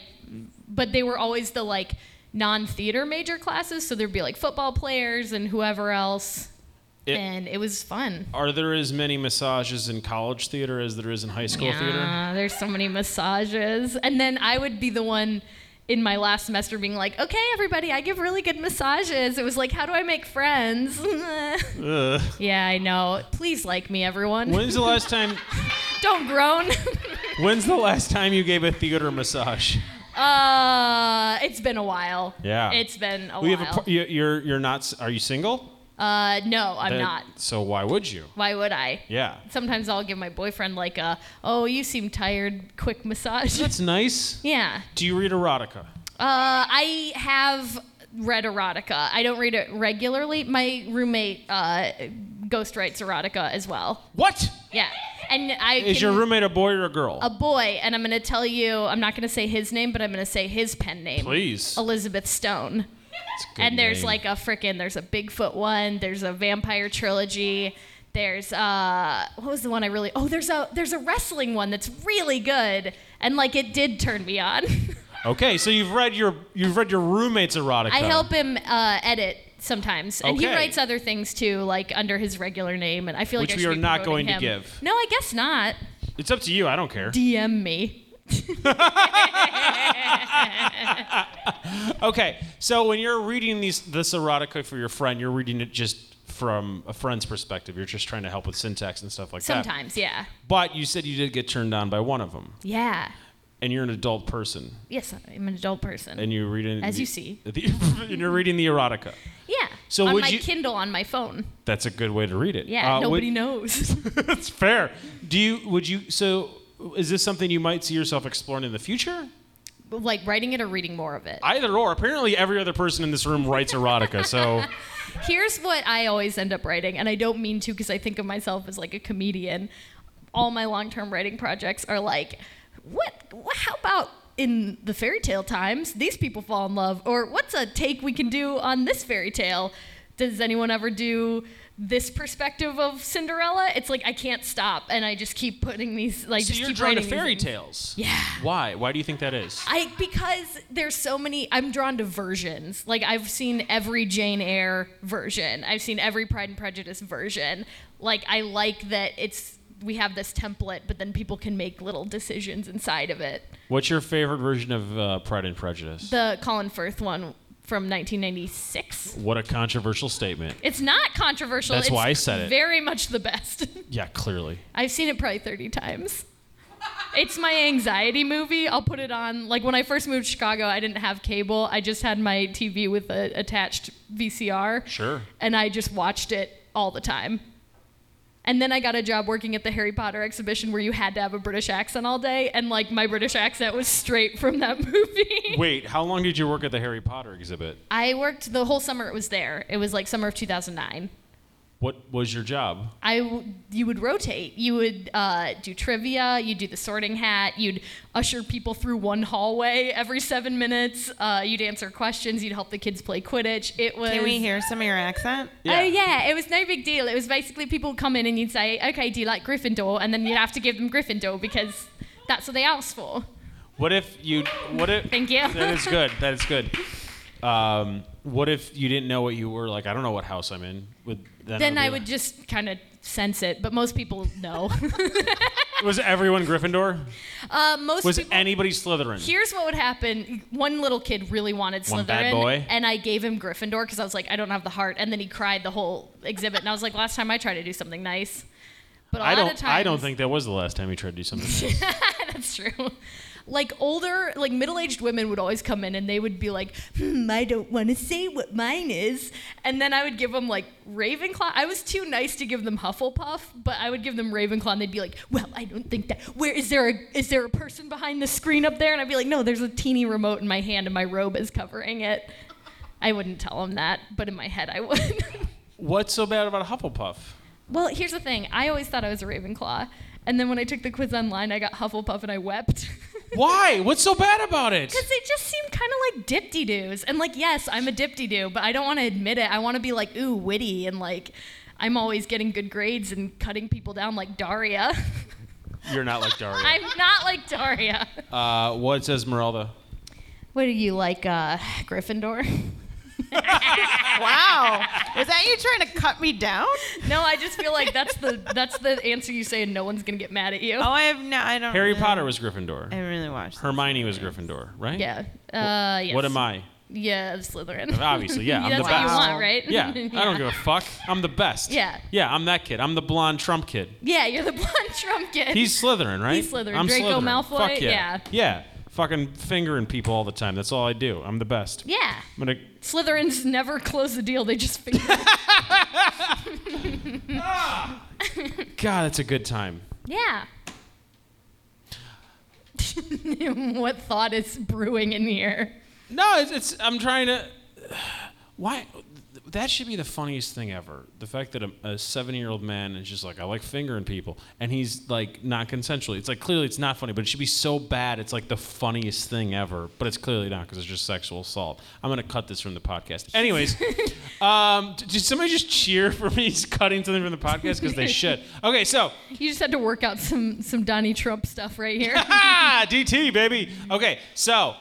Speaker 6: but they were always the like non-theater major classes. So there'd be like football players and whoever else,
Speaker 1: It-
Speaker 6: and it was fun.
Speaker 1: Are there as many massages in college theater as there is in high school theater?
Speaker 6: Yeah, there's so many massages. And then I would be the one in my last semester being like, okay, everybody, I give really good massages. It was like, how do I make friends?
Speaker 1: Ugh.
Speaker 6: yeah, I know. Please like me, everyone.
Speaker 1: When's the last time?
Speaker 6: Don't groan.
Speaker 1: When's the last time you gave a theater massage?
Speaker 6: uh, it's been a while.
Speaker 1: Yeah.
Speaker 6: It's been a
Speaker 1: We
Speaker 6: while.
Speaker 1: have a. par- you- You're you're not. s- Are you single?
Speaker 6: uh, no, I'm
Speaker 1: Then-
Speaker 6: not.
Speaker 1: So why would you?
Speaker 6: Why would I?
Speaker 1: Yeah.
Speaker 6: Sometimes I'll give my boyfriend like a, oh, you seem tired, quick massage.
Speaker 1: That's nice.
Speaker 6: yeah.
Speaker 1: Do you read erotica?
Speaker 6: Uh, I have read erotica. I don't read it regularly. My roommate uh, ghostwrites erotica as well.
Speaker 1: What?
Speaker 6: Yeah, and I
Speaker 1: Is
Speaker 6: can-
Speaker 1: your roommate a boy or a girl?
Speaker 6: a boy? And I'm gonna tell you, I'm not gonna say his name, but I'm gonna say his pen name,
Speaker 1: Please.
Speaker 6: Elizabeth Stone.
Speaker 1: It's a good
Speaker 6: And there's
Speaker 1: name.
Speaker 6: like a frickin' there's a Bigfoot one. There's a vampire trilogy. There's uh what was the one I really oh there's a there's a wrestling one that's really good and like it did turn me on.
Speaker 1: Okay, so you've read your you've read your roommate's erotica.
Speaker 6: I help him uh, edit sometimes, and he
Speaker 1: Okay.
Speaker 6: writes other things too, like under his regular name. And I feel like
Speaker 1: Which
Speaker 6: I
Speaker 1: we
Speaker 6: should
Speaker 1: are
Speaker 6: be
Speaker 1: not
Speaker 6: promoting
Speaker 1: going to
Speaker 6: him.
Speaker 1: give.
Speaker 6: No, I guess not.
Speaker 1: It's up to you. I don't care.
Speaker 6: DM me.
Speaker 1: Okay, so when you're reading these this erotica for your friend, you're reading it just from a friend's perspective. You're just trying to help with syntax and stuff like that.
Speaker 6: Sometimes, yeah,
Speaker 1: But you said you did get turned on by one of them,
Speaker 6: yeah.
Speaker 1: and you're an adult person,
Speaker 6: Yes, I'm an adult person.
Speaker 1: and you're reading
Speaker 6: As
Speaker 1: the-
Speaker 6: you see.
Speaker 1: the- and you're reading the erotica.
Speaker 6: yeah.
Speaker 1: So
Speaker 6: on
Speaker 1: would
Speaker 6: my
Speaker 1: you-
Speaker 6: Kindle on my phone.
Speaker 1: That's a good way to read it.
Speaker 6: Yeah.
Speaker 1: Uh, would-
Speaker 6: nobody knows.
Speaker 1: That's fair. Do you? Would you? So, is this something you might see yourself exploring in the future?
Speaker 6: like writing it or reading more of it.
Speaker 1: Either or. Apparently, every other person in this room writes erotica. So,
Speaker 6: Here's what I always end up writing, and I don't mean to because I think of myself as like a comedian. All my long-term writing projects are like, what? what how about in the fairy tale times, these people fall in love, or what's a take we can do on this fairy tale? Does anyone ever do this perspective of Cinderella? It's like I can't stop, and I just keep putting these like.
Speaker 1: so
Speaker 6: just
Speaker 1: you're
Speaker 6: keep
Speaker 1: drawn to
Speaker 6: writing these
Speaker 1: fairy
Speaker 6: things.
Speaker 1: tales.
Speaker 6: Yeah.
Speaker 1: Why? Why do you think that is?
Speaker 6: I because there's so many. I'm drawn to versions. Like I've seen every Jane Eyre version. I've seen every Pride and Prejudice version. Like I like that it's we have this template, but then people can make little decisions inside of it.
Speaker 1: What's your favorite version of uh, Pride and Prejudice?
Speaker 6: The Colin Firth one from 1996.
Speaker 1: what a controversial statement.
Speaker 6: It's not controversial.
Speaker 1: That's
Speaker 6: it's
Speaker 1: why I said it.
Speaker 6: Very much the best.
Speaker 1: Yeah, clearly.
Speaker 6: I've seen it probably 30 times. It's my anxiety movie. I'll put it on. Like when I first moved to Chicago, I didn't have cable. I just had my TV with a attached VCR.
Speaker 1: Sure.
Speaker 6: And I just watched it all the time. And then I got a job working at the Harry Potter exhibition where you had to have a British accent all day. And like my British accent was straight from that movie.
Speaker 1: Wait, how long did you work at the Harry Potter exhibit?
Speaker 6: I worked the whole summer it was there. It was like summer of 2009.
Speaker 1: What was your job?
Speaker 6: I w- you would rotate. You would uh, do trivia. You'd do the Sorting Hat. You'd usher people through one hallway every seven minutes. Uh, you'd answer questions. You'd help the kids play Quidditch. It was.
Speaker 2: Can we hear some of your accent?
Speaker 6: Oh yeah, it was no big deal. It was basically people would come in and you'd say, "Okay, do you like Gryffindor?" And then you'd have to give them Gryffindor because that's what they asked for.
Speaker 1: What if you? What if?
Speaker 6: Thank you.
Speaker 1: That is good. That is good. Um, what if you didn't know what you were like? I don't know what house I'm in. Would then,
Speaker 6: Then
Speaker 1: be
Speaker 6: I
Speaker 1: like-
Speaker 6: would just kind of sense it, but most people know.
Speaker 1: Was everyone Gryffindor?
Speaker 6: uh, most
Speaker 1: Was
Speaker 6: people.
Speaker 1: anybody Slytherin?
Speaker 6: Here's what would happen. One little kid really wanted Slytherin,
Speaker 1: One bad boy?
Speaker 6: and I gave him Gryffindor because I was like, I don't have the heart. And then he cried the whole exhibit, and I was like, last time I tried to do something nice, but a
Speaker 1: I
Speaker 6: lot
Speaker 1: don't.
Speaker 6: of times
Speaker 1: I don't think that was the last time you tried to do something. nice.
Speaker 6: that's true. Like older, like middle-aged women would always come in and they would be like, "Hmm, I don't want to say what mine is," and then I would give them like Ravenclaw. I was too nice to give them Hufflepuff, but I would give them Ravenclaw, and they'd be like, "Well, I don't think that. Where is there a is there a person behind the screen up there?" And I'd be like, "No, there's a teeny remote in my hand, and my robe is covering it." I wouldn't tell them that, but in my head, I would.
Speaker 1: What's so bad about Hufflepuff?
Speaker 6: Well, here's the thing. I always thought I was a Ravenclaw. And then when I took the quiz online, I got Hufflepuff and I wept.
Speaker 1: Why? What's so bad about it?
Speaker 6: Because they just seem kind of like dipty doos. And like, yes, I'm a dipty doo, but I don't want to admit it. I want to be like, ooh, witty and like, I'm always getting good grades and cutting people down like Daria.
Speaker 1: You're not like Daria.
Speaker 6: I'm not like Daria.
Speaker 1: Uh, what's
Speaker 6: Oh,
Speaker 1: Esmeralda?
Speaker 6: What are you like, uh, Gryffindor?
Speaker 2: Wow. Was that you trying to cut me down?
Speaker 6: no, I just feel like that's the that's the answer you say, and no one's gonna get mad at you.
Speaker 2: Oh, I have no. I don't.
Speaker 1: Harry
Speaker 2: really-
Speaker 1: Potter was
Speaker 2: I
Speaker 1: Gryffindor.
Speaker 2: haven't really watched. that.
Speaker 1: Hermione was Gryffindor, right?
Speaker 6: Yeah. Uh, yes.
Speaker 1: What am I?
Speaker 6: Yeah, Slytherin.
Speaker 1: Obviously, yeah, I'm the
Speaker 6: that's what you
Speaker 1: best.
Speaker 6: want, right?
Speaker 1: Yeah, I don't give a fuck. I'm the best.
Speaker 6: Yeah.
Speaker 1: Yeah, I'm that kid. I'm the blonde Trump kid.
Speaker 6: Yeah, you're the blonde Trump kid.
Speaker 1: He's Slytherin, right?
Speaker 6: He's Slytherin.
Speaker 1: I'm
Speaker 6: Draco
Speaker 1: Slytherin.
Speaker 6: Malfoy?
Speaker 1: Fuck yeah.
Speaker 6: Yeah.
Speaker 1: Yeah. Fucking fingering people all the time. That's all I do. I'm the best.
Speaker 6: yeah.
Speaker 1: I'm gonna.
Speaker 6: Slytherins never close the deal. They just figure.
Speaker 1: God, that's a good time.
Speaker 6: yeah. what thought is brewing in here?
Speaker 1: No, it's, it's. I'm trying to. Why? That should be the funniest thing ever. The fact that a, a seven-year-old man is just like, I like fingering people, and he's like not consensually. It's like clearly it's not funny, but it should be so bad. It's like the funniest thing ever, but it's clearly not because it's just sexual assault. I'm gonna cut this from the podcast. Anyways, um, d- did somebody just cheer for me cutting something from the podcast because they should? Okay, so.
Speaker 6: You just had to work out some some Donnie Trump stuff right here.
Speaker 1: Ah, DT baby. Okay, so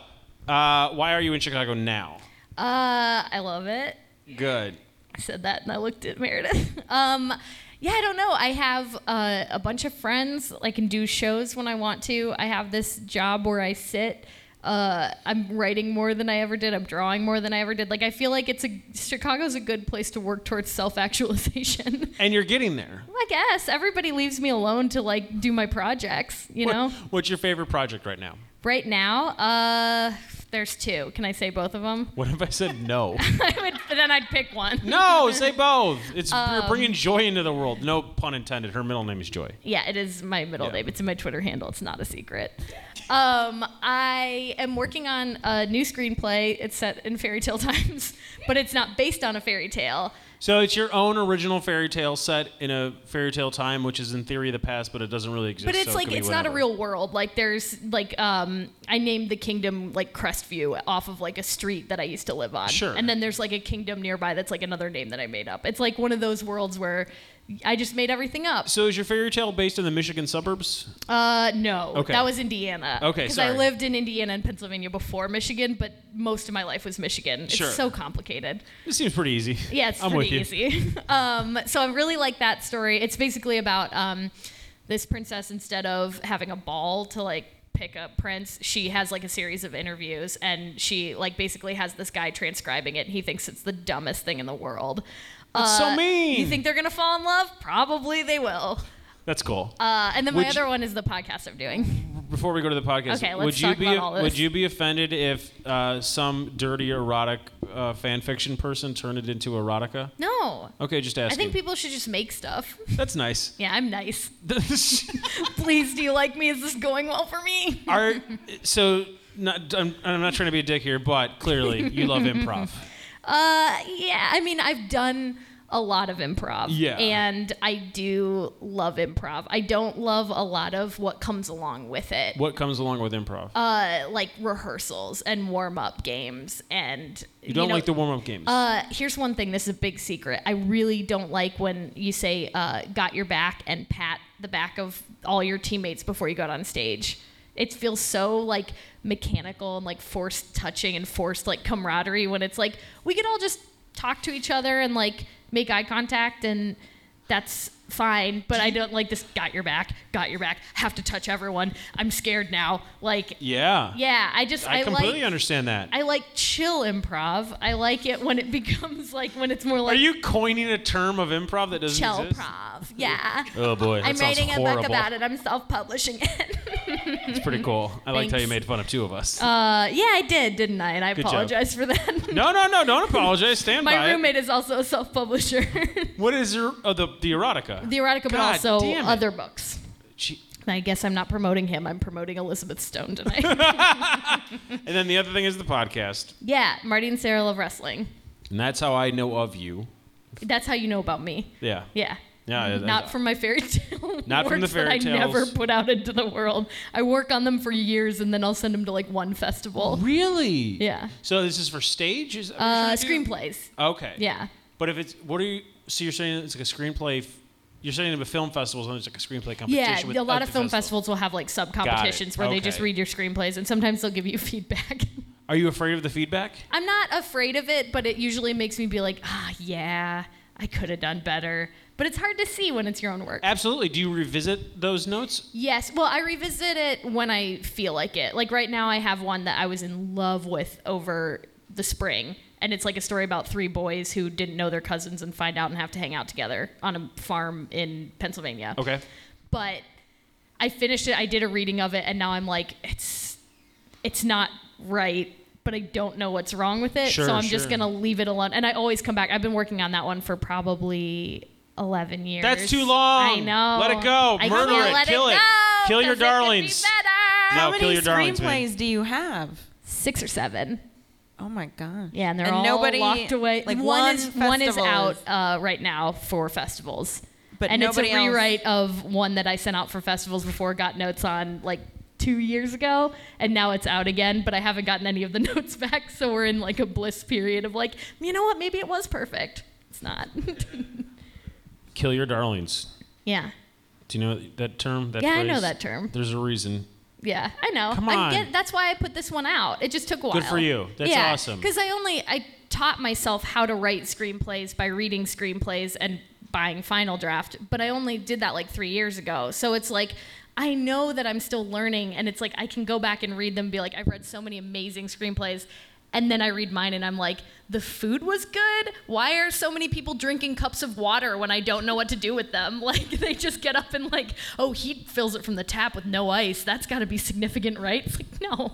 Speaker 1: uh, why are you in Chicago now?
Speaker 6: Uh, I love it.
Speaker 1: Good.
Speaker 6: I said that and I looked at Meredith. Um, yeah, I don't know. I have uh, a bunch of friends. I can do shows when I want to. I have this job where I sit. Uh, I'm writing more than I ever did. I'm drawing more than I ever did. Like I feel like it's a Chicago's a good place to work towards self-actualization.
Speaker 1: And you're getting there.
Speaker 6: I guess everybody leaves me alone to like do my projects. You
Speaker 1: What-
Speaker 6: know,
Speaker 1: what's your favorite project right now?
Speaker 6: right now, uh, there's two. Can I say both of them?
Speaker 1: What if I said no?
Speaker 6: I would, then I'd pick one.
Speaker 1: no, say both. It's
Speaker 6: Um,
Speaker 1: you're bringing joy into the world. No pun intended. Her middle name is Joy.
Speaker 6: Yeah, it is my middle
Speaker 1: Yeah.
Speaker 6: name. It's in my Twitter handle. It's not a secret. Um, I am working on a new screenplay. It's set in fairy tale times, but it's not based on a fairy tale.
Speaker 1: So it's your own original fairy tale set in a fairy tale time, which is in theory the past, but it doesn't really exist.
Speaker 6: But it's
Speaker 1: so it
Speaker 6: like
Speaker 1: could be
Speaker 6: it's not a
Speaker 1: whatever.
Speaker 6: real world. Like there's like um, I named the kingdom like Crestview off of like a street that I used to live on.
Speaker 1: Sure.
Speaker 6: And then there's like a kingdom nearby that's like another name that I made up. It's like one of those worlds where I just made everything up.
Speaker 1: So is your fairy tale based in the Michigan suburbs?
Speaker 6: Uh, no.
Speaker 1: Okay.
Speaker 6: That was Indiana.
Speaker 1: Okay,
Speaker 6: Because I
Speaker 1: sorry.
Speaker 6: lived in Indiana and Pennsylvania before Michigan, but most of my life was Michigan. It's
Speaker 1: Sure.
Speaker 6: so complicated.
Speaker 1: This seems pretty easy.
Speaker 6: Yeah, it's
Speaker 1: I'm
Speaker 6: pretty
Speaker 1: with you.
Speaker 6: easy. um, so I really like that story. It's basically about um, this princess instead of having a ball to like pick up prince she has like a series of interviews and she like basically has this guy transcribing it and he thinks it's the dumbest thing in the world Uh,
Speaker 1: That's so
Speaker 6: you
Speaker 1: mean.
Speaker 6: think they're gonna fall in love probably they will
Speaker 1: That's cool.
Speaker 6: uh, and then
Speaker 1: Would
Speaker 6: my
Speaker 1: you-
Speaker 6: other one is the podcast i'm doing
Speaker 1: Before we go to the podcast,
Speaker 6: Um, Okay, let's
Speaker 1: would you
Speaker 6: talk
Speaker 1: be
Speaker 6: about all this.
Speaker 1: would you be offended if uh, some dirty erotic uh, fan fiction person turned it into erotica?
Speaker 6: No.
Speaker 1: Okay, just asking.
Speaker 6: I think people should just make stuff.
Speaker 1: That's nice.
Speaker 6: Yeah, I'm nice. Please, do you like me? Is this going well for me?
Speaker 1: Are so not, I'm, I'm not trying to be a dick here, but clearly you love improv.
Speaker 6: Uh, yeah. I mean, I've done a lot of improv.
Speaker 1: Yeah.
Speaker 6: And I do love improv. I don't love a lot of what comes along with it.
Speaker 1: What comes along with improv?
Speaker 6: Uh, like rehearsals and warm up games and
Speaker 1: you don't like the warm up games.
Speaker 6: Uh, here's one thing. This is a big secret. I really don't like when you say uh, "got your back" and pat the back of all your teammates before you go out on stage. It feels so like mechanical and like forced touching and forced like camaraderie when it's like we could all just talk to each other and like make eye contact and that's fine. But I don't like this "got your back," "got your back," have to touch everyone. I'm scared now. Like
Speaker 1: yeah.
Speaker 6: yeah, I just I,
Speaker 1: I completely
Speaker 6: like.
Speaker 1: understand that.
Speaker 6: I like chill improv. I like it when it becomes like when it's more
Speaker 1: Are
Speaker 6: like
Speaker 1: you coining a term of improv that doesn't
Speaker 6: chill
Speaker 1: exist?
Speaker 6: improv. Yeah.
Speaker 1: Oh boy, that
Speaker 6: I'm
Speaker 1: sounds
Speaker 6: writing
Speaker 1: horrible.
Speaker 6: a book about it. I'm self-publishing it.
Speaker 1: It's pretty cool. I liked how you
Speaker 6: Thanks.
Speaker 1: made fun of two of us.
Speaker 6: Uh, yeah, I did, didn't I? And I
Speaker 1: Good job.
Speaker 6: apologize for that.
Speaker 1: no, no, no! Don't apologize. Stand by
Speaker 6: My
Speaker 1: it.
Speaker 6: roommate is also a self-publisher.
Speaker 1: What is your, uh, the the erotica?
Speaker 6: the er erotica, but
Speaker 1: God
Speaker 6: also
Speaker 1: damn it.
Speaker 6: other books.
Speaker 1: She-
Speaker 6: And I guess I'm not promoting him. I'm promoting Elizabeth Stone tonight.
Speaker 1: and then the other thing is the podcast,
Speaker 6: yeah, Marty and Sarah love wrestling.
Speaker 1: and that's how I know of you.
Speaker 6: That's how you know about me.
Speaker 1: Yeah.
Speaker 6: Yeah.
Speaker 1: Yeah. I- I-
Speaker 6: Not from my fairy tale.
Speaker 1: Not from the
Speaker 6: works
Speaker 1: fairy
Speaker 6: that I never
Speaker 1: tales.
Speaker 6: put out into the world. I work on them for years and then I'll send them to like one festival.
Speaker 1: Really?
Speaker 6: Yeah.
Speaker 1: So this is for stage? Is,
Speaker 6: Uh, screenplays.
Speaker 1: Okay.
Speaker 6: Yeah.
Speaker 1: But if it's what are you? so you're saying it's like a screenplay. F- you're saying of a film festival, so it's like a screenplay competition.
Speaker 6: Yeah,
Speaker 1: with
Speaker 6: a lot
Speaker 1: other
Speaker 6: of film
Speaker 1: festivals.
Speaker 6: festivals will have like sub competitions where they just
Speaker 1: Okay.
Speaker 6: read your screenplays, and sometimes they'll give you feedback.
Speaker 1: Are you afraid of the feedback?
Speaker 6: I'm not afraid of it, but it usually makes me be like, ah, yeah, I could have done better. But it's hard to see when it's your own work.
Speaker 1: Absolutely. Do you revisit those notes?
Speaker 6: Yes. Well, I revisit it when I feel like it. Like right now, I have one that I was in love with over the spring. And it's like a story about three boys who didn't know their cousins and find out and have to hang out together on a farm in Pennsylvania.
Speaker 1: Okay.
Speaker 6: But I finished it, I did a reading of it, and now I'm like, it's it's not right, but I don't know what's wrong with it.
Speaker 1: Sure,
Speaker 6: so I'm
Speaker 1: sure.
Speaker 6: just gonna leave it alone. And I always come back. I've been working on that one for probably eleven years.
Speaker 1: That's too long.
Speaker 6: I know.
Speaker 1: Let it go.
Speaker 6: I
Speaker 1: Murder
Speaker 6: can't
Speaker 1: it.
Speaker 6: let
Speaker 1: Kill it.
Speaker 6: go,
Speaker 1: Kill your
Speaker 6: 'cause it could be
Speaker 1: darlings.
Speaker 6: better.
Speaker 1: No,
Speaker 2: How
Speaker 1: kill
Speaker 2: many
Speaker 1: your darlings, man.
Speaker 2: screenplays do you have?
Speaker 6: Six or seven.
Speaker 2: Oh my god.
Speaker 6: Yeah, and they're
Speaker 2: and
Speaker 6: all
Speaker 2: nobody,
Speaker 6: locked away.
Speaker 2: Like
Speaker 6: one, is one is
Speaker 2: festival
Speaker 6: out uh, right now for festivals,
Speaker 2: But
Speaker 6: and it's a
Speaker 2: nobody else-
Speaker 6: rewrite of one that I sent out for festivals before. Got notes on like two years ago, and now it's out again. But I haven't gotten any of the notes back, so we're in like a bliss period of like, you know what? Maybe it was perfect. It's not.
Speaker 1: Kill your darlings.
Speaker 6: yeah.
Speaker 1: Do you know that term? That
Speaker 6: Yeah, I know
Speaker 1: phrase?
Speaker 6: that term.
Speaker 1: There's a reason.
Speaker 6: Yeah, I know.
Speaker 1: Come
Speaker 6: I
Speaker 1: on.
Speaker 6: get, that's why I put this one out. It just took a while.
Speaker 1: Good for you. That's awesome.
Speaker 6: Because I only I taught myself how to write screenplays by reading screenplays and buying Final Draft, but I only did that like three years ago. So it's like I know that I'm still learning, and it's like I can go back and read them, and be like, I've read so many amazing screenplays. And then I read mine and I'm like, the food was good? Why are so many people drinking cups of water when I don't know what to do with them? Like, they just get up and, like, oh, he fills it from the tap with no ice. That's gotta be significant, right? It's like, no.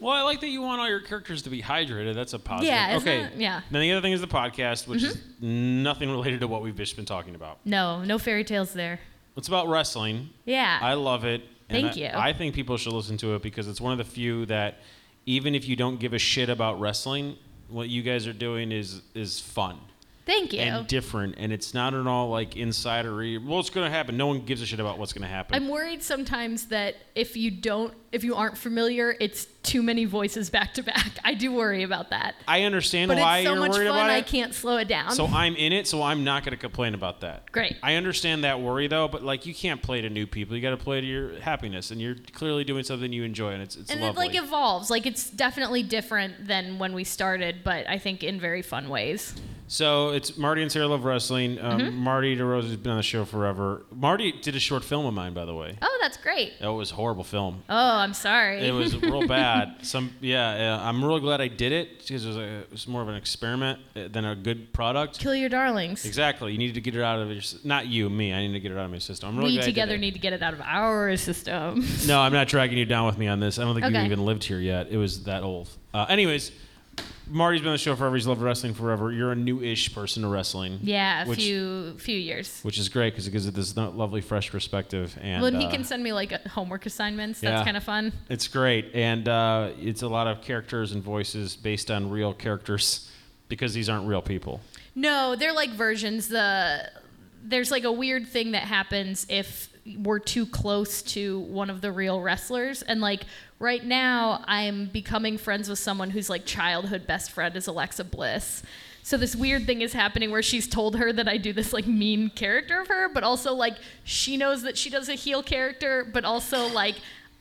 Speaker 1: Well, I like that you want all your characters to be hydrated. That's a positive.
Speaker 6: Yeah, isn't
Speaker 1: okay.
Speaker 6: it? Yeah. Mm-hmm.
Speaker 1: Then the other thing is the podcast, which is nothing related to what we've just been talking about.
Speaker 6: No, no fairy tales there.
Speaker 1: It's about wrestling.
Speaker 6: Yeah.
Speaker 1: I love it. and
Speaker 6: Thank
Speaker 1: I-
Speaker 6: you.
Speaker 1: I think people should listen to it because it's one of the few that, even if you don't give a shit about wrestling, what you guys are doing is is fun
Speaker 6: Thank you.
Speaker 1: and different, and it's not at all like insidery. Well, it's gonna happen. No one gives a shit about what's gonna happen.
Speaker 6: I'm worried sometimes that if you don't, if you aren't familiar, it's too many voices back to back. I do worry about that.
Speaker 1: I understand
Speaker 6: But
Speaker 1: why
Speaker 6: it's so
Speaker 1: you're
Speaker 6: much
Speaker 1: worried
Speaker 6: fun,
Speaker 1: about it.
Speaker 6: I can't slow it down.
Speaker 1: So I'm in it, so I'm not going to complain about that.
Speaker 6: Great.
Speaker 1: I understand that worry though, but like you can't play to new people. You got to play to your happiness, and you're clearly doing something you enjoy, and it's it's
Speaker 6: and it
Speaker 1: lovely.
Speaker 6: like evolves. Like it's definitely different than when we started, but I think in very fun ways.
Speaker 1: so it's Marty and Sarah love wrestling. Um,
Speaker 6: Mm-hmm.
Speaker 1: Marty DeRosa has been on the show forever. Marty did a short film of mine, by the way.
Speaker 6: Oh, that's great.
Speaker 1: That was a horrible film.
Speaker 6: Oh, I'm sorry.
Speaker 1: It was real bad. Some yeah, yeah, I'm really glad I did it because it was, a, it was more of an experiment uh, than a good product.
Speaker 6: Kill your darlings.
Speaker 1: Exactly. You needed to get it out of your s- not you, me. I need to get it out of my system. I'm really
Speaker 6: we
Speaker 1: glad I did
Speaker 6: together
Speaker 1: it.
Speaker 6: need to get it out of our system.
Speaker 1: No, I'm not dragging you down with me on this. I don't think you
Speaker 6: Okay.
Speaker 1: even lived here yet. It was that old. Uh, anyways, Marty's been on the show forever. He's loved wrestling forever. You're a new-ish person to wrestling.
Speaker 6: yeah, a
Speaker 1: which,
Speaker 6: few few years.
Speaker 1: Which is great because it gives it this no- lovely, fresh perspective. And
Speaker 6: Well, and he
Speaker 1: uh,
Speaker 6: can send me like uh, homework assignments. That's
Speaker 1: yeah.
Speaker 6: kind of fun.
Speaker 1: It's great, and uh, it's a lot of characters and voices based on real characters because these aren't real people.
Speaker 6: No, they're like versions. The there's like a weird thing that happens if we're too close to one of the real wrestlers. And like right now, I'm becoming friends with someone whose like childhood best friend is Alexa Bliss. So this weird thing is happening where she's told her that I do this like mean character of her, but also like she knows that she does a heel character, but also like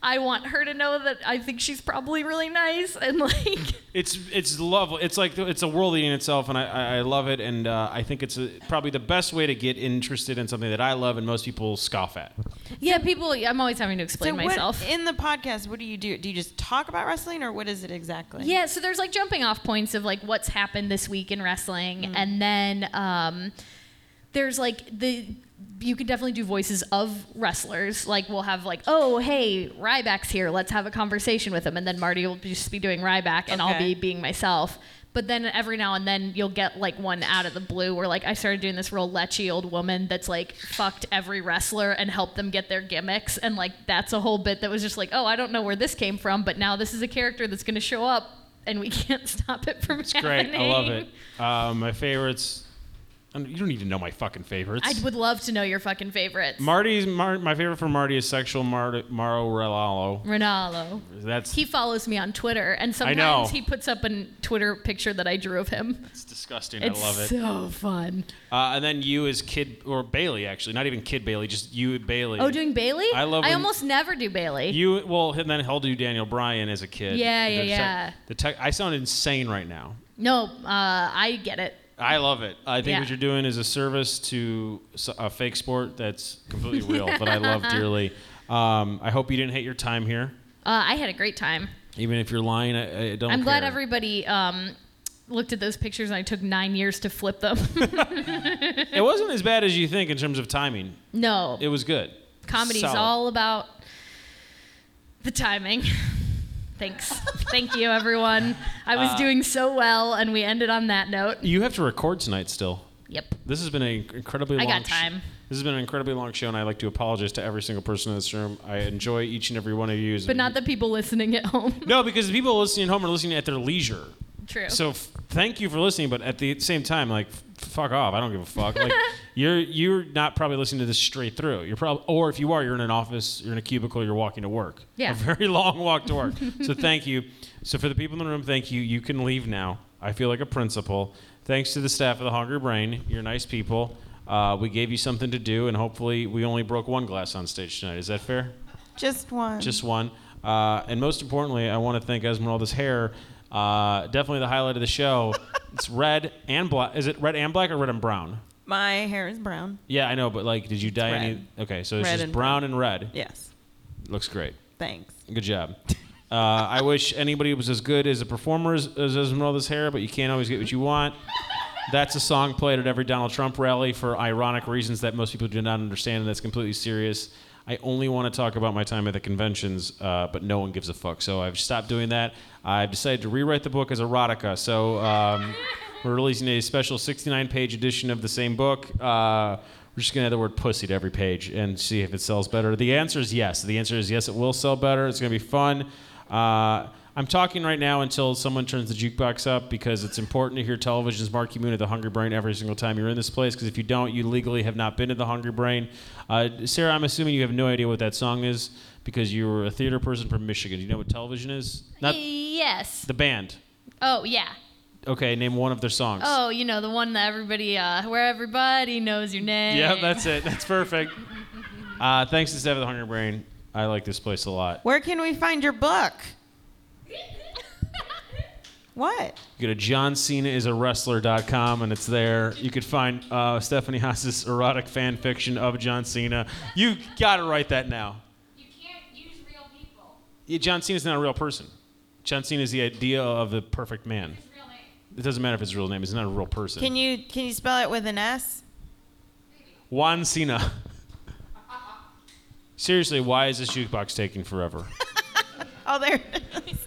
Speaker 6: I want her to know that I think she's probably really nice and like
Speaker 1: It's it's lovely. It's like it's a world in itself, and I, I, I love it. And uh, I think it's a, probably the best way to get interested in something that I love and most people scoff at.
Speaker 6: Yeah, people. I'm always having to explain
Speaker 2: So what-
Speaker 6: myself.
Speaker 2: in the podcast, what do you do? Do you just talk about wrestling, or what is it exactly?
Speaker 6: yeah, so there's like jumping off points of like what's happened this week in wrestling, and then um, there's like the you could definitely do voices of wrestlers. Like we'll have like, oh hey, Ryback's here. Let's have a conversation with him, and then Marty will just be doing Ryback, and I'll
Speaker 2: Okay.
Speaker 6: be being myself. But then every now and then you'll get like one out of the blue where like I started doing this real lechy old woman that's like fucked every wrestler and helped them get their gimmicks and like that's a whole bit that was just like oh I don't know where this came from but now this is a character that's gonna show up and we can't stop it from
Speaker 1: Great,
Speaker 6: happening.
Speaker 1: I love it. Uh, my favorites, I don't- you don't need to know my fucking favorites.
Speaker 6: I would love to know your fucking favorites.
Speaker 1: Marty's Mar- my favorite from Marty is sexual Mar- Maro Relalo.
Speaker 6: Ronaldo.
Speaker 1: That's
Speaker 6: He follows me on Twitter, and
Speaker 1: know.
Speaker 6: sometimes he puts up a Twitter picture that I drew of him.
Speaker 1: it's disgusting.
Speaker 6: It's
Speaker 1: I love it.
Speaker 6: so fun.
Speaker 1: uh, and then you as kid or Bailey actually, not even kid Bailey, just you Bailey.
Speaker 6: Oh, doing Bailey?
Speaker 1: I love
Speaker 6: I
Speaker 1: when-
Speaker 6: almost never do Bailey.
Speaker 1: you well, and then he'll do Daniel Bryan as a kid.
Speaker 6: Yeah,
Speaker 1: The
Speaker 6: yeah,
Speaker 1: tech-
Speaker 6: yeah.
Speaker 1: The tech, I sound insane right now.
Speaker 6: no, uh, I get it.
Speaker 1: I love it. I think
Speaker 6: Yeah.
Speaker 1: what you're doing is a service to s- a fake sport that's completely real that I love dearly. Um, I hope you didn't hate your time here.
Speaker 6: Uh, I had a great time.
Speaker 1: Even if you're lying, I, I don't.
Speaker 6: I'm glad
Speaker 1: care.
Speaker 6: everybody um, looked at those pictures, and I took nine years to flip them.
Speaker 1: It wasn't as bad as you think in terms of timing.
Speaker 6: no,
Speaker 1: It was good.
Speaker 6: comedy's
Speaker 1: Solid.
Speaker 6: all about the timing. Thanks. Thank you, everyone. I
Speaker 1: Uh,
Speaker 6: was doing so well, and we ended on that note.
Speaker 1: You have to record tonight still.
Speaker 6: Yep.
Speaker 1: This has been an incredibly
Speaker 6: I
Speaker 1: long
Speaker 6: got
Speaker 1: sh-
Speaker 6: time.
Speaker 1: this has been an incredibly long show, and I'd like to apologize to every single person in this room. I enjoy each and every one of you.
Speaker 6: But not the people listening at home.
Speaker 1: No, because the people listening at home are listening at their leisure.
Speaker 6: True.
Speaker 1: So f- thank you for listening, but at the same time, like, f- fuck off. I don't give a fuck. Like, you're you're not probably listening to this straight through. You're probably, or if you are, you're in an office, you're in a cubicle, you're walking to work.
Speaker 6: Yeah.
Speaker 1: A very long walk to work. so thank you. So for the people in the room, thank you. You can leave now. I feel like a principal. Thanks to the staff of the Hungry Brain. You're nice people. Uh, we gave you something to do, and hopefully, we only broke one glass on stage tonight. Is that fair?
Speaker 2: Just one.
Speaker 1: just one. Uh, and most importantly, I want to thank Esmeralda's hair. Uh, definitely the highlight of the show. it's red and black. Is it red and black or red and brown?
Speaker 2: My hair is brown.
Speaker 1: Yeah, I know, but like, did you dye any?
Speaker 2: red.
Speaker 1: Okay, so it's
Speaker 2: Red
Speaker 1: just
Speaker 2: and
Speaker 1: brown and red.
Speaker 2: Yes.
Speaker 1: Looks great.
Speaker 2: Thanks.
Speaker 1: Good job. Uh, I wish anybody was as good as a performer as, as Esmeralda's hair, but you can't always get what you want. That's a song played at every Donald Trump rally for ironic reasons that most people do not understand, and that's completely serious. I only want to talk about my time at the conventions, uh, but no one gives a fuck. So I've stopped doing that. I've decided to rewrite the book as erotica. So um, we're releasing a special 69 page edition of the same book. Uh, we're just going to add the word pussy to every page and see if it sells better. The answer is yes. The answer is yes, it will sell better. It's going to be fun. Uh, I'm talking right now until someone turns the jukebox up because it's important to hear television's Marky Moon at the Hungry Brain every single time you're in this place. Because if you don't, you legally have not been to the Hungry Brain. Uh, Sarah, I'm assuming you have no idea what that song is because you were a theater person from Michigan. Do you know what television is? Not
Speaker 6: yes.
Speaker 1: the band.
Speaker 6: Oh, yeah.
Speaker 1: Okay, name one of their songs.
Speaker 6: Oh, you know, the one that everybody, uh, where everybody knows your name.
Speaker 1: Yeah, that's it. That's perfect. Uh, thanks to Steph of the Hungry Brain. I like this place a lot.
Speaker 2: Where can we find your book? What?
Speaker 1: You go to John Cena is a wrestler.com and it's there. You could find uh, Stephanie Haas's erotic fan fiction of John Cena. You got to write that now.
Speaker 8: You can't use real people.
Speaker 1: Yeah, John Cena's not a real person. John Cena is the idea of the perfect man.
Speaker 8: It's real name.
Speaker 1: It doesn't matter if it's his real name, he's not a real person.
Speaker 2: Can you can you spell it with an S?
Speaker 1: Juan Cena. Seriously, why is this jukebox taking forever?
Speaker 2: Oh, there. it is.